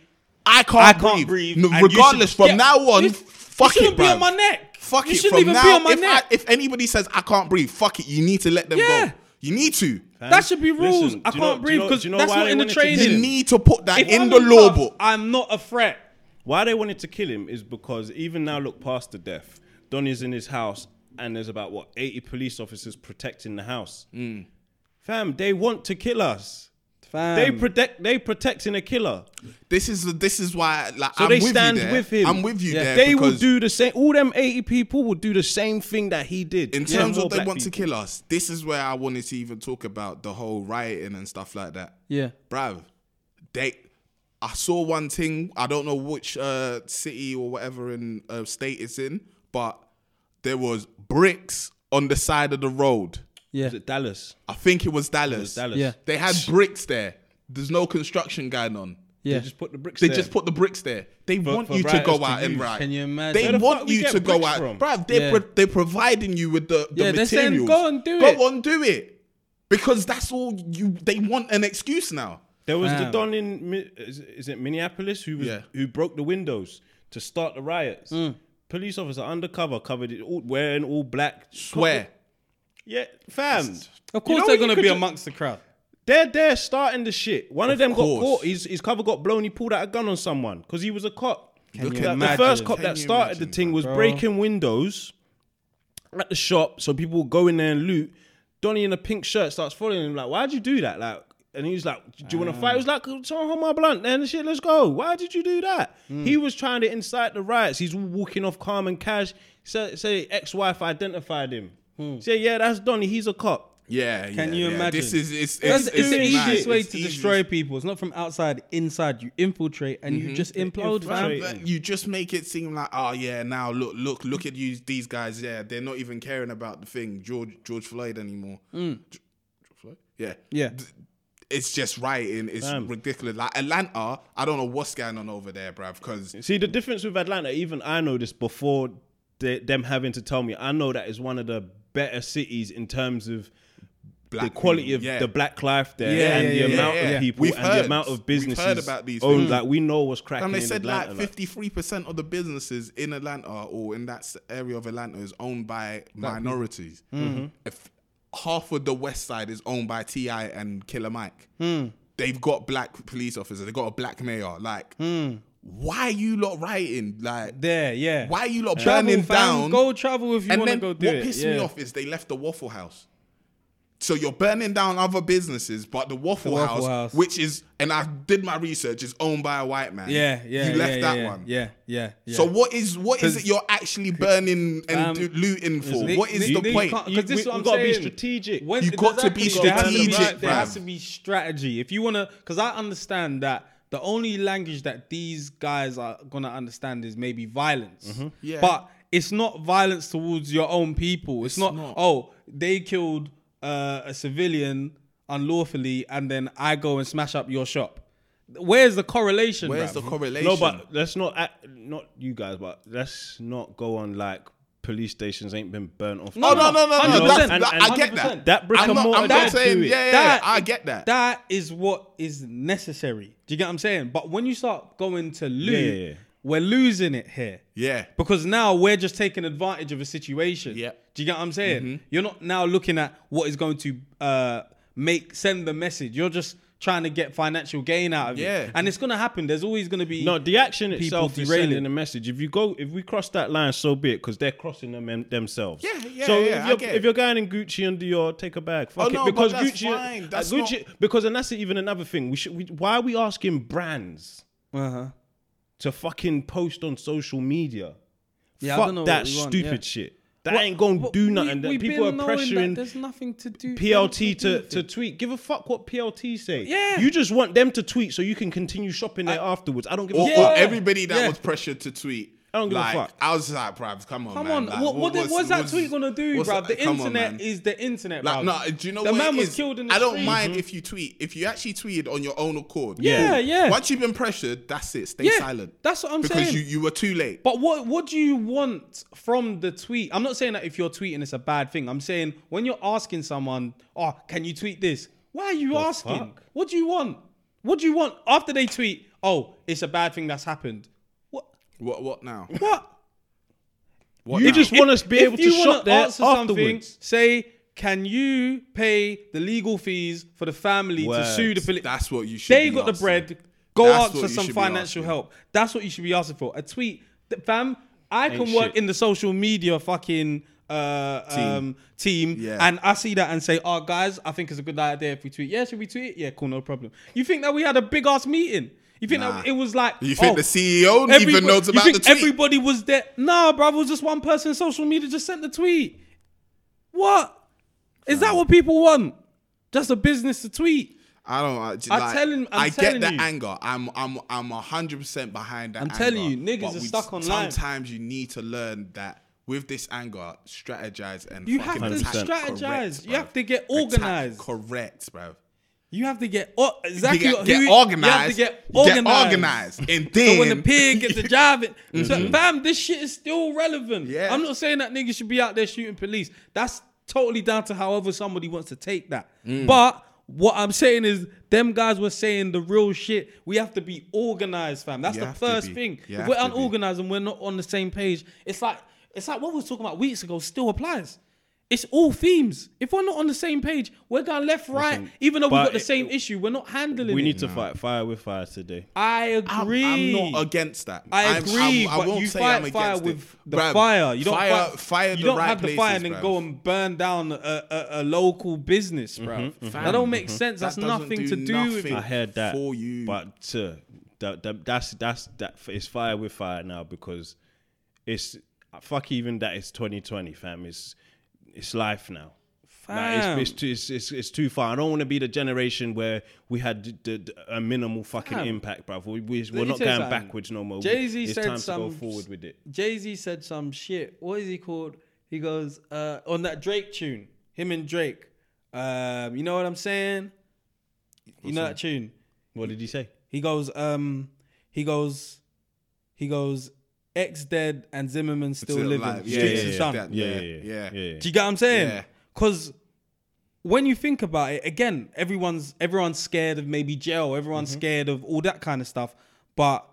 H: I can't,
C: I can't breathe.
H: No,
C: and you should
H: regardless, from
C: get-
H: now on,
C: you-
H: fuck
C: you
H: it,
C: shouldn't be
H: bruv.
C: on my neck.
H: Fuck
C: you
H: it.
C: shouldn't
H: From
C: even
H: now,
C: be on my
H: if, I-
C: neck.
H: if anybody says I can't breathe, fuck it. You need to let them
C: Yeah.
H: go. You need to.
C: that should be rules.
G: listen,
C: I
G: do you know-
C: can't
G: do
C: breathe
G: you know-
C: because
G: do you know
C: that's
G: why
C: not
G: they
C: in the
G: wanted to kill
C: training.
H: You need to put that
C: If
H: in
C: I'm
H: the law
C: cuffs,
H: book.
C: I'm not a threat.
G: Why they wanted to kill him is because even now, look past the death. Donny's in his house, and there's about what eighty police officers protecting the house.
C: Mm.
G: Fam, they want to kill us. They protect. They protecting a killer.
H: This is this is why like
G: So
H: I'm
G: they
H: with
G: stand
H: you there.
G: with him.
H: I'm with you there.
G: They will
H: because
G: do the same. All them eighty people will do the same thing that he did.
H: in
G: Yeah,
H: terms
G: more
H: of they
G: black
H: want to
G: people.
H: kill us. This is where I wanted to even talk about the whole rioting and stuff like that.
C: yeah.
H: Bruv, they I saw one thing, I don't know which uh city or whatever in uh, state it's in, but there was bricks on the side of the road.
C: Yeah.
G: Was it Dallas.
H: I think it was Dallas.
G: Dallas.
C: Yeah.
H: They had bricks there. There's no construction going on.
C: Yeah.
G: They just put the bricks.
H: They
G: there.
H: just put the bricks there. They want
G: for
H: you to
G: rioters
H: go
G: to
H: out and
G: use.
H: riot.
C: Can you imagine?
H: They
C: Where the
H: want
G: fuck we
H: you
G: get
H: to go
G: bricks
H: out,
G: from?
H: bruv. They're
C: Yeah.
H: pro- they're providing you with the, the
C: Yeah, they're
H: materials.
C: saying, "Go and do it."
H: Go on, do it. Because that's all you. They want an excuse now.
G: There was the
C: Fam.
G: don in Mi- is, is it Minneapolis who was
H: Yeah. Mm.
G: who broke the windows to start the riots. Police officer undercover, covered it all, wearing all black.
H: Swear.
G: Yeah, fam.
C: Of course, they're
G: know when you
C: gonna
G: could
C: be
G: ju-
C: amongst the crowd.
G: They're there starting the shit. One of, them got
H: course.
G: caught. His, his cover got blown. He pulled out a gun on someone because he was a cop.
H: Look
C: you
H: at
G: The
C: imagine?
G: first cop
H: Can
G: that
H: you
G: started
H: imagine,
G: the thing was
C: bro?
G: breaking windows at the shop so people would go in there and loot. Donnie in a pink shirt starts following him like, "Why'd you do that?" Like, and he was like, "Do you want to fight?" He was like, "Someone hold my blunt and shit. Let's go." Why did you do that?
H: Hmm.
G: He was trying to incite the riots. He's walking off calm and cash. Say, say ex-wife identified him.
H: Hmm.
G: Say, yeah, that's Donnie. He's a cop.
H: Yeah.
C: Can
H: yeah,
C: you
H: yeah.
C: imagine?
H: This is it's.
C: That's
H: it's,
C: the
H: it's
G: doing
H: mad.
C: easiest
G: shit.
C: way
H: It's
C: to
H: easiest.
C: destroy people. It's not from outside, inside. You infiltrate and
H: Mm-hmm.
C: you just implode, fam.
G: infiltrate.
H: But You just make it seem like, oh yeah, now look, look, look at you, these guys. Yeah, they're not even caring about the thing, George George Floyd anymore.
G: Mm.
H: Ge- George Floyd? Yeah,
C: Yeah.
H: It's just rioting. It's ridiculous. Like Atlanta, I don't know what's going on over there, bruv. Because
G: See the difference with Atlanta. Even I know this before they, them having to tell me. I know that is one of the better cities in terms of the quality of the black life there
H: Yeah,
G: and
H: yeah,
G: the
H: yeah,
G: amount
H: yeah.
G: of people
H: We've
G: and
H: heard.
G: the amount of
H: We've heard
G: businesses
H: about these
G: owned,
H: things.
G: like we know what's cracking
H: And they
G: in
H: said
G: Atlanta,
H: like fifty three percent of the businesses in Atlanta or in that s- area of Atlanta is owned by minorities. If half of the West Side is owned by Ti and Killer Mike, they've got black police officers. They've got a black mayor. Like, why are you lot rioting? Like,
C: There, yeah.
H: why are you lot
C: Travel,
H: burning
C: fam.
H: down?
C: Go travel if you
H: and
C: want to
H: then
C: go do
H: what
C: it.
H: pissed me
C: yeah.
H: off is they left the Waffle House. So you're burning down other businesses, but the Waffle,
C: Waffle
H: House,
C: House.
H: which is, and I did my research, is owned by a white man.
C: Yeah, yeah.
H: You left
C: yeah,
H: that
C: yeah,
H: one.
C: Yeah, yeah. yeah.
H: So what is what is it you're actually burning and
C: Um,
H: do- looting for?
C: Nick-
H: what is
C: Nick-
H: the
C: Nick
H: point?
C: can't- 'cause
G: You-
C: this is
G: we-
C: what
G: we
C: I'm
G: gotta be
C: saying.
G: strategic.
C: When-
H: You got to
C: There has to
H: be
C: be-
H: strategic,
C: There has
H: bruv.
C: to be strategy. If you want to, because I understand that the only language that these guys are gonna understand is maybe violence.
G: Mm-hmm.
H: Yeah.
C: But it's not violence towards your own people. It's, not,
H: not.
C: Oh, they killed uh, a civilian unlawfully, and then I go and smash up your shop. Where's the correlation?
H: Where's the
C: bruv?
H: correlation?
G: No, but let's not act, not you guys, but let's not go on like police stations ain't been burnt off.
H: oh no no no no!
C: 100%.
H: That's,
G: And-
H: that- I get that.
C: 100%.
G: That brick
H: I'm
G: and
H: not,
G: mortar
H: I'm not
G: don't
H: saying
G: do
H: yeah,
G: it.
H: yeah,
C: That-
H: yeah, I get that.
C: That is what is necessary. Do you get what I'm saying? But when you start going to loot,
G: Yeah, yeah, yeah.
C: we're losing it here.
H: yeah,
C: Because now we're just taking advantage of a situation.
H: Yeah. Mm-hmm.
C: Do you get what I'm saying? You're not now looking at what is going to uh, make send the message. You're just trying to get financial gain out of
H: Yeah.
C: it. And it's gonna happen. There's always gonna be
G: No, the action
C: people
G: itself is
C: derailing.
G: sending a message. If you go, if we cross that line, so be it, because they're crossing them em- themselves.
H: Yeah, yeah,
G: So
H: yeah, I
G: if,
H: get
G: you're,
H: it.
G: if you're going in Gucci and Dior, take a bag. Fuck
H: Oh,
G: it,
H: no, but
G: because
H: that's
G: Gucci,
H: fine.
G: uh,
H: That's
G: Gucci, because and that's even another thing. We should. We, why are we asking brands
C: uh-huh.
G: to fucking post on social media?
C: Yeah, I
G: Fuck
C: don't know
G: that
C: what we want,
G: stupid
C: yeah.
G: shit. That ain't gonna
C: What-
G: do
C: we-
G: nothing. That
C: we've
G: people are
C: been knowing that
G: pressuring
C: There's nothing to do.
G: PLT to,
C: nothing
G: to
C: do
G: tweet. Give a fuck what PLT say.
C: Yeah.
G: You just want them to tweet so you can continue shopping there afterwards. I don't give a
H: Or,
G: fuck.
H: or
C: Yeah.
H: everybody that
C: Yeah.
H: was pressured to tweet
G: I don't give a
H: like,
G: fuck.
H: I was just like, bruv, come on,
C: Come
H: man.
C: on,
H: Like,
C: what, what,
H: what's-
C: what's that
H: what's-
C: tweet gonna do,
H: what's
C: bro?
H: that-
C: The
H: come on,
C: internet
H: man.
C: is the internet,
H: Like,
C: bruv.
H: no, do you know
C: the
H: what
C: man
H: it
C: was
H: is?
C: killed in the
H: I don't
C: street. Mm-hmm.
H: mind if you tweet. If you actually tweeted on your own accord,
G: Yeah.
H: cool.
C: Yeah, yeah.
H: Once you've been pressured, that's it. Stay
C: Yeah,
H: silent.
C: that's what I'm
H: because
C: saying.
H: you you were too late.
C: But what what do you want from the tweet? I'm not saying that if you're tweeting it's a bad thing. I'm saying when you're asking someone, oh, can you tweet this? Why are you asking?
G: fuck?
C: What do you want? What do you want after they tweet? Oh, it's a bad thing that's happened. What?
H: What what now?
C: What?
H: What
G: You
H: now?
G: just want us to be
C: If
G: able to
C: you wanna
G: shop there
C: answer something,
G: afterwards.
C: Say, can you pay the legal fees for the family to
G: Words.
C: sue the police?
H: That's what you should.
C: They
H: be
C: got the
H: asking.
C: bread. Go
H: That's
C: ask
H: what
C: for
H: you
C: some
H: should be
C: financial
H: asking.
C: help. That's what you should be asking for. A tweet, Th- fam. I can
G: Ain't
C: work
G: shit.
C: in the social media fucking uh, team, um, team
H: Yeah.
C: and I see that and say, "Oh, guys, I think it's a good idea if we tweet." Yeah, should we tweet? it? Yeah, cool, no problem. You think that we had a big ass meeting? You think
H: Nah.
C: that it was like?
H: You think
C: oh,
H: the CEO even
C: everybody-
H: knows
C: you
H: about
C: think
H: the tweet?
C: Everybody was there. Nah, bro, it was just one person. Social media just sent the tweet. What is that? What people want? Just a business to tweet.
H: I don't. I, j-
C: I'm
H: like,
C: telling- I'm
H: I
C: telling
H: get the
C: you.
H: anger. I'm. I'm. I'm hundred percent behind that.
C: I'm telling
H: anger,
C: you, niggas
H: but
C: are
H: we-
C: stuck online.
H: Sometimes you need to learn that with this anger, strategize and
C: You
H: fucking
C: have to
H: attack
C: strategize.
H: correct,
C: You
H: bruv.
C: have to get
H: Attack
C: organized.
H: correct, bro.
C: You have to get or, exactly
H: get,
C: who
H: get
C: you-
H: organized.
C: You have to get organized.
H: organized. And then Mm-hmm.
C: So when the pig gets a job,
H: [laughs]
C: it, so, fam, this shit is still relevant.
H: Yeah.
C: I'm not saying that niggas should be out there shooting police. That's totally down to however somebody wants to take that.
H: Mm.
C: But what I'm saying is, them guys were saying the real shit. We have to be organized, fam. That's
H: You
C: the
H: have to
C: first
H: be.
C: thing.
H: You
C: If
H: have
C: we're
H: to be.
C: unorganized and we're not on the same page, it's like it's like what we were talking about weeks ago still applies. It's all themes. If we're not on the same page, we're going left, right. Even though we've
G: but
C: got the
G: it-
C: same issue, we're not handling
G: We
C: it.
G: need to fight fire with fire today.
C: I
H: I'm,
C: agree.
H: I'm not against that.
C: I
H: I'm-
C: agree,
H: I'm- I
C: but
H: won't
C: you
H: say
C: fight
H: I'm against
C: fire
H: it.
C: with the
H: Bruv,
C: fire. You don't
H: fire,
C: fight,
H: fire
C: You
H: the
C: don't
H: right
C: have the fire and
H: places,
C: then
H: bruv.
C: go and burn down a, a, a local business, bro. That don't make sense. That's
H: Mm-hmm, That doesn't
C: nothing
H: do
C: to do with
H: nothing.
G: I
C: it.
G: heard that
H: For you.
G: but uh, that, that that's that's that it's fire with fire now because it's fuck even that it's 2020, fam. It's it's life now. Like,
C: Fam.
G: it's, it's, too, it's, it's, it's too far. I don't want to be the generation where we had d- d- d- a minimal fucking
C: Fam.
G: impact, bruv. We, we, we're
C: me tell you
G: not going
C: something.
G: backwards no more. We-
C: Jay-Z
G: it's
C: said
G: time to go
C: some-
G: forward with it.
C: Jay Z said some shit. What is he called? He goes uh, on that Drake tune. Him and Drake. Um, you know what I'm saying? You know that tune.
G: What did he say?
C: He goes, um, he goes, he goes, ex dead and Zimmerman still,
H: Still
C: living.
H: alive. Yeah,
C: Streets
G: yeah,
C: is
G: yeah,
C: done.
H: that-
G: Yeah, yeah,
H: Yeah,
G: yeah.
H: yeah.
G: yeah.
C: Do you get what I'm saying?
H: Yeah.
C: Because when you think about it, again, everyone's everyone's scared of maybe jail. Everyone's
G: Mm-hmm.
C: scared of all that kind of stuff. But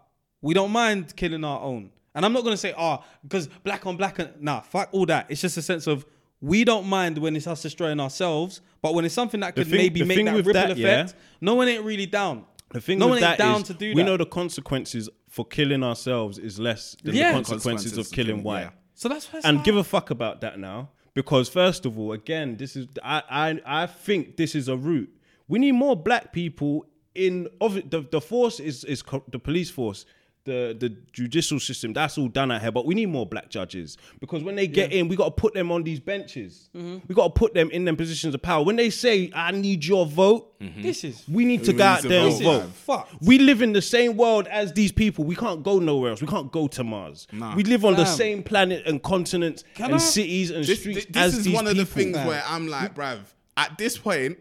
C: we don't mind killing our own. And I'm not gonna say ah because black on black and nah fuck all that. It's just a sense of we don't mind when it's us destroying ourselves, but when it's something that could
G: thing-
C: maybe
G: the
C: make
G: thing
C: that
G: with
C: ripple
G: that, yeah.
C: effect, no one ain't really down.
G: The thing
C: no
G: with
C: one
G: that
C: ain't down
G: is
C: to do
G: we
C: that.
G: know the consequences for killing ourselves is less than
C: Yeah.
G: the consequences,
H: Consequences
G: of killing
H: of killing,
G: white.
H: yeah.
C: so that's why it's
G: And
C: like-
G: give a fuck about that now, because first of all, again, this is I I, I think this is a route. We need more black people in of the the force is is co- the police force. The, the judicial system that's all done out here but we need more black judges because when they get in we got to put them on these benches we got to put them in them positions of power when they say i need your vote
C: this is
G: we need to
H: We
G: go
H: need
G: out
H: to
G: there and
H: vote.
G: vote.
C: Fuck.
G: We live in the same world as these people. We can't go nowhere else. We can't go to Mars.
H: Nah.
G: We live on the
C: Fam.
G: same planet and continents
C: Can
G: and
C: I-
G: cities and
H: This,
G: streets
H: this, this
G: as
H: is
G: these
H: one of the
G: people.
H: things where I'm like, bruv, at this point,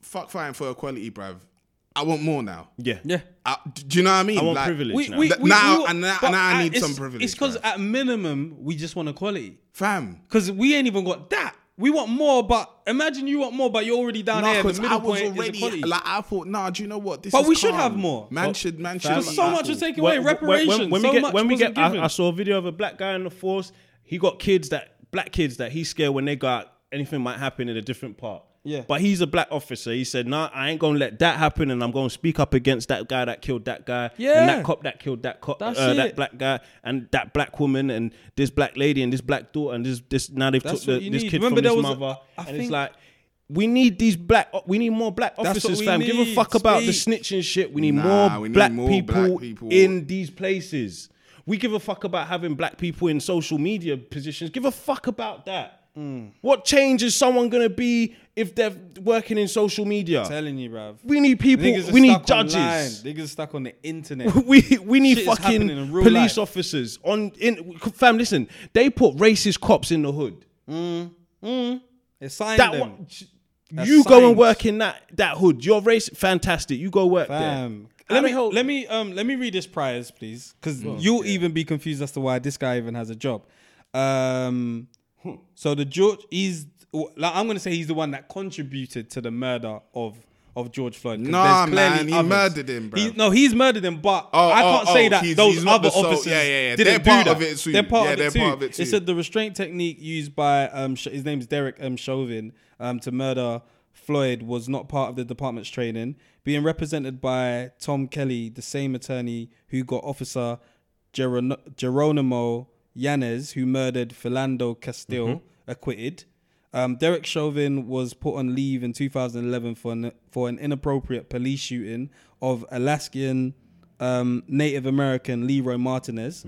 H: fuck fighting for equality, bruv. I want more now.
G: yeah.
C: yeah.
H: I, do you know what I mean?
G: I want
H: Like,
G: privilege
C: We,
G: now.
C: we,
H: Th-
C: we,
H: now-
C: we-
H: and now-
C: but
H: now I need
C: it's-
H: some privilege,
C: It's because
H: bro.
C: at minimum we just want equality.
H: Fam.
C: Because we ain't even got that. We want more, but imagine you want more, but you're already down there. The
H: because
C: middle
H: I was
C: point is
H: already
C: equality.
H: like I thought. Nah, do you know what? This
C: But
H: is
C: we should
H: calm.
C: have more.
H: Man
G: But-
H: should man should.
G: fam,
H: be
C: so much
H: equal.
C: was taken away. reparations.
G: we
C: so
G: get,
C: much
G: when we
C: wasn't
G: get, I,
C: given.
G: I saw a video of a black guy in the force. He got kids that black kids that he scared when they go out. Anything might happen in a different part.
C: Yeah.
G: But he's a black officer. He said, "Nah, I ain't gonna let that happen, and I'm gonna speak up against that guy that killed that guy,
C: Yeah.
G: and that cop that killed that cop,
C: That's
G: uh, that
C: it.
G: black guy, and that black woman, and this black lady, and this black daughter, and this this now they've
C: That's
G: took
C: what
G: the,
C: you
G: this
C: need.
G: kid
C: Remember
G: from his
C: there was a-
G: mother,
C: I
G: and it's
C: think-
G: like." We need these black. We need more black
C: what
G: officers,
C: we
G: fam. Give a
C: need.
G: fuck about the
C: Speak.
G: snitching shit. We need
H: Nah,
G: more
H: we need
G: black
H: more
G: people
H: black people.
G: in these places. We give a fuck about having black people in social media positions. Give a fuck about that.
C: Hmm.
G: What change is someone gonna be if they're working in social media?
C: telling you, bruv.
G: We need people.
C: Niggas are
G: We need
C: stuck online.
G: judges.
C: Niggas are stuck on the internet.
G: [laughs]
H: [laughs]
G: We we need
C: Shit is
G: fucking
C: happening in real
G: police
C: life.
G: officers on in fam. Listen, they put racist cops in the hood.
C: Assign
G: That
C: them.
G: one, you go and
C: signs.
G: work in that that hood. Your race, fantastic. You go work
C: Fam. Let
G: there. Let
C: me
G: me help.
C: let me um let me read this prize, please, because you'll even be confused as to why this guy even has a job. Um,
H: Hmm.
C: so the George he's like I'm gonna say he's the one that contributed to the murder of of George Floyd. 'cause
H: Nah,
C: there's clearly
H: man, he
C: others.
H: murdered him, bruv.
C: He- no, he's murdered him, but
H: Oh,
C: I
H: oh,
C: can't say
H: oh,
C: that
H: he's-
C: those
H: he's not
C: other
H: the sole-
C: officers.
H: yeah, yeah, yeah.
C: Didn't
H: They're
C: do
H: part
C: that.
H: of it too.
C: They're part of,
H: Yeah,
C: it
H: they're
C: too.
H: part of it
C: It
H: too.
C: said the restraint technique used by um, Sh- his name's Derek M. Chauvin um, to murder Floyd was not part of the department's training. Being represented by Tom Kelly, the same attorney who got Officer Geron- Geronimo Yanez, who murdered Philando Castile,
H: Mm-hmm.
C: acquitted. Um, Derek Chauvin was put on leave in 2011 for an, for an inappropriate police shooting of Alaskan um, Native American Leroy Martinez.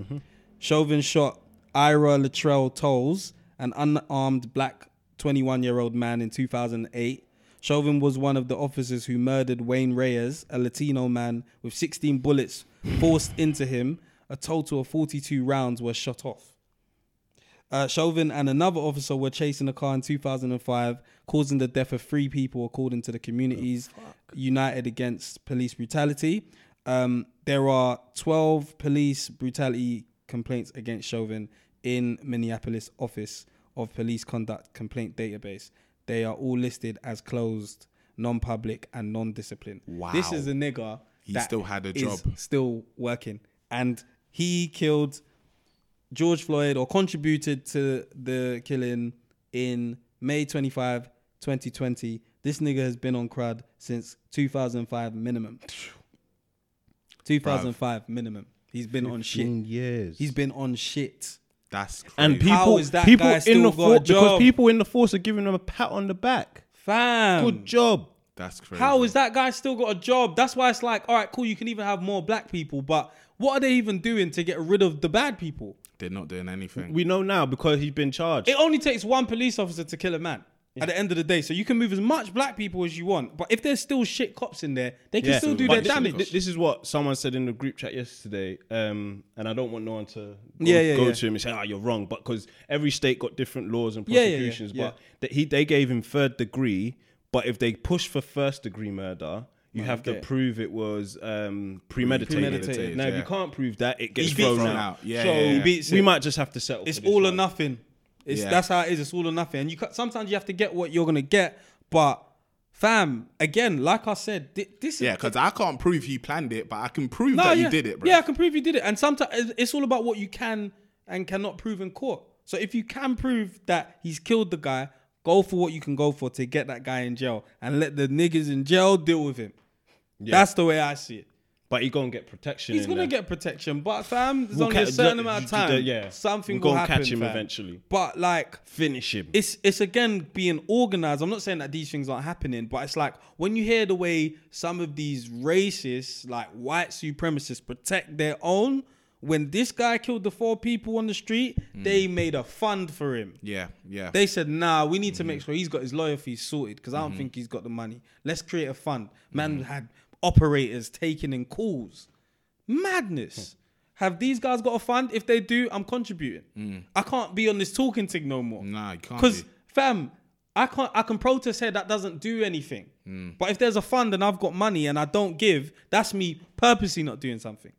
C: Chauvin shot Ira Latrell Tolles, an unarmed black 21 year old man, in 2008. Chauvin was one of the officers who murdered Wayne Reyes, a Latino man, with 16 bullets forced into him. A total of 42 rounds were shot off. Uh, Chauvin and another officer were chasing a car in 2005, causing the death of three people, according to the communities united against police brutality. Um, there are 12 police brutality complaints against Chauvin in Minneapolis Office of Police Conduct Complaint Database. They are all listed as closed, non-public, and non-disciplined. Wow! This is a nigger
H: He still had a
C: is
H: job.
C: still working, and he killed George Floyd or contributed to the killing in May 25, 2020. This nigga has been on crud since 2005 minimum. 2005 minimum. He's been on shit.
G: years.
C: He's been on shit.
H: That's crazy.
G: and
C: How
G: people,
C: is that
G: people
C: guy still
G: in the
C: got a
G: force because
C: job?
G: people in the force are giving them a pat on the back.
C: Fam.
G: Good job.
H: That's crazy.
C: How is that guy still got a job? That's why it's like, all right, cool, you can even have more black people, but what are they even doing to get rid of the bad people?
H: They're not doing anything.
G: We know now because he's been charged.
C: It only takes one police officer to kill a man at the end of the day. So you can move as much black people as you want, but if there's still shit cops in there, they can still do
G: But
C: their
G: this-
C: damage.
G: This, is what someone said in the group chat yesterday, um, and I don't want no one to go,
C: Yeah, yeah,
G: go
C: yeah.
G: to him and say, "Ah, you're wrong," but because every state got different laws and
C: Yeah, yeah, yeah,
G: prosecutions.
C: yeah.
G: But that he they gave him third degree, but if they push for first degree murder. You have to
C: okay.
G: prove it was um, premeditated.
C: Premeditated,
G: now, if
H: yeah.
G: you can't prove that, it gets
C: He
G: thrown,
C: beats it.
G: out.
H: Yeah,
G: so
H: yeah, yeah. He
C: beats
G: we
C: it.
G: might just have to settle.
C: it's
G: for this
C: all or
G: one.
C: nothing. It's
H: Yeah.
C: that's how it is. It's all or nothing. And you ca- sometimes you have to get what you're gonna get, but fam, again, like I said, thi- this is
H: yeah, because I can't prove he planned it, but I can prove
C: No,
H: that
C: yeah.
H: he did it, bro.
C: Yeah, I can prove you did it. And sometimes it's all about what you can and cannot prove in court. So if you can prove that he's killed the guy, go for what you can go for to get that guy in jail and let the niggas in jail deal with him. That's the way I see it.
G: But he gonna get protection.
C: He's
G: in
C: gonna
G: there.
C: get protection, but fam, there's
G: We'll
C: only a
G: catch-
C: certain
G: ju-
C: amount of
G: ju- ju-
C: time.
G: yeah.
C: something
G: We're
C: will
G: gonna
C: happen,
G: catch him
C: fam.
G: eventually.
C: But like,
G: finish him.
C: it's it's again being organized. I'm not saying that these things aren't happening, but it's like when you hear the way some of these racists, like white supremacists, protect their own. When this guy killed the four people on the street, they made a fund for him.
H: yeah, yeah.
C: They said, "Nah, we need to make sure he's got his lawyer fees sorted because I don't think he's got the money. Let's create a fund." Man had operators taking in calls. Madness. Have these guys got a fund? If they do, I'm contributing. I can't be on this talking thing no more.
H: Nah, you can't
C: Because
H: be.
C: fam, I can't. I can protest here. That doesn't do anything.
H: Mm.
C: But if there's a fund and I've got money and I don't give, that's me purposely not doing something.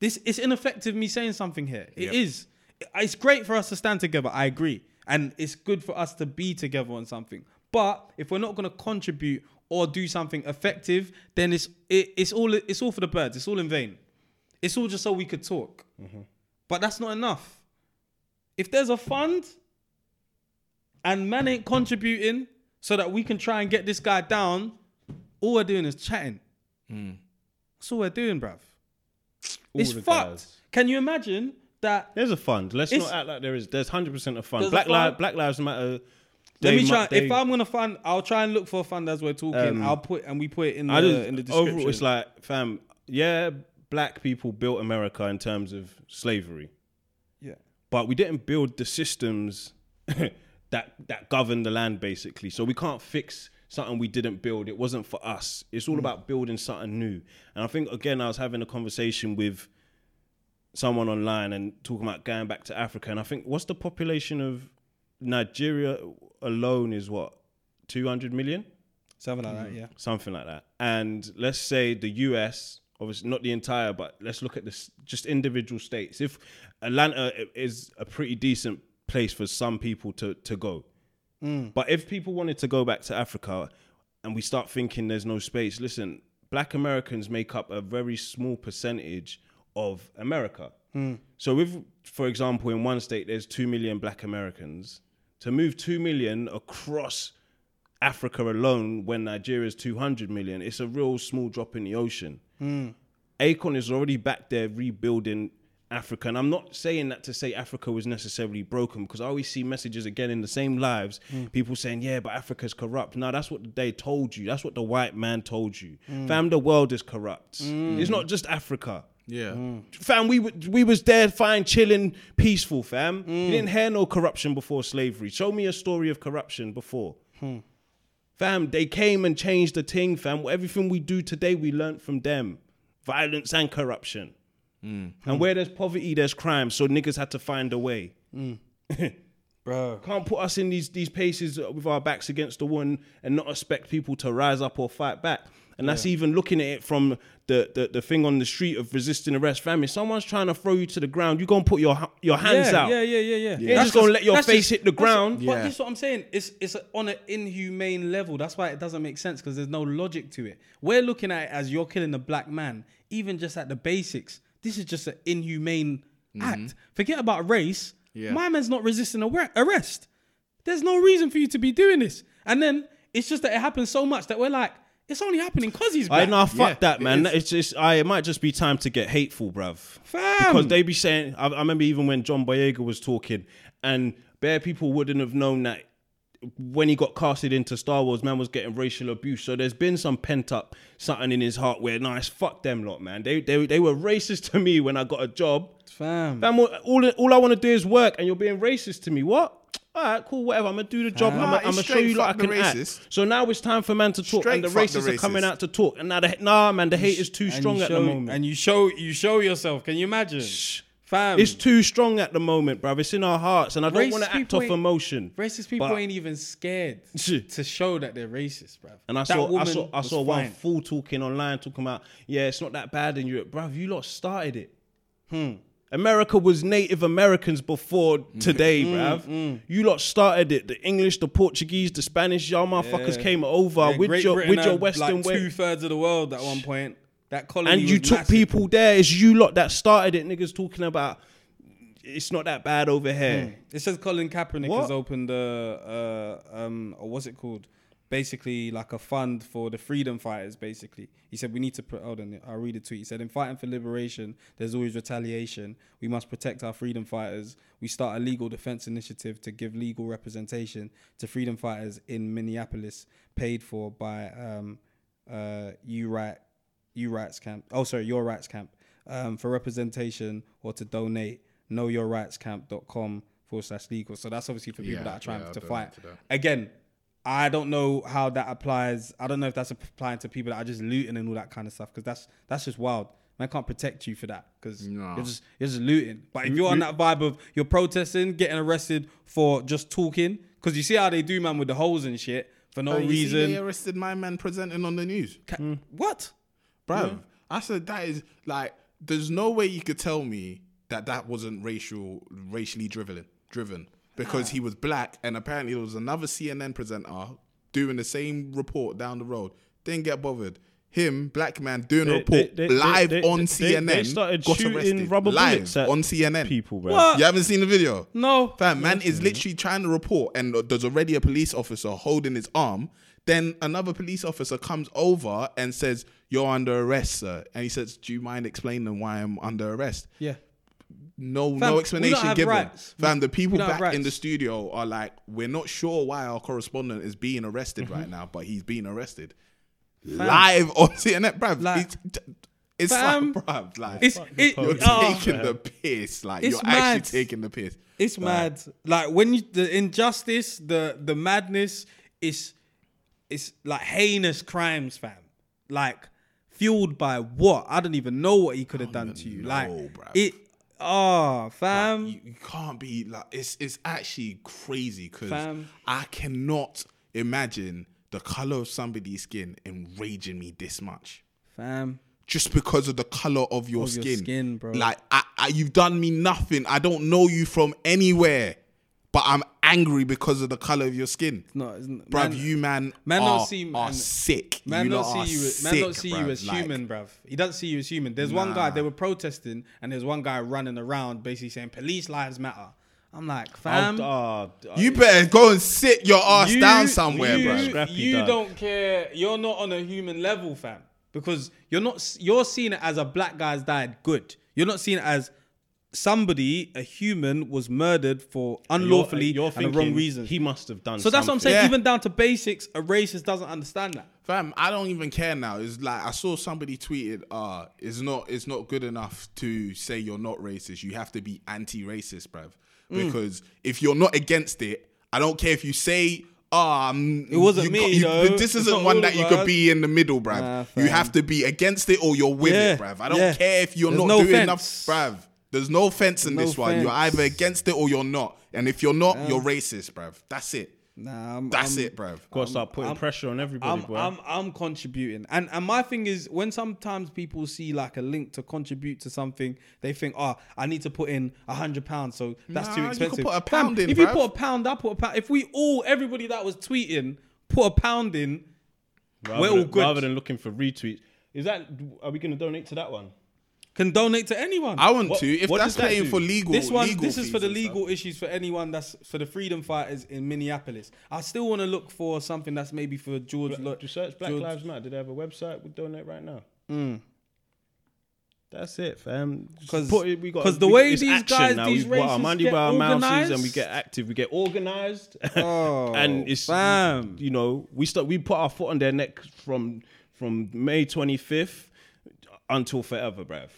C: This it's ineffective me saying something here. It
H: Mm-hmm. Yep.
C: is. It's great for us to stand together. I agree, and it's good for us to be together on something. But if we're not going to contribute or do something effective, then it's it, it's all it's all for the birds. It's all in vain. It's all just so we could talk.
H: Mm-hmm.
C: But that's not enough. If there's a fund and man ain't contributing so that we can try and get this guy down, all we're doing is chatting. That's all we're doing, bruv. it's
G: Hmm. the
C: fucked.
G: guys.
C: Can you imagine that?
G: There's a fund. Let's
C: It's-
G: not act like there is. There's hundred percent a
C: There's
G: fund.
C: a
G: Black
C: fund.
G: lives. Black lives matter.
C: Let
G: They
C: me
G: mu-
C: try.
G: they- Um,
C: if I'm gonna find, I'll try and look for a fund as we're talking. I'll put and we put it in the
G: I just
C: uh, in the description.
G: overall, it's like fam. Yeah, black people built America in terms of slavery,
C: yeah,
G: but we didn't build the systems [laughs] that that govern the land basically. So we can't fix something we didn't build. It wasn't for us. It's all about building something new. And I think again, I was having a conversation with someone online and talking about going back to Africa. And I think what's the population of Nigeria alone is what two hundred million
C: Something like that, yeah.
G: something like that. And let's say the US, obviously not the entire, but let's look at this just individual states. If Atlanta i- is a pretty decent place for some people to to go, but if people wanted to go back to Africa, and we start thinking there's no space, listen, Black Americans make up a very small percentage of America. So if, for example, in one state there's two million Black Americans, to move two million across Africa alone, when Nigeria's 200 million, it's a real small drop in the ocean. Akon is already back there rebuilding Africa. And I'm not saying that to say Africa was necessarily broken because I always see messages again in the same lives, people saying, yeah, but Africa's corrupt. No, that's what they told you. That's what the white man told you. Fam, the world is corrupt. It's not just Africa.
H: Yeah.
G: Fam, we, w- we was there fine, chilling, peaceful, fam. You didn't hear no corruption before slavery. Show me a story of corruption before. Fam, they came and changed the thing, fam. Everything we do today, we learnt from them. Violence and corruption.
C: Mm.
G: And where there's poverty, there's crime. So niggas had to find a way.
C: Mm.
G: [laughs]
C: Bro.
G: Can't put us in these these places with our backs against the wall and, and not expect people to rise up or fight back. And that's even looking at it from the, the the thing on the street of resisting arrest, fam. If someone's trying to throw you to the ground, you gonna put your ha- your hands
C: yeah,
G: out.
C: Yeah, yeah, yeah, yeah.
G: You ain't just gonna let your face hit the ground.
C: But this is what I'm saying. It's it's on an inhumane level. That's why it doesn't make sense because there's no logic to it. We're looking at it as you're killing a black man, even just at the basics. This is just an inhumane act. Forget about race.
H: Yeah.
C: My man's not resisting arre- arrest. There's no reason for you to be doing this. And then it's just that it happens so much that we're like, it's only happening because he's
G: I
C: black.
G: know, fuck
H: Yeah,
G: that,
H: it
G: man.
H: is.
G: It's just, I. It might just be time to get hateful, bruv.
C: Fam.
G: Because they be saying, I, I remember even when John Boyega was talking, and bare people wouldn't have known that when he got casted into Star Wars, man was getting racial abuse. So there's been some pent up something in his heart where, nice, fuck them lot, man. They they they were racist to me when I got a job.
C: Fam.
G: Fam, all all I want to do is work, and you're being racist to me. What? All right, cool, whatever. I'm gonna do the job.
H: Nah,
G: I'm,
H: it's
G: I'm gonna show
H: straight
G: you lot I
H: fuck the
G: can act.
H: racist.
G: So now it's time for man to talk,
H: Straight
G: and the
H: fuck the
G: racists are coming
H: racist.
G: out to talk. And now the nah, man, the hate is too
C: And you
G: strong at the
C: show-
G: moment.
C: And you show you show yourself. Can you imagine? Fam.
G: It's too strong at the moment, bruv. It's in our hearts, and I don't
C: Racist
G: want to act
C: people
G: off
C: ain't-
G: emotion.
C: Racist people
G: But-
C: ain't even scared
G: [laughs] Shit.
C: to show that they're racist, bruv.
G: And I
C: That
G: saw, I
C: woman
G: saw, I
C: was
G: saw one
C: fine.
G: fool talking online, talking about, yeah, it's not that bad in Europe, bruv. You lot started it.
C: Hmm.
G: America was Native Americans
C: [laughs]
G: before today,
C: Hmm,
G: bruv. You lot started it. The English, the Portuguese, the Spanish, y'all motherfuckers came over
C: Yeah,
G: uh, with
C: Great
G: your
C: Britain
G: with your
C: had,
G: Western
C: like,
G: way.
C: two thirds of the world at one point. That colony
G: and you
C: was
G: took
C: massive.
G: people there. It's you lot that started it. Niggas talking about it's not that bad over here.
C: It says Colin Kaepernick
G: What?
C: has opened a, uh, um, or what's it called? Basically, like a fund for the freedom fighters. Basically, he said we need to. Pro- hold on, I'll read the tweet. He said, "In fighting for liberation, there's always retaliation. We must protect our freedom fighters. We start a legal defense initiative to give legal representation to freedom fighters in Minneapolis, paid for by um, uh, you right, you rights camp. Oh, sorry, your rights camp. Um, for representation or to donate, knowyourrightscamp.com forward slash legal. So that's obviously for people
H: Yeah,
C: that are trying
H: yeah, I'll
C: to
H: donate
C: fight.
H: to that.
C: Again, I don't know how that applies. I don't know if that's applying to people that are just looting and all that kind of stuff because that's that's just wild. Man can't protect you for that because
H: No.
C: you're just you're just looting. But if you're on that vibe of you're protesting, getting arrested for just talking, because you see how they do, man, with the holes and shit for no
H: Oh, you see
C: reason.
H: They um, arrested my man presenting on the news.
C: Ca- What?
H: Bruv, I said that is like there's no way you could tell me that that wasn't racial racially driven driven
G: Ah.
H: because he was black and apparently there was another CNN presenter doing the same report down the road. Didn't get bothered. Him, black man, doing a report
G: they- they-
H: live
G: they-
H: on
G: they-
H: CNN.
G: They started
H: got
G: shooting
H: arrested
G: rubber
H: live
G: bullets at
H: on CNN.
G: people, bro.
C: What?
H: You haven't seen the video?
C: No.
H: Fam, man is literally trying to report, and there's already a police officer holding his arm. Then another police officer comes over and says, "You're under arrest, sir." And he says, "Do you mind explaining why I'm under arrest?"
C: Yeah.
H: No,
C: we
H: no
C: don't
H: explanation
C: have
H: given.
C: rights.
H: Fam, the people
C: don't have
H: back in
C: rights.
H: the studio are like, "We're not sure why our correspondent is being
C: Mm-hmm.
H: arrested right now, but he's being arrested live on CNN, bruv."
C: Like-
H: it's- It's
C: Fam,
H: like, bruv, like
C: It's it,
H: you're
C: ah,
H: taking the piss. Like
C: It's
H: you're actually
C: mad.
H: taking the piss.
C: it's mad. Like when you the injustice, the the madness is it's like heinous crimes, fam. Like fueled by what? I don't even know what he could have done to you. like
H: bruv.
C: it. Oh, fam.
H: you, you can't be like it's it's actually crazy because
C: Fam.
H: I cannot imagine the color of somebody's skin enraging me this much.
C: fam.
H: Just because of the color of your
C: Of your
H: skin,
C: skin, bro.
H: Like I, I, you've done me nothing. I don't know you from anywhere, but I'm angry because of the color of your skin.
C: No, it's n-
H: bruv,
C: man-
H: you man,
C: man
H: are,
C: don't see-
H: are
C: man-
H: sick.
C: Man
H: you
C: don't
H: lot are
C: see you. As, man
H: sick,
C: don't see you
H: bruv.
C: as
H: Like,
C: human, bruv. He doesn't see you as human. There's one guy they were protesting, and there's one guy running around basically saying police lives matter. I'm like, fam,
G: Oh, d-
H: You better go and sit your ass
C: you-
H: down somewhere,
C: you,
H: bruv.
G: Scrappy
C: you
G: dog.
C: don't care. You're not on a human level, fam, because you're not. s- You're seeing it as a black guy's died good. You're not seeing it as somebody, a human, was murdered for unlawfully
G: you're
C: and the wrong
G: thinking
C: reason.
G: He must have done.
C: so that's what I'm
G: something.
C: saying.
H: Yeah.
C: Even down to basics, a racist doesn't understand that.
H: Fam, I don't even care now. It's like I saw somebody tweeted, uh, it's not it's not good enough to say you're not racist. You have to be anti-racist, bruv.
C: Mm.
H: Because if you're not against it, I don't care if you say ah, um, it
C: wasn't me, though. [laughs]
H: This
C: It's
H: isn't
C: not
H: one
C: all
H: that
C: of
H: you could
C: us.
H: be in the middle, bruv.
C: Nah, fam.
H: you have to be against it or you're with
C: Yeah,
H: it, bruv. I don't
C: yeah.
H: care if you're
C: There's
H: not
C: no
H: doing
C: fence.
H: enough, bruv. There's no fence in
C: No
H: this one. You're
C: fence.
H: either against it or you're not. And if you're not, you're racist, bruv. That's it.
C: Nah, I'm,
H: That's
C: I'm-
H: it, bruv.
G: Gotta start putting pressure on everybody,
C: I'm,
G: bro.
C: I'm I'm contributing, and and my thing is when sometimes people see like a link to contribute to something, they think, oh, I need to put in a hundred pounds, so that's too
H: Nah, you could
C: expensive.
H: put a
C: Fam,
H: pound in,
C: if you
H: bruv.
C: put a pound, I put a pound. If we all, everybody that was tweeting, put a pound in,
G: rather,
C: we're all
G: than-
C: good.
G: rather than looking for retweets. Is that? Are we gonna donate to that one?
C: can donate to anyone.
H: I want
G: What-
H: to. If
G: what
H: that's
G: does that
H: paying
G: do?
H: for legal,
C: this one,
H: legal
C: this is for
H: fees
C: the
H: and stuff.
C: legal issues for anyone that's for the freedom fighters in Minneapolis. I still want to look for something that's maybe for George. Lo-
G: Look, just search Black
C: George-
G: Lives Matter. Do they have a website? We donate right now. That's it, fam. Just
C: Mm. 'Cause-
G: put it- we got-
C: 'cause the
G: we-
C: way
G: it's
C: these
G: action
C: guys,
G: now.
C: these
G: We've got our
C: racists
G: money
C: get
G: by our mouses, and we
C: organised.
G: get active. We get organized, [laughs]
C: Oh,
G: and it's
C: fam.
G: you know we start we put our foot on their neck from from May twenty fifth until forever, bruv.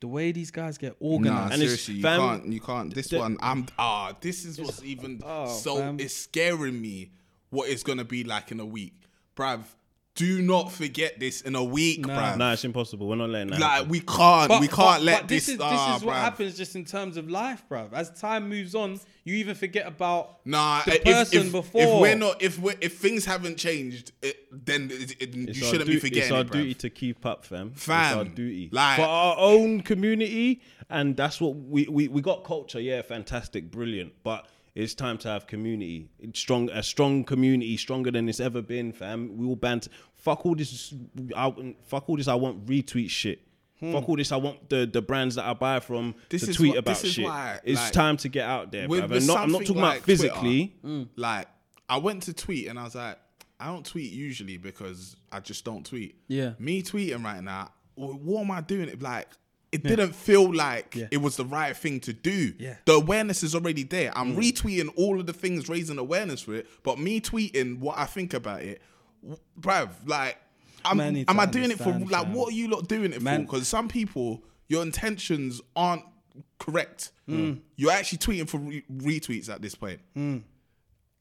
C: The way these guys get
H: Nah,
C: organized.
G: And it's
H: seriously, you
G: fam-
H: can't. You can't. This
G: the-
H: one, I'm. Ah, this is what's even so.
C: ah, fam.
H: It's scaring me. What it's gonna be like in a week, bruv. Do not forget this in a week, bruv.
G: Nah, it's impossible. We're not letting that.
H: Like
G: happen.
H: we can't. we can't let
C: but
H: this.
C: This is,
H: ah,
C: this is what
H: bruv.
C: happens just in terms of life, bruv. As time moves on, you even forget about
H: Nah, eh,
C: the
H: if,
C: person
H: if,
C: before.
H: if we're not, if we are if things haven't changed, it, then it, it, you
G: It's our
H: shouldn't
G: du-
H: be forgetting.
G: It's our
H: it, bruv.
G: duty to keep up, fam.
H: Fam,
G: It's our duty.
H: like-
G: For our own community, and that's what we, we, we got culture, yeah, fantastic, brilliant. But it's time to have community. It's strong a strong community, stronger than it's ever been, fam. We all band fuck all this I, fuck all this I want retweet shit. Fuck all this! I want the, the brands that I buy from
H: Hmm. This
G: to
H: is
G: tweet
H: what-
G: about
H: this is
G: shit.
H: why,
G: it's
H: like,
G: time to get out there,
H: with-
G: bruv.
H: with
G: And not- I'm not
H: something
G: talking
H: like
G: about physically.
H: Twitter, mm. like I went to tweet and I was like, I don't tweet usually because I just don't tweet.
C: Yeah.
H: Me tweeting right now, wh- what am I doing? It like it didn't feel like it was the right thing to do.
C: Yeah. Mm.
H: The awareness is already there. I'm retweeting all of the things raising awareness for it, but me tweeting what I think about it, w- bruv, like I'm,
C: Man needs
H: am
C: to
H: I doing it for
C: understand,
H: like
C: fam.
H: what are you lot doing it for?
C: Man-
H: Because some people, your intentions aren't correct.
C: Hmm.
H: You're actually tweeting for re- retweets at this point.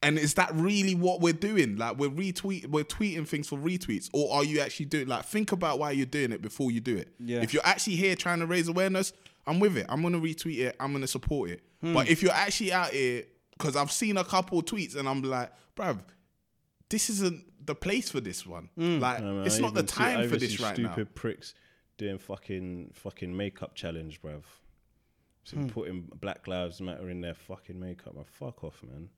H: And is that really what we're doing? Like we're retweet, we're tweeting things for retweets, or are you actually doing? Like think about why you're doing it before you do it.
C: Yeah.
H: If you're actually here trying to raise awareness, I'm with it. I'm gonna retweet it. I'm gonna support it.
C: Hmm.
H: But if you're actually out here, because I've seen a couple tweets and I'm like, bruv, this isn't the place for this one.
C: Hmm.
H: Like
G: I mean,
H: it's
G: I
H: not the
G: even see- I
H: time for
G: even
H: this
G: see
H: right
G: stupid
H: now.
G: pricks doing fucking fucking makeup challenge, bruv. So
H: Hmm.
G: putting Black Lives Matter in their fucking makeup, man. Fuck off, man.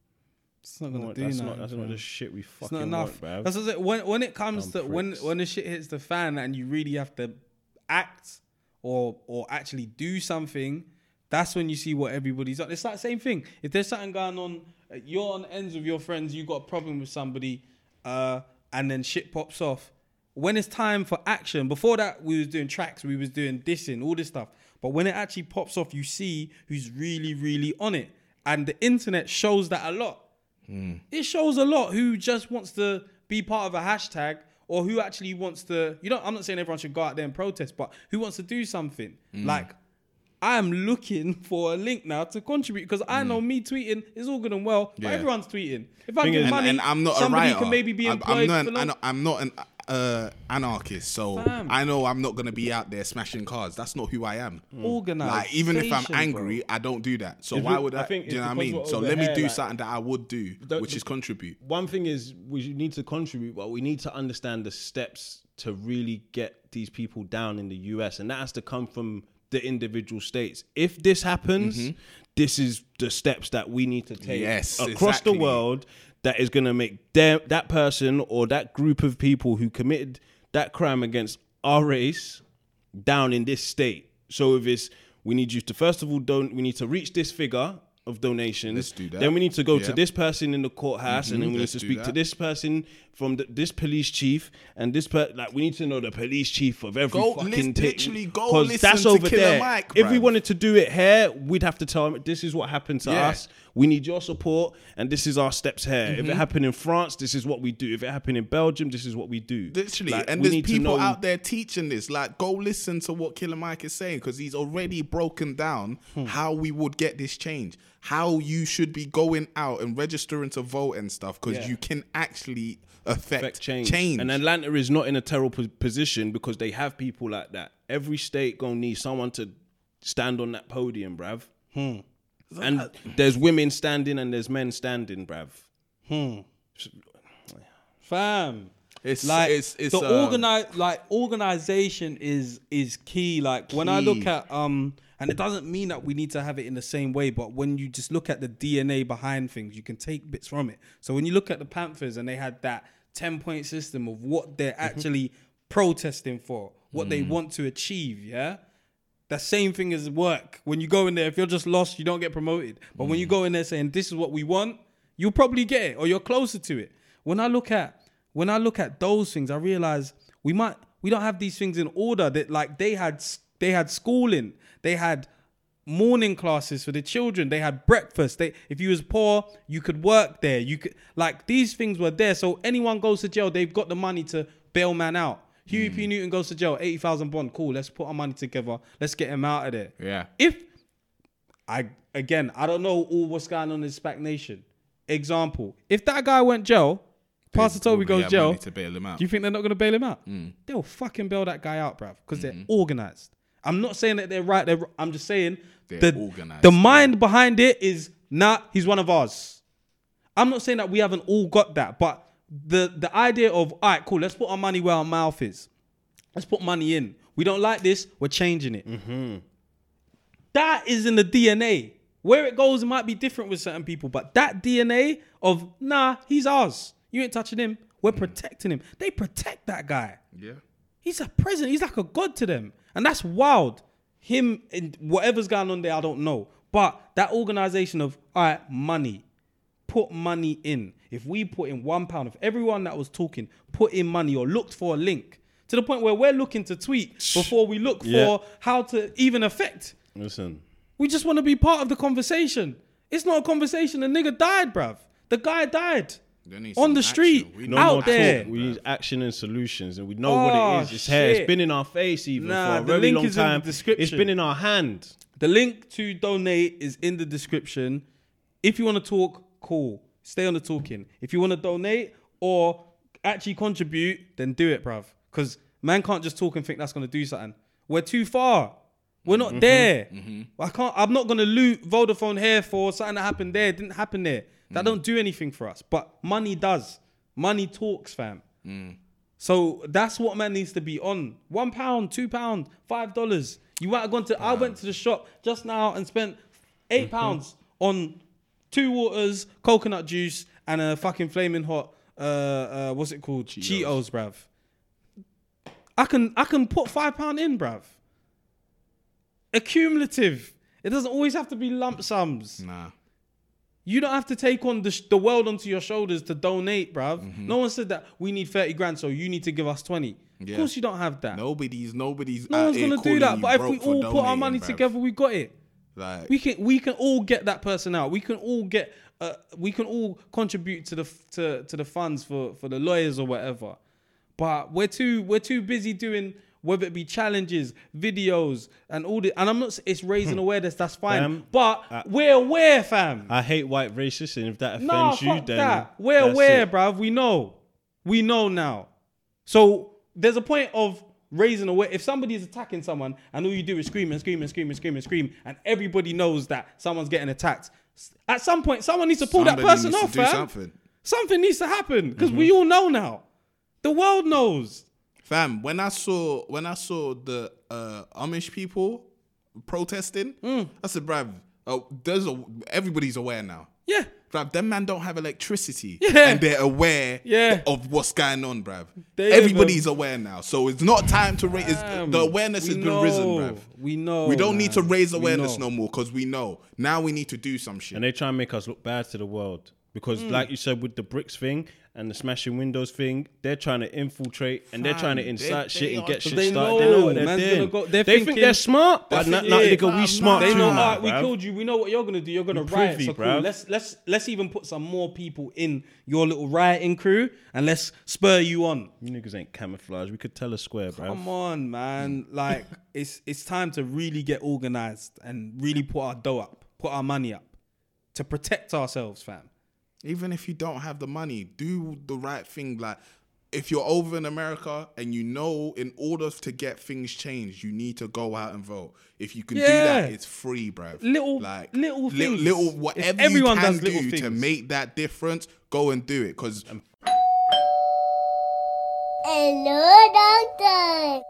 C: it's not gonna
G: What-
C: do
G: that's
C: nothing,
G: not that's not
C: fam.
G: the shit we
C: It's
G: fucking
C: not enough.
G: want, bruv.
C: That's what I said. when when it comes
G: Dumb
C: to when
G: pricks.
C: when the shit hits the fan and you really have to act or or actually do something. That's when you see what everybody's up. It's that same thing. If there's something going on, uh, you're on ends with your friends. You got a problem with somebody, uh, and then shit pops off. When it's time for action, before that we was doing tracks, we was doing dissing, all this stuff. But when it actually pops off, you see who's really, really on it, and the internet shows that a lot it shows a lot who just wants to be part of a hashtag or who actually wants to you know i'm not saying everyone should go out there and protest but who wants to do something
H: Mm.
C: like i'm looking [laughs] for a link now to contribute because i know
H: Mm.
C: me tweeting is all good and well
H: Yeah.
C: but everyone's tweeting if i
G: Thing
C: give
G: is-
H: and,
C: money
H: and I'm not
C: somebody
H: a writer.
C: can maybe be
H: I'm-
C: employed
H: I'm,
C: for
H: not an,
C: long-
H: I'm not an uh, anarchist, so I know I'm not gonna be out there smashing cars. That's not who I am.
C: Organised
H: Like even if I'm
C: Mm. station,
H: angry, I don't do that. So why
G: re-
H: would
G: I
H: I?
G: think
H: do you
G: it's
H: know what I
G: because
H: mean?
G: we're
H: So
G: over
H: let me
G: here,
H: do
G: like-
H: something that I would do,
G: Don't-
H: which is contribute.
G: one thing is we need to contribute, but we need to understand the steps to really get these people down in the US, and that has to come from the individual states. If this happens, this is the steps that we need to take
H: Mm-hmm. Yes,
G: across
H: exactly.
G: the world that is going to make them, that person or that group of people who committed that crime against our race down in this state. So if it's we need you to first of all don't we need to reach this figure of donations.
H: Let's do that.
G: Then we need to go to
H: Yeah.
G: this person in the courthouse, and then we need
H: Mm-hmm. let's
G: to
H: do
G: speak to
H: that.
G: this person from the, this police chief, and this per- like we need to know the police chief of every
H: Go-
G: fucking
H: lis-
G: thing,
H: literally go
G: 'cause
H: listen to Killer Mike,
G: if we
H: bruv.
G: wanted to do it here, we'd have to tell them this is what happened to
H: Yeah.
G: us. We need your support, and this is our steps here. If it
H: Mm-hmm.
G: happened in France, this is what we do. If it happened in Belgium, this is what we do.
H: Literally,
G: Like,
H: and
G: we
H: there's
G: need to
H: people
G: know-
H: out there teaching this. Like, go listen to what Killer Mike is saying because he's already broken down how we would get this change, how you should be going out and registering to vote and stuff because you can actually affect,
G: affect
H: change.
G: change. And Atlanta is not in a terrible po- position because they have people like that. Every state gonna need someone to stand on that podium, bruv. Hmm. And there's women standing and there's men standing, bruv.
C: fam
H: it's
C: like
H: it's it's
C: the
H: uh,
C: organize like organization is is key like when i look
H: Key.
C: at um and it doesn't mean that we need to have it in the same way but when you just look at the dna behind things you can take bits from it so when you look at the panthers and they had that 10 point system of what they're
H: Mm-hmm.
C: actually protesting for what
H: Mm.
C: they want to achieve yeah that same thing as work. When you go in there, if you're just lost, you don't get promoted. But when you go in there saying this is what we want, you'll probably get it or you're closer to it. When I look at when I look at those things, I realize we might we don't have these things in order. That like they had s- they had schooling, they had morning classes for the children. They had breakfast. They, if you was poor, you could work there. You could like these things were there. So anyone goes to jail, they've got the money to bail man out. Huey
H: Mm.
C: P. Newton goes to jail, eighty thousand bond. Cool. Let's put our money together. Let's get him out of there.
H: Yeah.
C: If I again, I don't know all what's going on in Spac Nation. Example: If that guy went jail, Pastor Toby
H: probably
C: goes
H: had
C: jail.
H: money to bail him out. Mm.
C: Do you think they're not going to bail him out? They'll fucking bail that guy out, bruv, because they're
H: Mm-hmm.
C: organized. I'm not saying that they're right. They're, I'm just saying
H: They're
C: the
H: organised,
C: the
H: yeah.
C: mind behind it is not. Nah, he's one of us. I'm not saying that we haven't all got that, but the the idea of all right, cool, let's put our money where our mouth is. Let's put money in. We don't like this. We're changing it. That is in the DNA. Where it goes, it might be different with certain people, but that DNA of nah, he's ours. You ain't touching him. We're protecting him. They protect that guy.
H: yeah.
C: He's a president. He's like a god to them, and that's wild. Him and whatever's going on there, I don't know. But that organization of all right, money, put money in. If we put in one pound, if everyone that was talking put in money or looked for a link to the point where we're looking to tweet before we look
G: Yeah.
C: for how to even affect.
G: Listen,
C: We just want to be part of the conversation. It's not a conversation. The nigga died, bruv. The guy died
H: There needs
C: on
H: some
C: the street,
H: action. We
G: no
H: need
G: more
C: out
H: some
C: there.
G: talk. We need action and solutions, and we know
C: Oh,
G: what it is. It's here.
C: shit.
G: It's been in our face even
C: Nah,
G: for a
C: the
G: very
C: link
G: long
C: is in the
G: time. It's
C: description.
G: been in our hand.
C: The link to donate is in the description. If you want to talk, cool. Stay on the talking. If you want to donate or actually contribute, then do it, bruv. Because man can't just talk and think that's going to do something. We're too far. We're not there. I can't. I'm not going to loot Vodafone here for something that happened there. Didn't happen there. That don't do anything for us. But money does. Money talks, fam. So that's what man needs to be on. One pound, two pound, five dollars. You might have gone to. I went to the shop just now and spent eight pounds on two waters, coconut juice, and a fucking flaming hot. Uh, uh, what's it called? Cheetos, bruv. I can I can put five pound in, bruv. Accumulative. It doesn't always have to be lump sums.
H: Nah.
C: You don't have to take on the, sh- the world onto your shoulders to donate, bruv.
H: Mm-hmm.
C: No one said that we need 30 grand, so you need to give us 20. Of
H: Yeah. Uh,
C: course, you don't have that. No,
H: Nobody's nobody's.
C: one's going to do that. But if we all put our money together, we got it.
H: like
C: We can we can all get that person out. We can all get uh, we can all contribute to the f- to, to the funds for for the lawyers or whatever. But we're too we're too busy doing whether it be challenges, videos, and all the. And I'm not. s- It's raising awareness. That's fine.
G: Fam,
C: but we're aware, fam.
G: I hate white racists, and if that offends
C: No,
G: you,
C: fuck
G: then
C: that. We're
G: that's
C: aware,
G: it.
C: bruv. We know. We know now. So there's a point of raising aware. If somebody is attacking someone and all you do is scream and scream and scream and scream and scream, and everybody knows that someone's getting attacked, s- at some point someone needs to pull that
H: Somebody
C: person
H: needs to
C: off,
H: do
C: fam.
H: something. Mm-hmm.
C: Something needs to happen because we all know now. The world knows.
H: Fam, when I saw when I saw the uh, Amish people protesting,
C: Mm.
H: I said, "Bruv, oh, there's a, everybody's aware now."
C: Yeah.
H: Bruv, them man don't have electricity,
C: [laughs] Yeah.
H: and they're aware
C: Yeah.
H: of what's going on, bruv.
C: They
H: Everybody's aware now, so it's not time to raise. it's- The awareness
C: we
H: has been
C: know.
H: risen, bruv.
C: We know,
H: We don't need to
C: man.
H: raise
C: We
H: awareness
C: know.
H: no more because we know now. We need to do some shit.
G: And they try and make us look bad to the world because,
C: Mm.
G: like you said, with the bricks thing and the smashing windows thing, they're trying to infiltrate and they're trying to
H: Fam, they-
G: incite
H: they
G: shit and
H: are-
G: get shit
C: They
G: started.
C: know,
G: they know what they're
C: man's gonna
G: doing.
C: go- they're
G: they think
C: thinking-
G: they're smart, but
C: That's
G: not
C: it.
G: nah, nigga, we smart
C: They
G: too.
C: know,
G: now,
C: all right, we
G: bruv.
C: killed you. We know what you're gonna do. You're gonna
G: We
C: riot.
G: privy,
C: so cool.
G: bruv.
C: Let's let's let's even put some more people in your little rioting crew and let's spur you on.
G: You niggas ain't camouflage. We could tell a square, bruv.
C: Come on, man.
G: [laughs]
C: Like it's it's time to really get organized and really put our dough up, put our money up to protect ourselves, fam.
H: even if you don't have the money, do the right thing. Like, if you're over in America and you know, in order to get things changed, you need to go out and vote. If you can do that,
C: Yeah.
H: it's free, bruv.
C: Little- little
H: li-
C: things.
H: little
C: If
H: whatever
C: everyone
H: you can
C: does
H: do
C: little
H: to
C: things. Um,
H: make that difference, go and do it. Because
A: Hello, doctor.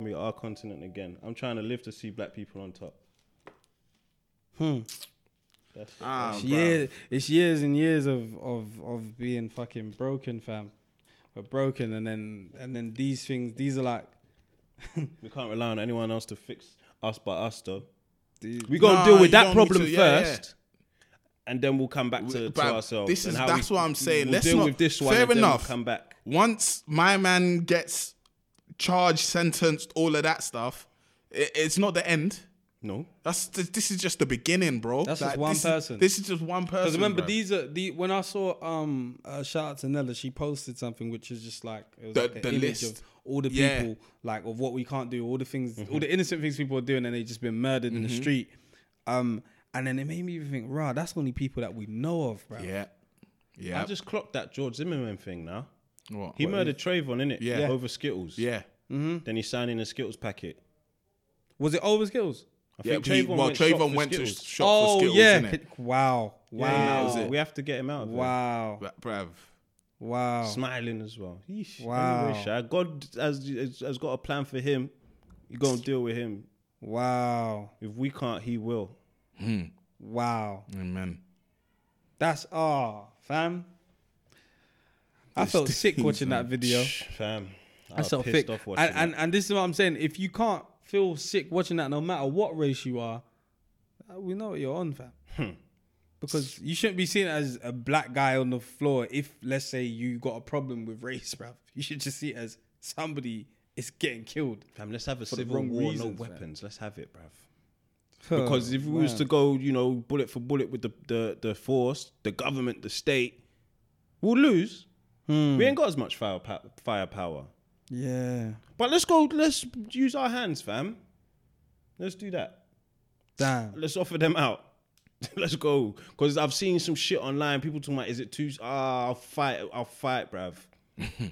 G: We are our continent again. I'm trying to live to see black people on top. That's it.
H: ah,
C: It's
H: bruv.
C: years, it's years and years of of of being fucking broken, fam. We're broken, and then and then these things, these are like
G: we can't rely on anyone else to fix us but us, though.
C: these,
G: We gonna
H: Nah,
G: deal
H: you
G: with
H: don't
G: that
H: need
G: problem
H: to- yeah,
G: first, and then we'll come back to, to
H: Bruv,
G: ourselves.
H: This is
G: and how
H: that's
G: we-
H: what I'm saying.
G: We'll
H: Let's
G: deal
H: not,
G: with this one.
H: Fair
G: and then we'll
H: enough.
G: come back.
H: Once my man gets charged, sentenced, all of that stuff, it, it's not the end.
G: No,
H: That's th- this is just the beginning, bro.
C: That's just one
H: this
C: person.
H: Is, this is just one person.
C: Because remember,
H: bruv.
C: these are the when I saw um uh, shout out to Nella, she posted something which is just like it was
H: The-
C: like an
H: the
C: image
H: list.
C: of all the
H: Yeah. Mm-hmm.
C: people like of what we can't do, all the things, all the innocent things people are doing, and they just been murdered in the street. Um, and then it made me even think, rah, that's only people that we know of, bro.
H: Yeah. Yeah.
G: I just clocked that George Zimmerman thing now.
H: What?
G: He murdered Trayvon, innit?
H: Yeah. Yeah.
G: Over Skittles.
H: Yeah.
G: Then he signed in a Skittles packet.
C: Was it over skills?
G: I
H: Yeah,
G: think
H: he-
G: Trayvon
H: well,
G: went, shot
H: Trayvon
G: for
H: went to
G: Skittles.
H: shop
C: oh
H: for Skittles,
C: yeah!
H: innit?
C: Could- [laughs] Wow! Wow!
G: Yeah, that
H: was it.
G: We have to get him out of there.
C: Wow!
H: Bra- Bruv.
C: Wow!
G: Smiling as well. Yeesh.
C: Wow.
G: Anyway, Sha, God has, has, has got a plan for him. You're going to deal with him.
C: Wow!
G: If we can't, he will.
C: Wow!
H: Amen.
C: That's ah, fam. I felt sick watching that video.
G: Fam. I
C: I
G: was
C: felt
G: pissed
C: sick.
G: off watching
C: And, and and this is what I'm saying. If you can't feel sick watching that, no matter what race you are, uh, we know what you're on, fam.
G: Hmm.
C: Because you shouldn't be seen as a black guy on the floor if, let's say, you got a problem with race, bruv. [laughs] You should just see it as somebody is getting killed.
G: it. Fam, let's have a
C: the
G: civil
C: wrong
G: war, no
C: reasons, fam.
G: weapons. Let's have it, bruv. Because if we was to go, you know, bullet for bullet with the, the, the force, the government, the state, we'll lose.
C: Hmm.
G: We ain't got as much fire firepower.
C: Yeah.
G: But let's go, let's use our hands, fam. Let's do that.
C: Damn.
G: Let's offer them out. [laughs] let's go. Because I've seen some shit online. People talking about, is it too. Ah, I'll fight. I'll fight,
H: [laughs]
G: bruv.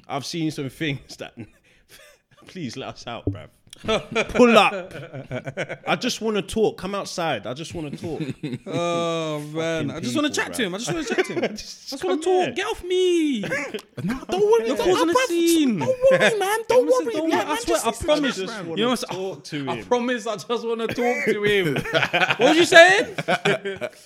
G: I've seen some things that. [laughs] Please let us out,
H: [laughs]
G: bruv. Pull up. I just want to talk. Come outside. I just want to talk.
H: [laughs]
C: Oh, man. I just want to
G: people,
C: chat
G: bruv.
C: to him. I just want to chat to
G: [laughs]
C: him. I just
G: come
C: want to talk.
G: here.
C: Get off me.
G: [laughs]
H: [laughs] Don't worry.
C: You're causing a scene.
H: worry, man. Don't
C: Listen, don't worry, I swear, I promise.
G: just wanna
C: You know what I'm saying?
G: talk to
C: I
G: him.
C: promise I just want to talk to him. what was you saying?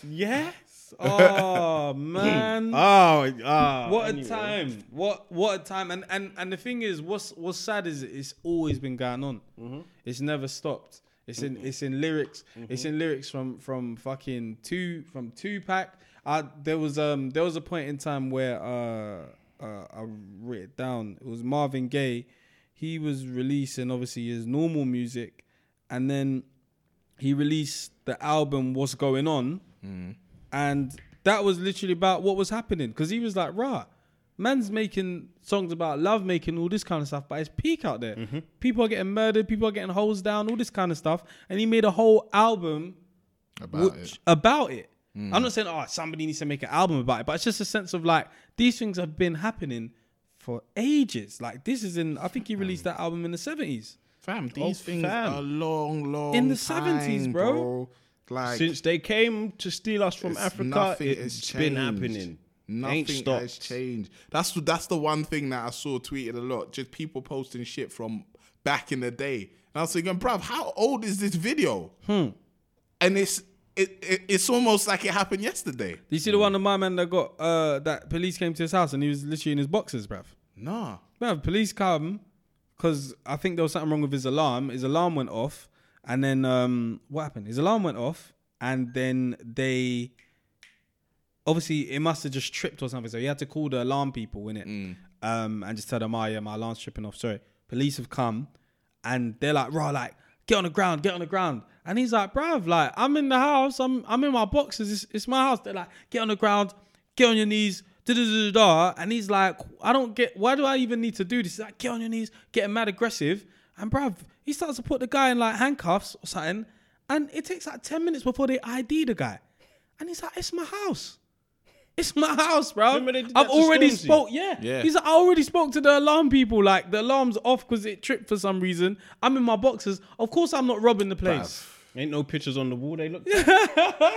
G: yeah.
C: [laughs] Oh man.
G: Oh, ah.
C: what
G: anyway.
C: a time. What what a time. And and and the thing is, what's what's sad is it's always been going on. It's never stopped. It's in it's in lyrics. It's in lyrics from from fucking two from Tupac. I there was um there was a point in time where uh, uh I wrote it down. It was Marvin Gaye. He was releasing obviously his normal music, and then he released the album What's Going
H: Mm.
C: On, and that was literally about what was happening because he was like, "Rah, Man's making songs about love, making all this kind of stuff, but it's peak out there. People are getting murdered, people are getting holes down, all this kind of stuff. And he made a whole album
H: About
C: which-
H: it. Mm.
C: about it. I'm not saying oh somebody needs to make an album about it, but it's just a sense of like these things have been happening for ages. Like this is in I think he released
H: Mm.
C: that album in the 70s.
H: Oh, Fam, these things
G: fam.
H: are long, long.
C: In the 70s,
H: time,
C: bro.
H: Like
G: Since they came to steal us from
H: it's-
G: Africa,
H: nothing has
G: it's been
H: changed.
G: happening.
H: Nothing
G: Ain't stopped.
H: has changed. That's that's the one thing that I saw tweeted a lot. Just people posting shit from back in the day, and I was thinking, bruv, how old is this video?
G: Hmm.
H: And it's it, it it's almost like it happened yesterday.
C: Do you see the one of my man that got uh that police came to his house and he was literally in his boxes, bruv?
H: Nah,
C: Bruv, police come because I think there was something wrong with his alarm. His alarm went off, and then um what happened? His alarm went off, and then they obviously it must have just tripped or something. So he had to call the alarm people in it, um, and just tell them, "Oh yeah, my alarm's tripping off." Sorry, police have come, and they're like, "Raw, like get on the ground, get on the ground." And he's like, "Bruv, like I'm in the house, I'm I'm in my boxes, it's, it's my house." They're like, "Get on the ground, get on your knees." Da, da, da, da, da. And he's like, I don't get why do I even need to do this? He's like, get on your knees, getting mad aggressive. And bruv, he starts to put the guy in like handcuffs or something. And it takes like 10 minutes before they ID the guy. And he's like, it's my house. It's my house, bro.
G: Remember they did
C: I've
G: that to
C: already
G: Stormzy?
C: spoke. Yeah.
H: Yeah.
C: He's like, "Oh, I already spoke to the alarm people. Like, the alarm's off because it tripped for some reason. I'm in my boxes. Of course, I'm not robbing the place.
G: Ain't no pictures on the wall. They
H: [laughs]
G: look. Do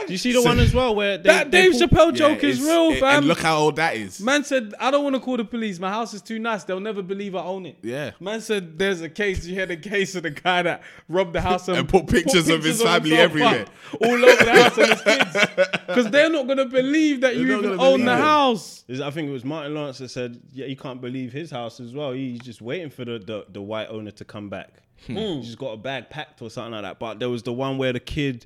G: you see the one as well where they,
C: That
G: they
C: Dave
G: pull-
C: Chappelle joke
H: Yeah,
C: is
H: it's-
C: real,
H: it-
C: fam.
H: And look how old that is.
C: Man said, I don't want to call the police. My house is too nice. They'll never believe I own it.
H: Yeah.
C: Man said, there's a case. You had a case of the guy that robbed the house and,
H: And put pictures of his family
C: himself
H: everywhere.
C: up All over the house and his kids. Because they're not going to believe that you
H: not
C: even
H: gonna
C: own
H: believe
C: the
H: it.
C: house.
G: Is- I think it was Martin Lawrence that said, "Yeah, he can't believe his house as well. He's just waiting for the the, the white owner to come back.
H: Hmm.
G: He's just got a bag packed or something like that." But there was the one where the kid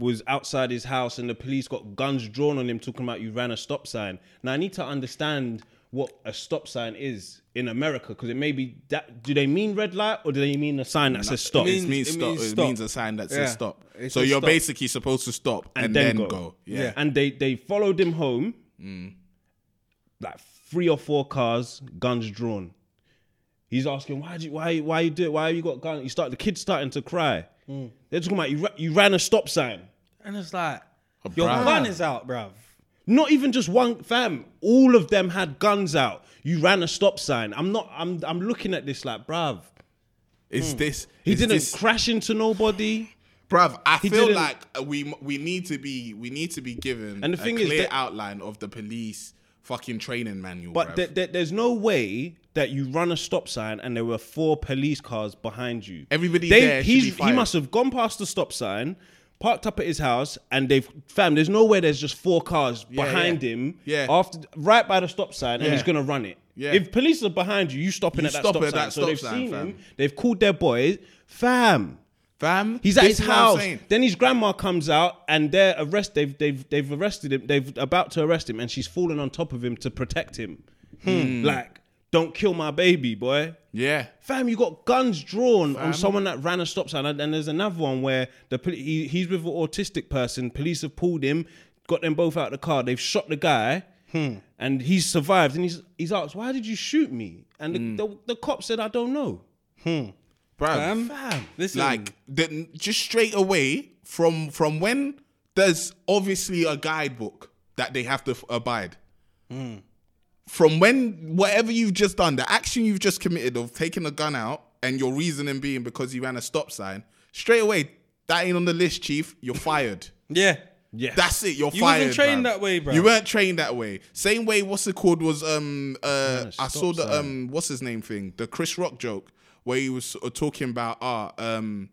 G: was outside his house and the police got guns drawn on him, talking about you ran a stop sign. Now I need to understand what a stop sign is in America because it may be that. Do they mean red light or do they mean a sign that says stop?
H: It means,
C: means- it
H: stop.
C: means
H: It
C: stop.
H: means a sign that says
C: Yeah.
H: stop.
C: It
H: So
C: says
H: you're
C: stop.
H: basically supposed to stop and, then, go. Yeah. Mm.
G: And they they followed him home, like three or four cars, guns drawn. He's asking why you why why you do it? Why you got gun? You start the kid's starting to cry.
H: Mm.
G: They're talking about you ra- you ran a stop sign.
C: And it's like, your
H: bruv.
C: gun is out, bruv.
G: Not even just one fam. All of them had guns out. You ran a stop sign. I'm not. I'm. I'm looking at this like, bruv.
H: Is this?
G: He
H: is
G: didn't
H: this-
G: crash into nobody.
H: Bruv, I feel
G: didn't-
H: like we we need to be we need to be given
G: And the
H: a
G: thing is
H: clear
G: that-
H: outline of the police fucking training manual.
G: But
H: bruv.
G: th- th- there's no way that you run a stop sign and there were four police cars behind you.
H: Everybody there should
G: he's-
H: be
G: he
H: fired.
G: must have gone past the stop sign, parked up at his house, and they've fam. There's no way there's just four cars behind
H: yeah.
G: him.
H: Yeah.
G: after right by the stop sign, and he's
H: Yeah.
G: gonna run it.
H: Yeah.
G: If police are behind you, you stopping
H: You
G: at that
H: stop
G: stop
H: at
G: sign.
H: that
G: so
H: stop
G: they've
H: sign,
G: seen
H: fam.
G: him. They've called their boys, fam.
H: fam,
G: He's at
H: this
G: his
H: is what I'm
G: house.
H: saying.
G: Then his grandma comes out and they're arrest. They've they've they've arrested him. They've about to arrest him, and she's fallen on top of him to protect him.
H: Hmm.
G: Hmm. Like, don't kill my baby, boy.
H: Yeah.
G: Fam, you got guns drawn on someone that ran a stop sign. And then there's another one where the poli- he, he's with an autistic person. Police have pulled him, got them both out of the car. They've shot the guy,
H: Hmm.
G: and he's survived. And he's he's asked, "Why did you shoot me?" And the,
H: Hmm.
G: the, the cop said, "I don't know."
H: Bruv,
C: Fam. Listen,
H: like the, just straight away from from when there's obviously a guidebook that they have to f- abide.
C: Hmm.
H: From when whatever you've just done, the action you've just committed of taking a gun out and your reasoning being because you ran a stop sign, straight away that ain't on the list, chief.
C: [laughs]
H: You're fired.
C: yeah.
G: Yeah,
H: That's it. You're
C: You
H: fired.
C: wasn't trained
H: bruv.
C: that way, bruv.
H: You weren't trained that way. Same way. What's it called? Was um uh I
G: stop
H: saw the
G: sign.
H: um what's his name thing the Chris Rock joke where he was uh, talking about ah um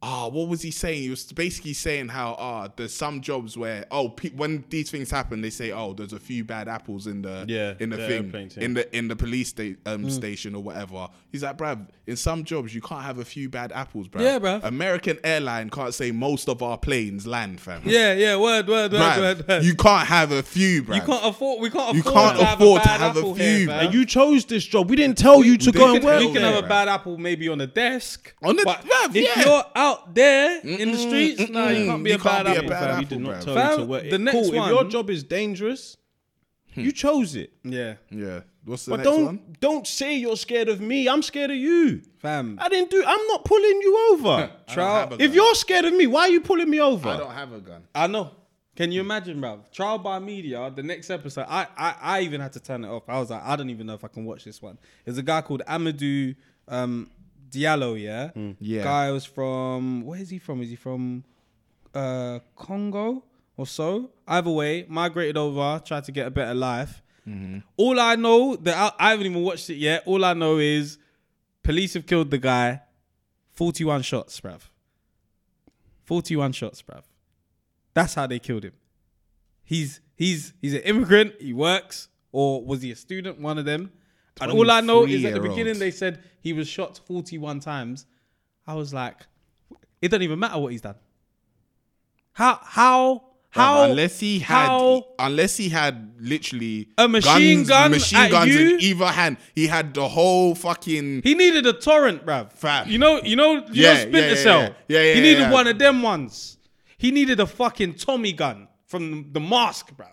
H: ah what was he saying? He was basically saying how ah there's some jobs where oh pe- when these things happen they say oh there's a few bad apples in the
G: Yeah,
H: in the
G: the
H: thing
G: airplane thing.
H: in the in the police sta- um
C: Mm.
H: station or whatever. He's like bruv in some jobs you can't have a few bad apples, bruv.
C: Yeah, bruv.
H: American airline can't say most of our planes land, fam.
C: Yeah, yeah. Word, word, word,
H: [laughs] Bruv,
C: word, word.
H: You can't have a few, bruv.
C: You can't afford. We can't afford.
H: You can't
C: to have
H: afford
C: a
H: to
C: bad
H: have a
C: apple
H: few,
C: Here,
H: man.
C: fam.
G: And you chose this job. We didn't tell you to
H: we
G: go
H: didn't
G: and
H: tell
G: work.
C: You can
H: there,
C: have a
H: bruv.
C: bad apple maybe on the desk.
H: On the-
C: but
H: Oh, bruv,
C: if
H: yeah.
C: you're out there in the streets, nah, you
H: mm,
C: can't be
H: you
C: a bad
H: can't be a
C: apple.
H: bad
C: fam.
G: We did
H: apple,
G: not
H: bruv.
G: tell
C: Fam,
G: you to work.
C: the next
G: cool. If your
C: one-
G: job is dangerous, You chose it.
C: Yeah.
H: Yeah. What's the
G: But
H: next
G: don't
H: one?
G: don't say you're scared of me. I'm scared of you.
C: Fam.
G: I didn't do. I'm not pulling you
H: [laughs]
G: over.
H: have a
G: If
H: gun.
G: you're scared of me, why are you pulling me over?
H: I don't have a gun.
C: I know. Can you imagine, bruv? Trial by media, the next episode. I, I, I even had to turn it off. I was like, I don't even know if I can watch this one. There's a guy called Amadou um, Diallo, yeah?
H: Yeah.
C: Guy was from, where is he from? Is he from uh, Congo or so? Either way, migrated over, tried to get a better life. All I know, that I, I haven't even watched it yet. All I know is police have killed the guy. 41 shots, bruv. 41 shots, bruv. That's how they killed him. He's he's he's an immigrant. He works, or was he a student? One of them. And all I know is at the
H: 23-year-old.
C: beginning they said he was shot forty-one times. I was like, it doesn't even matter what he's done. How how how
H: unless he had
C: how
H: unless he had literally
C: A machine gun
H: machine
C: at
H: guns
C: you?
H: in either hand. He had the whole fucking
C: he needed a torrent, bruv.
H: Fam.
C: You know you know you
H: Yeah,
C: know
H: yeah,
C: Splinter
H: yeah,
C: Cell.
H: yeah. Yeah, yeah,
C: He needed
H: yeah.
C: one of them ones. He needed a fucking Tommy gun from the mask, bruv.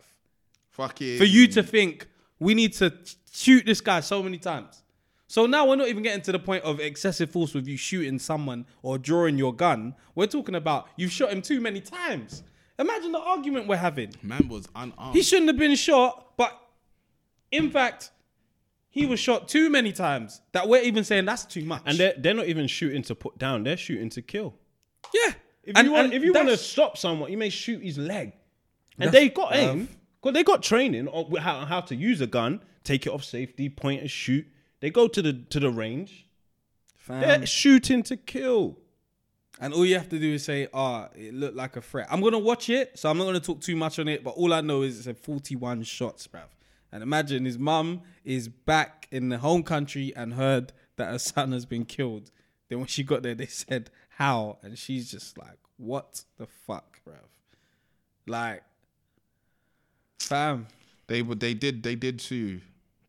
H: fucking
C: for you to think we need to shoot this guy so many times. So now we're not even getting to the point of excessive force with you shooting someone or drawing your gun. We're talking about you've shot him too many times. Imagine the argument we're having.
H: man was unarmed.
C: He shouldn't have been shot, but in fact, he was shot too many times that we're even saying that's too much.
G: And they're, they're not even shooting to put down. They're shooting to kill.
C: yeah,
G: If you want, if you want to
C: that's-
G: stop someone, you may shoot his leg. And
C: That's-
G: they got
C: bruv.
G: aim. Cause they got training on wh- how, how to use a gun, take it off safety, point and shoot. They go to the to the range. They're shooting to kill.
C: And all you have to do is say, ah, it looked like a threat. I'm going to watch it, so I'm not going to talk too much on it, but all I know is it's a 41 shots, bruv. And imagine his mum is back in the home country and heard that her [laughs] son has been killed. Then when she got there, they said, how? And she's just like, what the fuck, bruv? Like, fam.
H: They would they did they did sue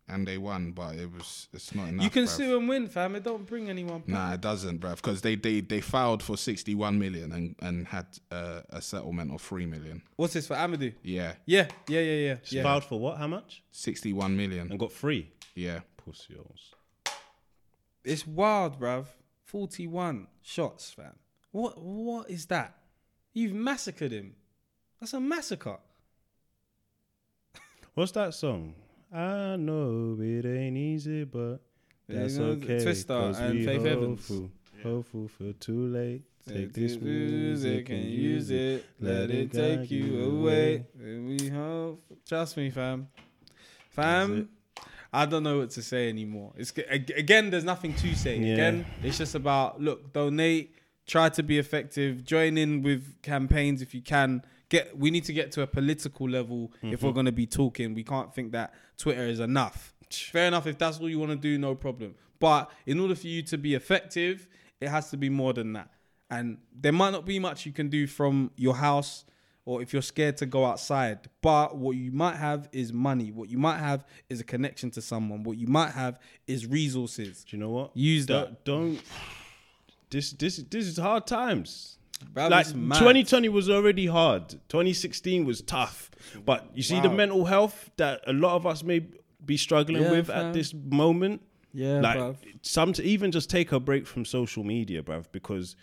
H: and they won, but it was it's not enough.
C: you can
H: bruv.
C: sue and win, fam. It don't bring anyone back.
H: Nah, it doesn't, bruv, because they, they they filed for sixty one million and and had uh, a settlement of three million.
C: What's this for Amadou?
H: Yeah,
C: Yeah, yeah, yeah, yeah. yeah.
G: Filed for what? How much?
H: sixty one million.
G: And got free.
H: Yeah,
G: Pussy holes.
C: It's wild, bruv. 41 shots, fam. What what is that? You've massacred him. That's a massacre.
G: What's that song? I know it ain't easy, but that's
C: You know,
G: okay.
C: Twista
G: 'cause
C: and
G: we
C: Faith Evans.
G: hopeful, Hopeful for too late. Take
C: Take
G: this music and use it.
C: Let it take you away. And we hope. Trust me, fam. Fam, I don't know what to say anymore. It's g- ag- again, there's nothing to say.
G: Yeah.
C: Again, it's just about look, donate, try to be effective, join in with campaigns if you can. Get we need to get to a political level if we're gonna be talking. We can't think that Twitter is enough. Fair enough, if that's all you want to do, no problem. But in order for you to be effective, it has to be more than that. And there might not be much you can do from your house or if you're scared to go outside. But what you might have is money. What you might have is a connection to someone. What you might have is resources.
G: Do you know what?
C: Use
G: Don't-
C: that.
G: Don't. This this this is hard times.
C: Bruv,
G: like
C: it's mad.
G: 2020 was already hard. 2016 was tough. But you see the
C: Wow.
G: mental health that a lot of us may be struggling
C: Yeah,
G: with
C: fam.
G: at this moment.
C: Yeah,
G: like
C: bruv.
G: some to even just take a break from social media, bruv, because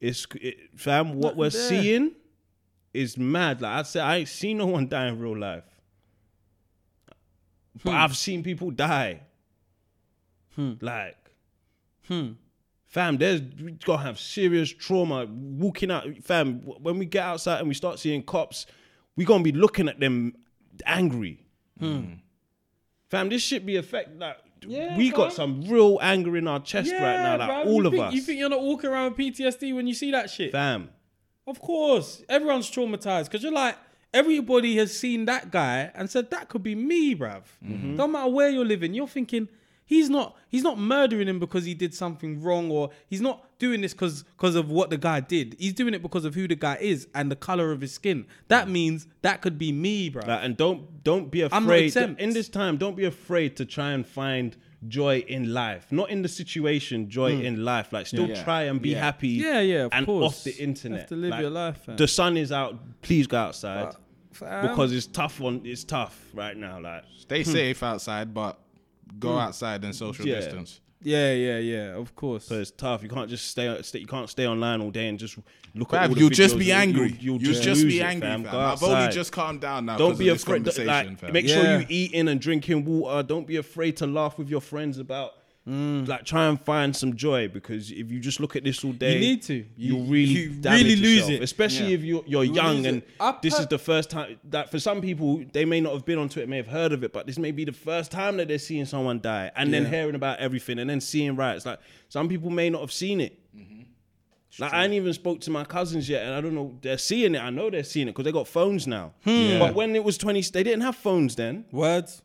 G: it's it, fam. What we're
C: Mm. there.
G: seeing is mad. Like I said, I ain't seen no one die in real life, but
C: Hmm.
G: I've seen people die. Like,
C: Hmm.
G: fam, there's we gotta have serious trauma walking out, fam. w- When we get outside and we start seeing cops, we gonna be looking at them angry.
C: Hmm.
G: Fam, this shit be affect like
C: Yeah,
G: we got
C: fam.
G: some real anger in our chest right now,
C: bruv.
G: like
C: You
G: all of
C: think-
G: us.
C: You think you're not walking around with PTSD when you see that shit?
G: fam,
C: Of course, everyone's traumatized because you're like everybody has seen that guy and said that could be me, bruv.
G: Mm-hmm.
C: Don't matter where you're living, you're thinking he's not he's not murdering him because he did something wrong or he's not doing this because because of what the guy did. He's doing it because of who the guy is and the color of his skin.
G: Mm.
C: That means that could be me, bruv.
G: like, and don't don't be
C: not
G: afraid
C: exempt.
G: in this time. Don't be afraid to try and find joy in life, not in the situation. Joy in life, like still
H: Yeah.
G: try and be
H: Yeah.
G: happy.
C: Hmm. yeah, yeah, of
G: and
C: course.
G: off the
C: You
G: internet.
C: have to live
G: Like,
C: your life. fam.
G: The sun is out. Please go outside.
J: fam.
G: because it's tough on it's tough right now. Like
H: Stay safe outside, but go outside and social
G: Yeah.
H: distance.
C: Hmm. Yeah, yeah, yeah. Of course.
G: so it's tough. You can't just stay, stay. You can't stay online all day and just look at.
H: Fam,
G: All the
H: you'll just
G: videos
H: be
G: and
H: angry.
G: You'll,
H: You'll,
G: you'll just,
H: just, be
G: lose it,
H: angry,
G: fam.
H: fam.
G: Go
H: I've only
G: outside.
H: just calmed down now.
G: Don't
H: 'cause
G: be
H: of this
G: afraid. don't-
H: Conversation,
G: Like,
H: fam.
G: make sure
C: Yeah.
G: you eating and drinking water. Don't be afraid to laugh with your friends about. Like, try and find some joy because if you just look at this all day,
C: need to. Mm. You-
G: will really,
C: you
G: damage
C: really lose
G: yourself,
C: it.
G: Especially
C: Yeah.
G: if you're you're
C: You will
G: young
C: lose
G: and
C: it. I
G: this
C: per-
G: is the first time that for some people they may not have been onto it, may have heard of it, but this may be the first time that they're seeing someone die and then
C: Yeah.
G: hearing about everything and then seeing riots. Like some people may not have seen it. Like I ain't even spoke to my cousins yet, and I don't know. They're seeing it. I know they're seeing it because they got phones now. But when it was twenty, they didn't have phones then.
C: Words.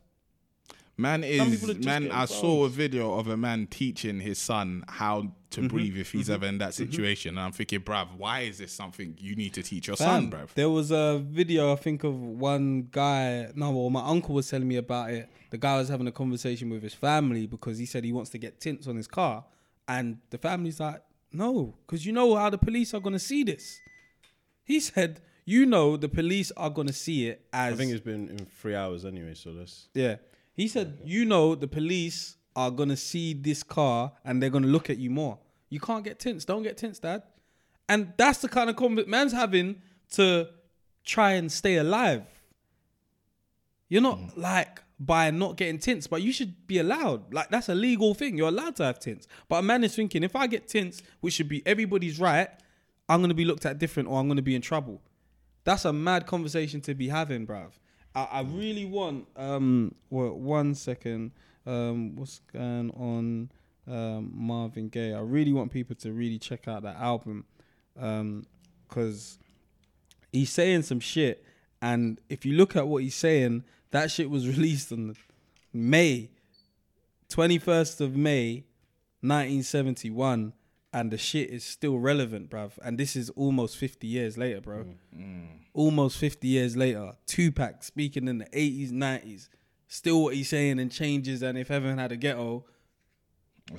H: Man
G: people are
H: is
G: just
H: man.
G: getting
H: I saw a video of a man teaching his son how to
G: Mm-hmm.
H: breathe if he's ever in that situation, and I'm thinking, bruv, why is this something you need to teach your son,
C: Fam,
H: bruv?
C: There was a video I think of one guy. No, well, my uncle was telling me about it. The guy was having a conversation with his family because he said he wants to get tints on his car, and the family's like, "No, because you know how the police are gonna see this." He said, "You know the police are gonna see it as
G: I think it's been in three hours anyway, so that's
C: yeah." He said, "You know the police are gonna see this car and they're gonna look at you more. You can't get tints. Don't get tints, dad." And that's the kind of conv- man's having to try and stay alive. You're not like by not getting tints, but you should be allowed. Like that's a legal thing. You're allowed to have tints. But a man is thinking, if I get tints, which should be everybody's right, I'm gonna be looked at different or I'm gonna be in trouble. That's a mad conversation to be having, bruv. I, I really want um well, one second. Um what's going on um Marvin Gaye? I really want people to really check out that album. Um because he's saying some shit, and if you look at what he's saying, that shit was [laughs] released on May, twenty first of May, nineteen seventy one, and the shit is still relevant, bruv. And this is almost fifty years later, bro. Almost fifty years later, Tupac speaking in the eighties, nineties, still what he's saying and changes. And if heaven had a ghetto,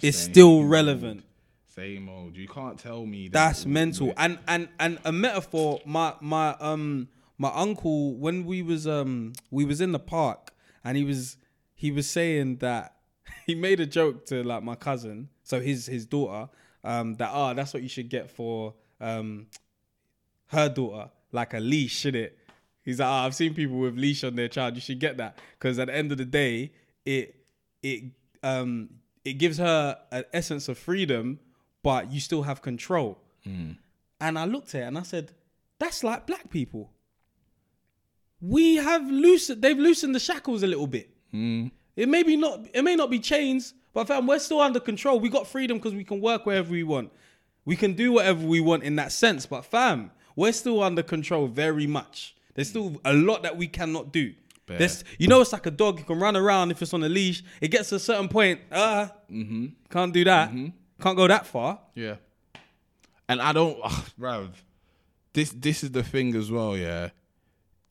C: it's
H: Same
C: still
H: old,
C: relevant.
H: Same old. You can't tell me that.
C: That's mental. And and and a metaphor. My my um my uncle when we was um we was in the park and he was he was saying that [laughs] he made a joke to like my cousin, so his his daughter, um that ah that's what you should get for um her daughter like a leash, should it? He's like, ah, I've seen people with leash on their child. You should get that because at the end of the day, it it um it gives her an essence of freedom, but you still have control. And I looked at it and I said, that's like black people. We have loosened. They've loosened the shackles a little bit. It may be not. It may not be chains, but fam, we're still under control. We got freedom because we can work wherever we want. We can do whatever we want in that sense. But fam, we're still under control very much. There's still a lot that we cannot do. There's, you know, it's like a dog. You can run around if it's on a leash. It gets to a certain point. Uh, can't do that. Can't go that far.
H: Yeah. And I don't, [sighs] bruv. This this is the thing as well, yeah.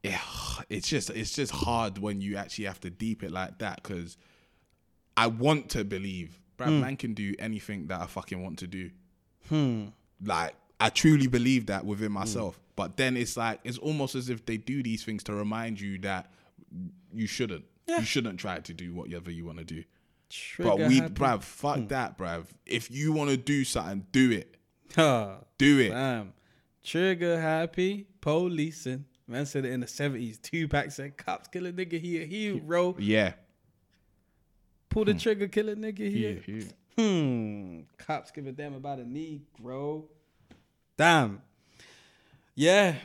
H: Yeah, [sighs] it's just it's just hard when you actually have to deep it like that because I want to believe, bruv. Man can do anything that I fucking want to do. Hmm. Like I truly believe that within myself, but then it's like it's almost as if they do these things to remind you that you shouldn't. You shouldn't try to do whatever you want to do. But we, bruv, fuck
G: Hmm.
H: that, bruv. If you want to do something, do it.
C: bruv.
H: Do it.
C: Damn. Trigger happy policing. Man said it in the 70s. Tupac said, Cops kill a nigga, he a hero.
H: Yeah.
C: Pull the trigger, kill a nigga, he a
H: Hmm. yeah.
C: Hmm. Cops give a damn about a Negro. Damn. Yeah.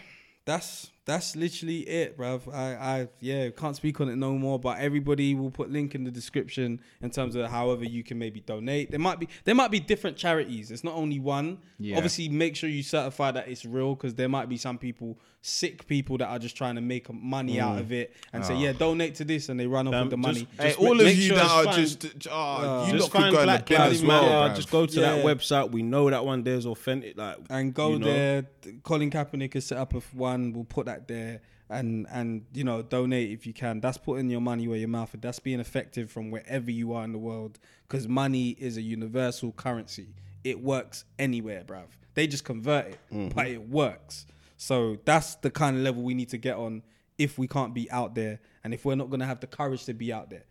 C: That's that's literally it, bruv. I, I yeah, can't speak on it no more, but everybody will put link in the description in terms of however you can maybe donate. There might be there might be different charities. It's not only one.
H: Yeah.
C: Obviously, make sure you certify that it's real because there might be some people, sick people that are just trying to make money
H: Mm.
C: out of it and
H: Ah.
C: say, Yeah, donate to this and they run off
G: Um,
C: with the
G: just-
C: money.
H: Hey,
G: Just
H: all
G: make-
H: of
G: make
H: you
G: sure
H: that
G: it's
H: are
G: fine.
H: just, oh, you
G: just
H: lot
G: find
H: could go in the
G: Black
H: bin
G: Lives
H: as well.
G: Matter,
H: bruv.
G: Just go to that
C: Yeah.
G: website. We know that one there's authentic. Like
C: and go
G: you know.
C: there. Colin Kaepernick has set up a f- one. We'll put that there, and and you know donate if you can. That's putting your money where your mouth is. That's being effective from wherever you are in the world, because money is a universal currency. It works anywhere, bruv.
G: Mm-hmm.
C: They just convert it, but it works. So that's the kind of level we need to get on if we can't be out there and if we're not going to have the courage to be out there.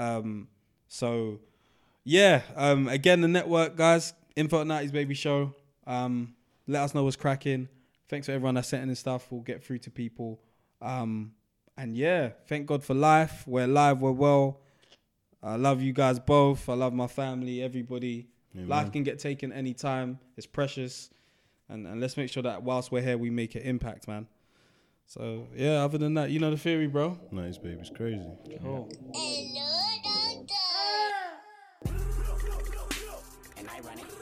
C: Um, so, yeah, um, again, the network, guys, Info at 90s Baby Show. Um, let us know what's cracking. Thanks for everyone that sent in and stuff. We'll get through to people. Um, and yeah, thank God for life. We're alive, we're well. I love you guys both. I love my family, everybody. Life can get taken anytime. It's precious. And, and let's make sure that whilst we're here, we make an impact, man. So, yeah, other than that, you know the theory, bro.
G: Nice, baby. It's crazy.
A: Hello, doctor.
E: and I run it.